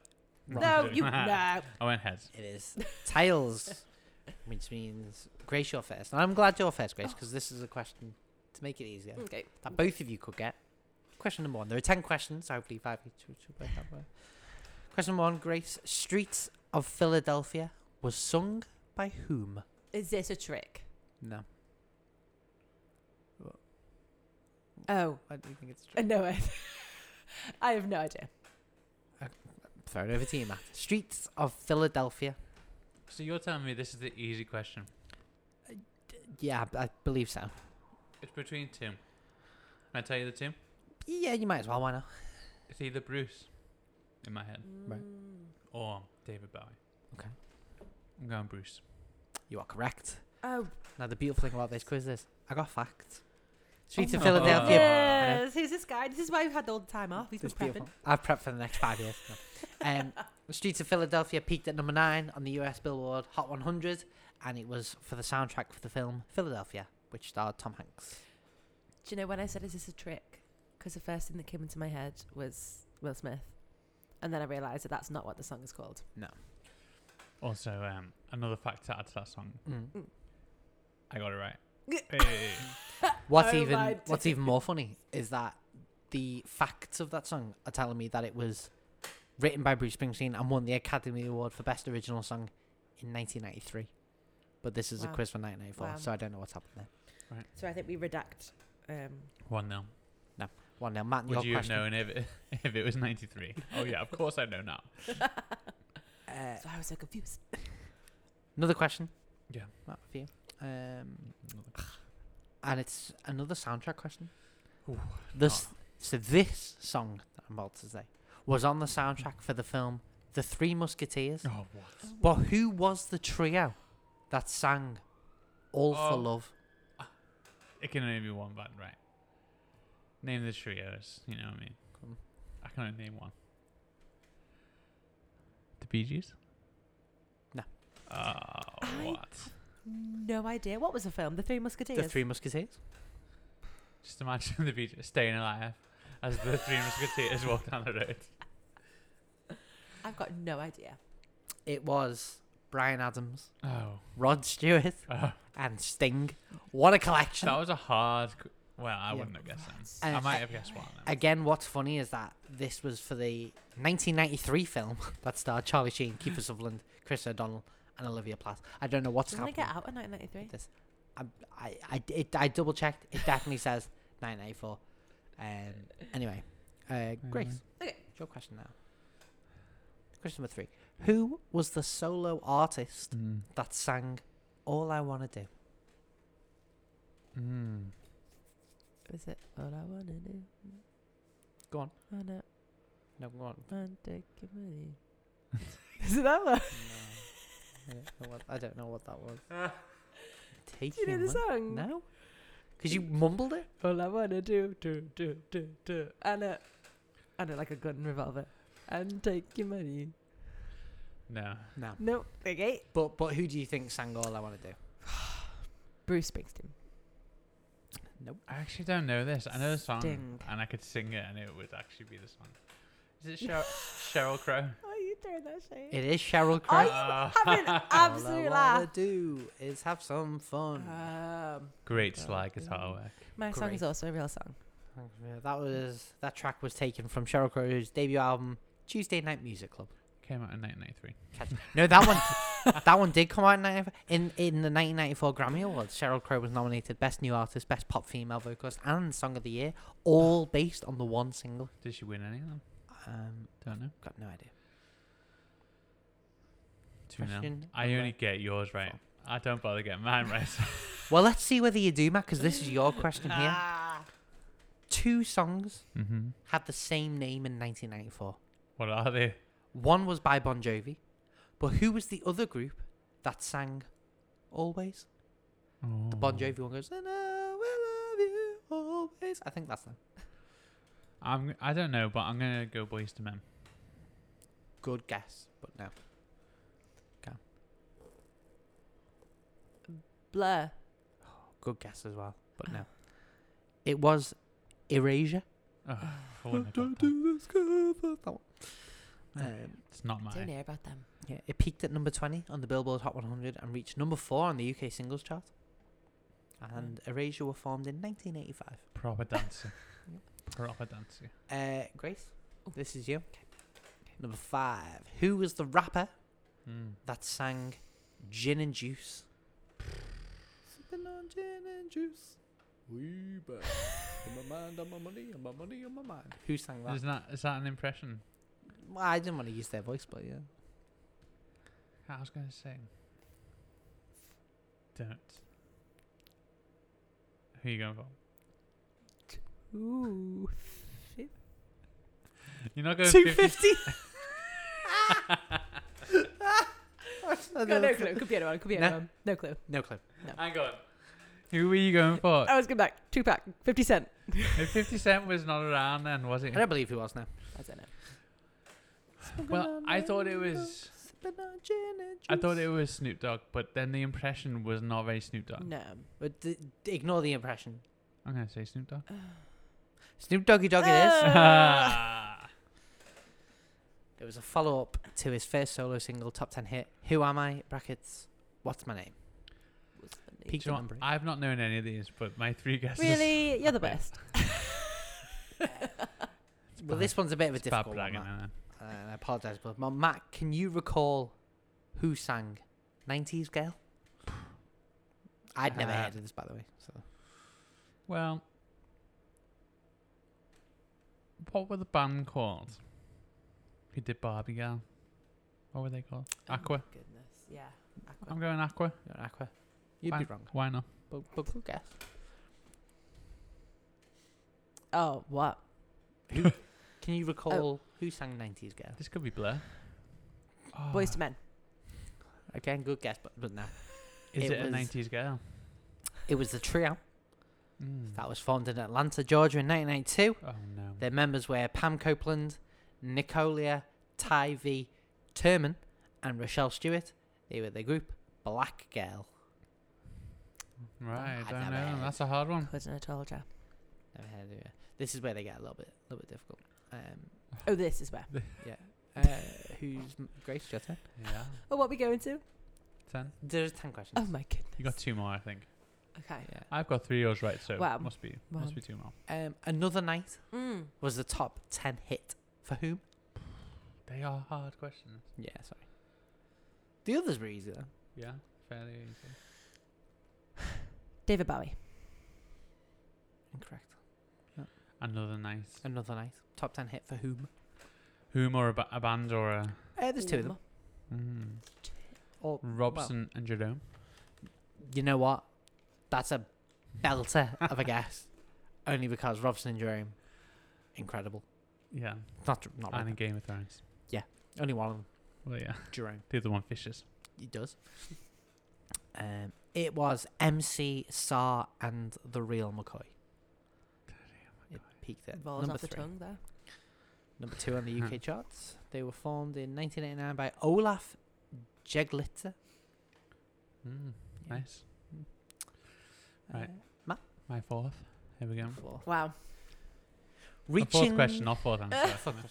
Speaker 2: Wrong.
Speaker 3: No,
Speaker 1: Wrong.
Speaker 3: you no.
Speaker 1: I went heads.
Speaker 2: It is tails, which means Grace, you're first. And I'm glad you're first, Grace, because this is a question to make it easier
Speaker 3: Okay.
Speaker 2: that both of you could get. Question number one. There are ten questions. so Hopefully, five each. Which will work out well. Question number one, Grace. Streets of Philadelphia was sung by whom?
Speaker 3: Is this a trick?
Speaker 2: No.
Speaker 3: Oh
Speaker 2: I do think it's
Speaker 3: uh,
Speaker 2: true.
Speaker 3: no, I, I have no idea.
Speaker 2: Throw it over to you, Matt. Streets of Philadelphia.
Speaker 1: So you're telling me this is the easy question.
Speaker 2: Yeah, I I believe so.
Speaker 1: It's between two. Can I tell you the two?
Speaker 2: Yeah, you might as well. Why not?
Speaker 1: It's either Bruce in my head
Speaker 2: Right.
Speaker 3: Mm.
Speaker 1: or David Bowie.
Speaker 2: Okay.
Speaker 1: I'm going Bruce.
Speaker 2: You are correct.
Speaker 3: Oh,
Speaker 2: Now, the beautiful thing about this quiz is I got facts. Streets of
Speaker 1: no.
Speaker 3: Oh.
Speaker 2: Philadelphia. I know.
Speaker 3: yes. Who's this guy? This is why Ah, we've had all the time off. He's been
Speaker 2: It's
Speaker 3: prepping.
Speaker 2: beautiful. I've prepped for the next five years. No. Um, the Streets of Philadelphia peaked at number nine on the US Billboard Hot 100, and it was for the soundtrack for the film Philadelphia, which starred Tom Hanks.
Speaker 3: Do you know when I said, "Is this a trick?" Because the first thing that came into my head was Will Smith, and then I realised that that's not what the song is called.
Speaker 1: Also, um, another fact to add to that song,
Speaker 3: Mm.
Speaker 1: I got it right. Hey.
Speaker 2: What's
Speaker 3: Oh my
Speaker 2: even What's even more funny is that the facts of that song are telling me that it was written by Bruce Springsteen and won the Academy Award for Best Original Song in 1993. But this is a
Speaker 3: Wow.
Speaker 2: quiz from 1994,
Speaker 3: Wow.
Speaker 2: so I don't know what's happened there.
Speaker 3: So I think we redact. Um,
Speaker 1: One nil.
Speaker 2: One now, Matt,
Speaker 1: Would
Speaker 2: your
Speaker 1: you have
Speaker 2: question.
Speaker 1: known if it, if it was ninety three? Oh yeah, of course I know now.
Speaker 2: Uh,
Speaker 3: so I was so confused.
Speaker 2: another question.
Speaker 1: Yeah.
Speaker 2: Matt, for you. Um, and it's another soundtrack question.
Speaker 1: Ooh,
Speaker 2: this so this song that I'm about to say was on the soundtrack for the film The Three Musketeers.
Speaker 1: Oh what?
Speaker 2: But who was the trio that sang All
Speaker 1: Oh.
Speaker 2: for Love?
Speaker 1: It can only be one band, right? Name the trios. You know what I mean.
Speaker 2: Come.
Speaker 1: I can only name one. The Bee Gees.
Speaker 2: No.
Speaker 1: Oh
Speaker 3: I-
Speaker 1: what?
Speaker 3: No idea. What was the film? The Three Musketeers.
Speaker 2: The Three Musketeers?
Speaker 1: Just imagine the Bee Gees staying alive as the three musketeers walk down the road.
Speaker 3: I've got no idea.
Speaker 2: It was Brian Adams,
Speaker 1: Oh.
Speaker 2: Rod Stewart,
Speaker 1: oh.
Speaker 2: and Sting. What a collection.
Speaker 1: That was a hard. qu- Well, I
Speaker 2: Yeah.
Speaker 1: wouldn't have guessed that.
Speaker 2: Uh,
Speaker 1: I might
Speaker 2: I-
Speaker 1: have guessed one. Then.
Speaker 2: Again, what's funny is that this was for the 1993 film that starred Charlie Sheen, Kiefer Sutherland, Chris O'Donnell, and Olivia Plath. I don't know what's
Speaker 3: Didn't I
Speaker 2: happening.
Speaker 3: get out in 1993?
Speaker 2: with this. I, I, I, it, I double checked. It definitely says 994. Um, anyway, uh, Grace.
Speaker 3: Okay.
Speaker 2: It's your question now. Question number three. Who was the solo artist
Speaker 1: Mm.
Speaker 2: that sang All I Wanna Do?
Speaker 1: Mm.
Speaker 3: Is it all I wanna do?
Speaker 2: Go on.
Speaker 3: Wanna
Speaker 2: No, go on.
Speaker 3: run, take your money. Is it that one?
Speaker 2: I don't know what, I don't know what that was. Take
Speaker 3: Do you know
Speaker 2: your
Speaker 3: the
Speaker 2: money-
Speaker 3: song?
Speaker 2: No? Because you mumbled it?
Speaker 3: All I wanna do, do, do, do, do. And a, and a, like a gun revolver. And take your money.
Speaker 1: No.
Speaker 2: No.
Speaker 3: No, okay.
Speaker 2: But, but who do you think sang All I Wanna Do?
Speaker 3: Bruce Springsteen.
Speaker 1: I actually don't know this. I know the song,
Speaker 3: Sting.
Speaker 1: and I could sing it, and it would actually be the song. Is it Cheryl, Cheryl Crow?
Speaker 3: Why are you throwing that shade?
Speaker 2: It is Cheryl
Speaker 3: Are
Speaker 2: Crow.
Speaker 3: you having an
Speaker 2: All
Speaker 3: absolute
Speaker 2: I
Speaker 3: laugh?
Speaker 2: wanna do is have some fun.
Speaker 3: Um,
Speaker 1: Great slide guitar work.
Speaker 3: my song is
Speaker 2: Great.
Speaker 3: also a real song.
Speaker 2: Yeah, that was that track was taken from Cheryl Crow's debut album Tuesday Night Music Club.
Speaker 1: Came out in 1993.
Speaker 2: Catch- no, that one that one did come out in 94 in in the 1994 Grammy Awards. Cheryl Crow was nominated Best New Artist, Best Pop Female Vocalist, and Song of the Year, all based on the one single.
Speaker 1: Did she win any of them?
Speaker 2: Um,
Speaker 1: Don't know.
Speaker 2: got no idea.
Speaker 1: Two nil.
Speaker 2: Question
Speaker 1: I
Speaker 2: number
Speaker 1: only get yours right.
Speaker 2: four.
Speaker 1: I don't bother getting mine right.
Speaker 2: Well, let's see whether you do, Matt, because this is your question here. Two songs
Speaker 1: mm-hmm.
Speaker 2: had the same name in 1994.
Speaker 1: What are they?
Speaker 2: One was by Bon Jovi, but who was the other group that sang Always? The Bon
Speaker 1: Oh.
Speaker 2: Jovi one goes, and I will love you always. I think that's them.
Speaker 1: I'm. I don't know, but I'm gonna go Boys to Men.
Speaker 2: Good guess, but no.
Speaker 3: Blur.
Speaker 2: Good guess as well, but no. It was Erasure.
Speaker 1: Oh, I wouldn't have got that.
Speaker 2: do this cover. That one. Um,
Speaker 1: It's not
Speaker 3: Don't
Speaker 1: mine.
Speaker 3: hear about them.
Speaker 2: yeah, it peaked at number 20 on the Billboard Hot 100 and reached number 4 on the UK singles chart. And Erasure were formed in 1985.
Speaker 1: Proper dancing. Proper dancing.
Speaker 2: Uh, Grace, this is you. Number 5. Who was the rapper
Speaker 1: Mm.
Speaker 2: that sang Gin and Juice. Sipping on gin and juice. We back. on my mind, on my money, on my money, on my mind. Who sang that?
Speaker 1: Is that is that an impression?
Speaker 2: Well, I didn't want to use their voice, but yeah.
Speaker 1: I was gonna sing. Don't. Who you going for?
Speaker 3: Ooh.
Speaker 1: You're not going 50.
Speaker 2: 250?
Speaker 3: Got no clue. Could be anyone. Could be
Speaker 2: No.
Speaker 3: anyone. No clue.
Speaker 2: No clue.
Speaker 1: Hang on. Who were you going for?
Speaker 3: I was going back. Two pack. 50 Cent.
Speaker 1: If 50 Cent was not around then, was it?
Speaker 2: I don't believe who was now.
Speaker 3: I don't know.
Speaker 1: Well, I thought it was.
Speaker 2: Sipping on gin and juice.
Speaker 1: I thought it was Snoop Dogg, but then the impression was not very Snoop Dogg.
Speaker 3: No.
Speaker 2: But d- d- ignore the impression.
Speaker 1: I'm gonna say Snoop Dogg.
Speaker 3: Um,
Speaker 2: Snoop Doggy Dogg it is.
Speaker 1: Ah.
Speaker 2: It was a follow up to his first solo single, top ten hit, Who Am I? Brackets, What's My Name?
Speaker 3: Was funny.
Speaker 1: Do
Speaker 2: Peak
Speaker 1: you know what?
Speaker 2: number.
Speaker 1: I've not known any of these, but my three guesses.
Speaker 3: Really, you're the
Speaker 1: Okay.
Speaker 3: best.
Speaker 2: Well, this one's a bit of a
Speaker 1: It's bad
Speaker 2: difficult one.
Speaker 1: bragging,
Speaker 2: Matt.
Speaker 1: isn't it?
Speaker 2: Uh, I apologise, but Ma- Matt, can you recall who sang "90s Girl"? I'd never
Speaker 1: Uh,
Speaker 2: heard of this, by the way. So
Speaker 1: Well, what were the band called? Who did Barbie Girl? What were they called?
Speaker 2: Um,
Speaker 1: Aqua.
Speaker 3: Oh Goodness, yeah.
Speaker 1: I'm going Aqua.
Speaker 2: you're Aqua. You'd
Speaker 1: Why-
Speaker 2: be wrong,
Speaker 1: Why not?
Speaker 2: but but good guess.
Speaker 3: Oh, what?
Speaker 2: Who, can you
Speaker 1: Oh.
Speaker 2: recall who sang "90s Girl"?
Speaker 1: This could be Blur.
Speaker 2: Oh,
Speaker 1: Oh.
Speaker 3: Boys to Men.
Speaker 2: Again, good guess, but but no.
Speaker 1: Is
Speaker 2: it
Speaker 1: it, a
Speaker 2: was-
Speaker 1: 90s girl?
Speaker 2: It was the trio
Speaker 1: Mm.
Speaker 2: that was formed in Atlanta, Georgia, in 1992.
Speaker 1: Oh no.
Speaker 2: Their members were Pam Copeland, Nicolia Tyvee Turman, and Rochelle Stewart. They were the group Black Girl.
Speaker 1: Right,
Speaker 2: I've
Speaker 1: I don't
Speaker 2: never
Speaker 1: know.
Speaker 2: heard.
Speaker 1: That's a hard one.
Speaker 3: Couldn't have told you.
Speaker 2: Never heard of it. This is where they get a little bit, a little bit difficult. Um,
Speaker 3: Oh, this is where.
Speaker 2: yeah. Uh, who's m- Grace? Your turn.
Speaker 1: Yeah.
Speaker 3: Oh, what are we going to?
Speaker 1: Ten.
Speaker 2: There's ten questions.
Speaker 3: Oh my goodness.
Speaker 1: You got two more, I think.
Speaker 3: Okay.
Speaker 2: Yeah.
Speaker 1: I've got three yours right, so
Speaker 3: Wow.
Speaker 1: must be
Speaker 3: Wow.
Speaker 1: must be two more.
Speaker 2: Um, another night
Speaker 3: Mm.
Speaker 2: was the top ten hit for whom?
Speaker 1: They are hard questions.
Speaker 2: Yeah, sorry. The others were easy though.
Speaker 1: Yeah, fairly easy.
Speaker 3: David Bowie.
Speaker 2: Incorrect.
Speaker 1: Another night.
Speaker 2: Another night. Top ten hit for whom?
Speaker 1: Whom or a, ba- a band or a
Speaker 2: Uh, there's two of them.
Speaker 1: mm.
Speaker 2: All,
Speaker 1: Robson and Jerome.
Speaker 2: you know what? That's a belter of a guess. Only because Robson and Jerome, incredible.
Speaker 1: Yeah,
Speaker 2: Not not
Speaker 1: and in
Speaker 2: Robin.
Speaker 1: Game of Thrones.
Speaker 2: only one of them,
Speaker 1: Well, yeah,
Speaker 2: Jerome.
Speaker 1: the other one, Fishes.
Speaker 2: He does. Um, it was MC Sar and the real McCoy. It peaked at
Speaker 3: Rolls
Speaker 2: number
Speaker 3: off the
Speaker 2: three,
Speaker 3: tongue there.
Speaker 2: number two on the
Speaker 1: Hmm.
Speaker 2: UK charts. They were formed in 1989 by Olaf Jeglitzer.
Speaker 1: Mm,
Speaker 2: Hmm, Yeah.
Speaker 1: Nice. Hmm. Right.
Speaker 2: Uh,
Speaker 1: My fourth. Here we go.
Speaker 2: four.
Speaker 3: Wow.
Speaker 1: The
Speaker 2: Reaching
Speaker 1: fourth question, not fourth answer.
Speaker 2: Fuck it.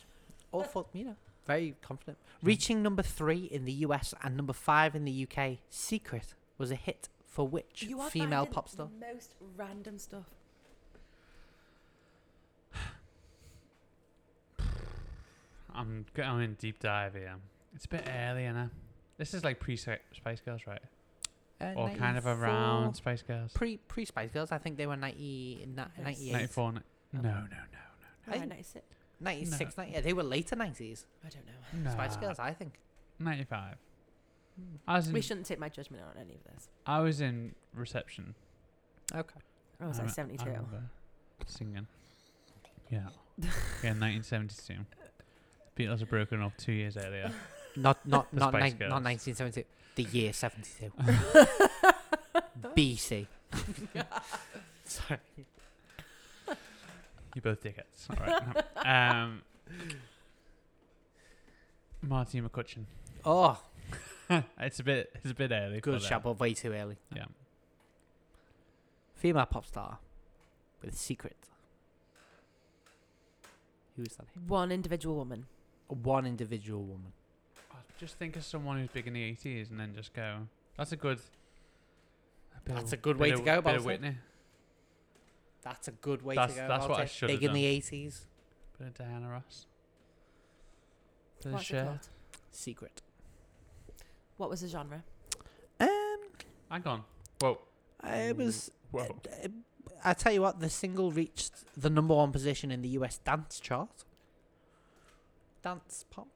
Speaker 2: All fuck me, you know. Hmm. Very confident. Reaching number three in the US and number five in the UK, Secret was a hit for which female pop star?
Speaker 3: Most random stuff.
Speaker 1: I'm going in deep dive here. It's a bit early, you know. This is like pre Spice Girls, right?
Speaker 2: Uh,
Speaker 1: Or kind of
Speaker 2: 94
Speaker 1: around Spice Girls.
Speaker 2: Pre pre Spice Girls, I think they were 90, ni- 98.
Speaker 1: 94. ni- No,
Speaker 2: Um,
Speaker 1: no,
Speaker 2: Hey.
Speaker 3: Alright, nice it.
Speaker 2: 96, 90 yeah, they were later 90s.
Speaker 3: I don't know.
Speaker 1: no. no.
Speaker 2: Spice Girls, I think.
Speaker 1: 95. I
Speaker 2: Hmm.
Speaker 1: was,
Speaker 3: We
Speaker 1: in,
Speaker 3: shouldn't take my judgment on any of this.
Speaker 1: I was in reception.
Speaker 2: Okay.
Speaker 3: I was Oh, like
Speaker 1: rem-
Speaker 3: 72.
Speaker 1: remember singing. Yeah. Yeah, 1972. Beatles were broken up two years earlier.
Speaker 2: Not not
Speaker 1: The
Speaker 2: not,
Speaker 1: Spice
Speaker 2: nine- not
Speaker 1: Girls.
Speaker 2: 1972. The year 72. BC. Sorry.
Speaker 1: You both dickheads. All right. no. um, Marty McCutcheon.
Speaker 2: Oh,
Speaker 1: it's a bit. It's a bit early.
Speaker 2: good
Speaker 1: for
Speaker 2: shot, but way too early.
Speaker 1: That. Yeah.
Speaker 2: female pop star with secret. Who is that?
Speaker 3: One individual woman.
Speaker 2: One individual woman.
Speaker 1: Oh, just think of someone who's big in the eighties, and then just go. That's a good. a bit
Speaker 2: That's
Speaker 1: of-
Speaker 2: a good
Speaker 1: bit
Speaker 2: way
Speaker 1: of-
Speaker 2: to go
Speaker 1: Bit
Speaker 2: about
Speaker 1: of
Speaker 2: it.
Speaker 1: Whitney.
Speaker 2: That's a good way
Speaker 1: That's-
Speaker 2: to go.
Speaker 1: that's
Speaker 2: about
Speaker 1: what I
Speaker 2: it.
Speaker 1: should
Speaker 2: Big
Speaker 1: have
Speaker 2: in
Speaker 1: done.
Speaker 2: the eighties.
Speaker 1: Bit of Diana Ross. Bit of
Speaker 3: What's it
Speaker 1: Cher.
Speaker 3: called?
Speaker 2: Secret.
Speaker 3: What was the genre?
Speaker 2: Um,
Speaker 1: Hang on. Whoa.
Speaker 2: it was.
Speaker 1: Whoa.
Speaker 2: uh, I tell you what, the single reached the number one position in the U.S. dance chart. Dance pop.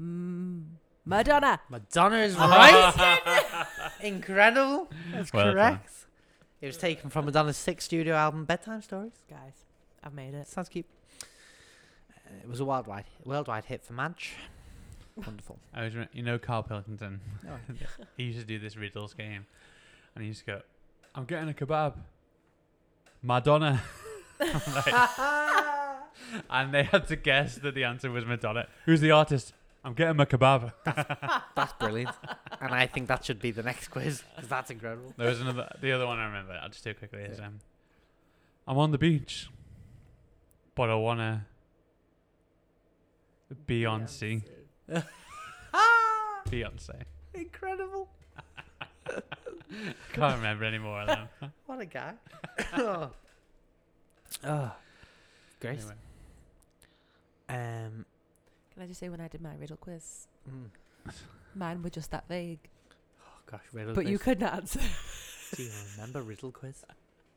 Speaker 3: Mm.
Speaker 2: Hmm.
Speaker 3: Madonna.
Speaker 2: Madonna is
Speaker 1: Uh-huh.
Speaker 2: right. Incredible. That's
Speaker 1: Well done.
Speaker 2: correct. It was taken from Madonna's sixth studio album, Bedtime Stories.
Speaker 3: Guys, I've made it.
Speaker 2: Sounds cute. Uh, it was a worldwide worldwide hit for Madge. Wonderful.
Speaker 1: I was. re- You know Carl Pilkington.
Speaker 2: Oh.
Speaker 1: he used to do this riddles game, and he used to go, "I'm getting a kebab." Madonna. I'm like- and they had to guess that the answer was Madonna. Who's the artist? I'm getting my kebab.
Speaker 2: That's brilliant. and I think that should be the next quiz because that's incredible.
Speaker 1: There was another, the other one I remember. I'll just do it quickly. Is,
Speaker 2: Yeah.
Speaker 1: um, I'm on the beach, but I wanna Beyonce,
Speaker 2: Ah,
Speaker 1: Beyonce.
Speaker 2: incredible!
Speaker 1: Can't remember anymore of them.
Speaker 2: What a guy. oh. oh, great.
Speaker 1: Anyway.
Speaker 2: Um,
Speaker 3: Can I just say when I did my riddle quiz,
Speaker 2: mm,
Speaker 3: mine were just that vague,
Speaker 2: oh gosh, riddle.
Speaker 3: but
Speaker 2: quiz.
Speaker 3: you couldn't answer.
Speaker 2: Do you remember riddle quiz?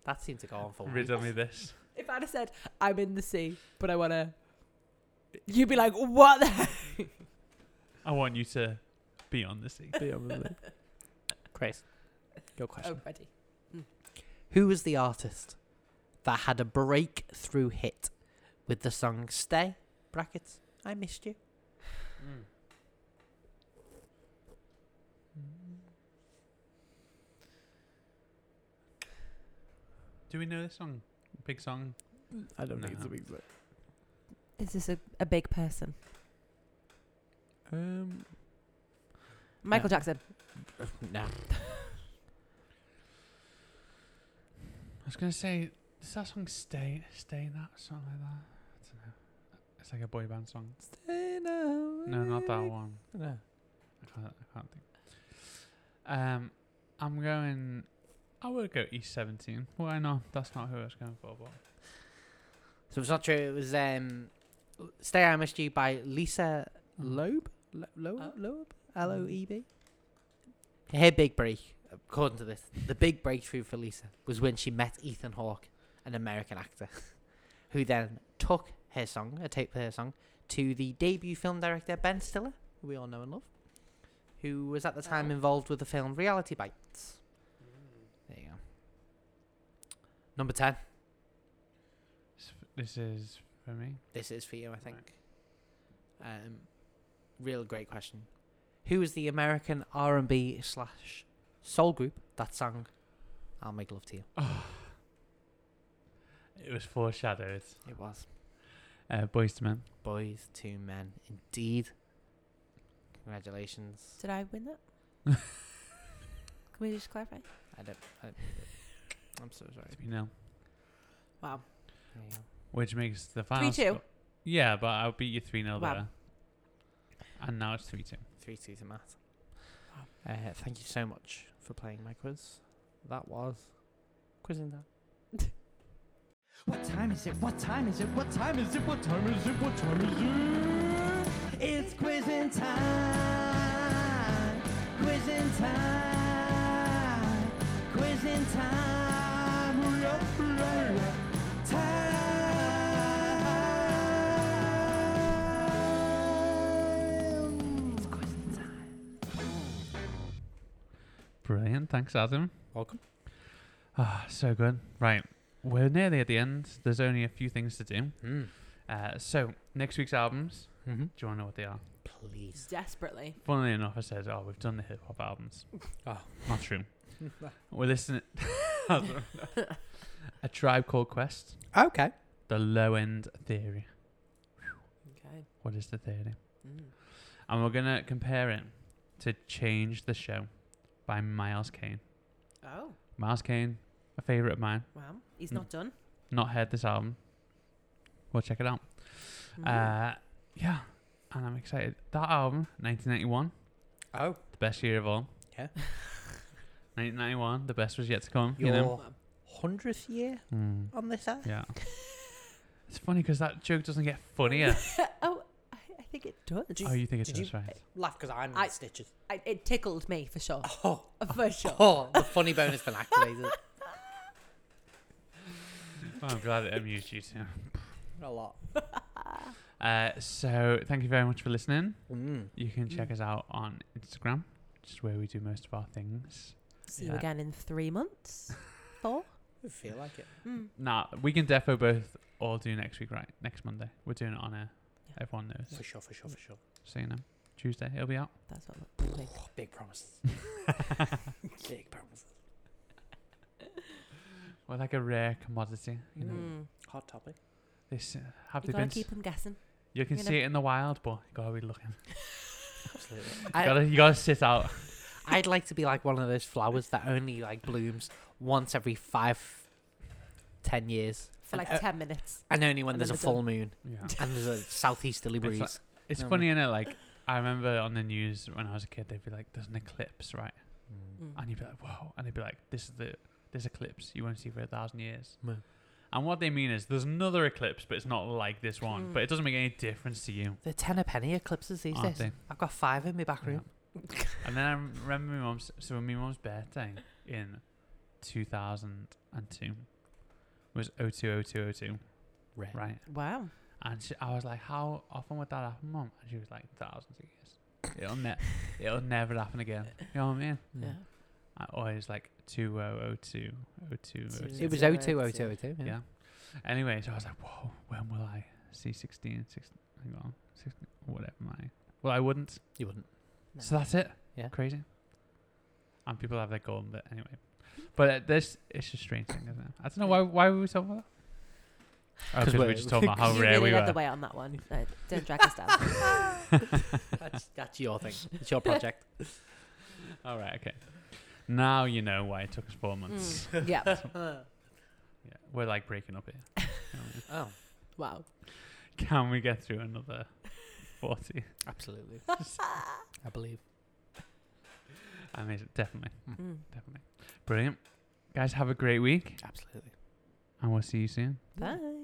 Speaker 2: That seemed to go on for.
Speaker 1: Riddle me this.
Speaker 3: If I'd have said I'm in the sea, but I wanna, you'd be like, what the? heck?"
Speaker 1: I want you to be on the sea.
Speaker 2: Grace, your question.
Speaker 3: Already.
Speaker 2: Um, Who was the artist that had a breakthrough hit with the song "Stay"? Brackets. I missed you.
Speaker 1: Do we know this song? Big song.
Speaker 5: I don't think it's
Speaker 1: No.
Speaker 5: a big thing.
Speaker 3: Is this a, a big person?
Speaker 5: Um,
Speaker 3: Michael Jackson.
Speaker 2: No.
Speaker 1: I was gonna say, does that song stay stay in that song like that? I don't know. It's like a boy band song. No, not that one.
Speaker 2: No.
Speaker 1: I can't. I can't think. Um, I'm going. I would go East Seventeen. Why not? That's not who I was going for. But
Speaker 2: So it's not true. It was um, "Stay I Missed You" by Lisa Loeb. Lo-
Speaker 5: Uh,
Speaker 2: Loeb. Loeb. L O E B. Her big break, according to this, the big breakthrough for Lisa was when she met Ethan Hawke, an American actor, who then took her song, a tape of her song, to the debut film director Ben Stiller, who we all know and love, who was at the time involved with the film Reality Bites. There you go. Number ten.
Speaker 1: s- this is for me.
Speaker 2: This is for you, I think. Um, real great question. Who is the American R and B slash soul group that sang "I'll Make Love to You"?
Speaker 1: It was foreshadowed.
Speaker 2: It was
Speaker 1: Uh, Boys to Men.
Speaker 2: Boys Two Men, indeed. Congratulations.
Speaker 3: Did I win that? Can we just clarify?
Speaker 2: I don't. I don't I'm so sorry.
Speaker 1: To be no,
Speaker 3: Wow.
Speaker 2: There you go.
Speaker 1: which makes the final.
Speaker 3: 3-2.
Speaker 1: sco- Yeah, but I'll beat you three 0
Speaker 3: Wow.
Speaker 1: there. And now it's three two.
Speaker 2: Three two to Matt. Uh, thank you so much for playing my quiz. That was quizzing that.
Speaker 5: What time is it? What time is it? What time is it? What time is it? What time is it? It's quizzing time. Quizzing time. Quizzing time. La, la, la. Time. It's quizzing time.
Speaker 1: Brilliant. Thanks, Adam.
Speaker 2: Welcome.
Speaker 1: Ah, so good. Right. We're nearly at the end. There's only a few things to do.
Speaker 2: Mm.
Speaker 1: Uh, so next week's albums.
Speaker 2: Mm-hmm.
Speaker 1: Do you want to know what they are?
Speaker 2: Please.
Speaker 3: Desperately.
Speaker 1: Funnily enough, I said, "Oh, we've done the hip hop albums."
Speaker 2: Oh.
Speaker 1: not true. We're listening. I don't know. a tribe called Quest.
Speaker 2: Okay.
Speaker 1: The low end theory.
Speaker 3: Okay.
Speaker 1: What is the theory?
Speaker 3: Mm.
Speaker 1: And we're gonna compare it to "Change the Show" by Miles Kane.
Speaker 3: Oh,
Speaker 1: Miles Kane, a favorite of mine.
Speaker 3: wow. He's
Speaker 1: Mm.
Speaker 3: not done.
Speaker 1: Not heard this album. We'll check it out.
Speaker 2: Mm-hmm.
Speaker 3: Mm.
Speaker 1: Uh, yeah, and I'm excited. That album, 1991,
Speaker 2: Oh.
Speaker 1: the best year of all.
Speaker 2: Yeah.
Speaker 1: 1991, the best was yet to come.
Speaker 2: Your
Speaker 1: You know.
Speaker 2: hundredth year
Speaker 1: Mm,
Speaker 2: on this earth.
Speaker 1: yeah. it's funny because that joke doesn't get funnier.
Speaker 3: oh, I, I think it does.
Speaker 1: oh, you think it
Speaker 2: did
Speaker 1: does,
Speaker 2: you-
Speaker 1: right?
Speaker 2: Laugh because I'm
Speaker 3: I-
Speaker 2: in stitches.
Speaker 3: I, it tickled me for sure.
Speaker 2: Oh,
Speaker 3: for sure.
Speaker 2: oh, the funny bone has been activated
Speaker 1: Well, I'm glad it amused you too.
Speaker 2: a lot.
Speaker 1: Uh, so thank you very much for listening.
Speaker 2: Mm.
Speaker 1: You can check us out on Instagram, which is where we do most of our things.
Speaker 3: See you
Speaker 1: Yeah.
Speaker 3: again in three months. Four.
Speaker 2: I feel like it.
Speaker 3: Mm.
Speaker 1: Nah, we can defo both all do next week, right? Next Monday. We're doing it on a
Speaker 3: Yeah.
Speaker 1: everyone knows.
Speaker 2: For sure, for sure, for sure.
Speaker 1: So you know. Tuesday, it'll be out.
Speaker 3: That's what
Speaker 1: Mm.
Speaker 3: I'm thinking.
Speaker 2: Oh, big promises. big promises.
Speaker 1: We're like a rare commodity, you know.
Speaker 3: Mm.
Speaker 2: Hot topic.
Speaker 1: This uh, have
Speaker 3: You
Speaker 1: they
Speaker 3: gotta
Speaker 1: been?
Speaker 3: keep them guessing.
Speaker 1: you can
Speaker 3: you know.
Speaker 1: see it in the wild, but you gotta be looking.
Speaker 2: Absolutely.
Speaker 1: You
Speaker 2: I,
Speaker 1: gotta, you gotta sit out.
Speaker 2: I'd like to be like one of those flowers that only like blooms once every five ten years,
Speaker 3: for like
Speaker 2: and, uh,
Speaker 3: ten minutes.
Speaker 2: and only when
Speaker 3: and
Speaker 2: there's a
Speaker 3: then we're
Speaker 2: full moon
Speaker 1: Yeah.
Speaker 2: and there's a southeasterly
Speaker 1: It's like-
Speaker 2: breeze.
Speaker 1: It's
Speaker 2: Um,
Speaker 1: funny, innit? Like, I remember on the news when I was a kid, they'd be like, there's an eclipse, right?
Speaker 3: Mm.
Speaker 1: And you'd be like, whoa. And they'd be like, this is the this eclipse you won't see for a thousand years.
Speaker 2: Yeah.
Speaker 1: And what they mean is there's another eclipse, but it's not like this one.
Speaker 3: Mm.
Speaker 1: But it doesn't make any difference to you.
Speaker 2: They're ten a penny eclipses these
Speaker 1: Aren't
Speaker 2: days.
Speaker 1: they?
Speaker 2: I've got five in my back room.
Speaker 1: And then I rem- remember my mom's so my mom's birthday in 2002 was 020202,
Speaker 2: Right.
Speaker 1: right?
Speaker 3: Wow.
Speaker 1: And she, I was like, "How often would that happen, mom?" And she was like, "Thousands of years. It'll ne- it'll never happen again." You know what I mean?
Speaker 3: Yeah.
Speaker 1: I always like 2002, 0202.
Speaker 2: It was
Speaker 3: Zero
Speaker 2: 02002.
Speaker 1: Yeah. Anyway, so I was like, "Whoa, when will I see 16, 16, hang on, 16, whatever my well, I wouldn't."
Speaker 2: You wouldn't.
Speaker 3: No.
Speaker 1: So that's it.
Speaker 2: Yeah.
Speaker 1: Crazy. And people have their golden bit anyway. But uh, this it's just a strange thing, isn't it? I don't know why why were we talking about that? Oh,
Speaker 2: 'Cause
Speaker 1: because we were
Speaker 2: we're-
Speaker 1: just talking about how
Speaker 3: you
Speaker 1: rare
Speaker 3: really
Speaker 1: we
Speaker 3: led the
Speaker 1: were.
Speaker 3: way on that one. Uh, don't drag us down.
Speaker 2: That's that's your thing. It's your project.
Speaker 1: All right, okay. Now you know why it took us four months.
Speaker 3: Mm, Yeah.
Speaker 1: Yeah, we're like breaking up here. You know what I mean?
Speaker 2: oh,
Speaker 3: Wow.
Speaker 1: Can we get through another forty?
Speaker 2: absolutely. I believe.
Speaker 1: I mean, definitely,
Speaker 3: Mm.
Speaker 1: definitely, brilliant, guys. Have a great week,
Speaker 2: Absolutely.
Speaker 1: and we'll see you soon.
Speaker 3: Bye.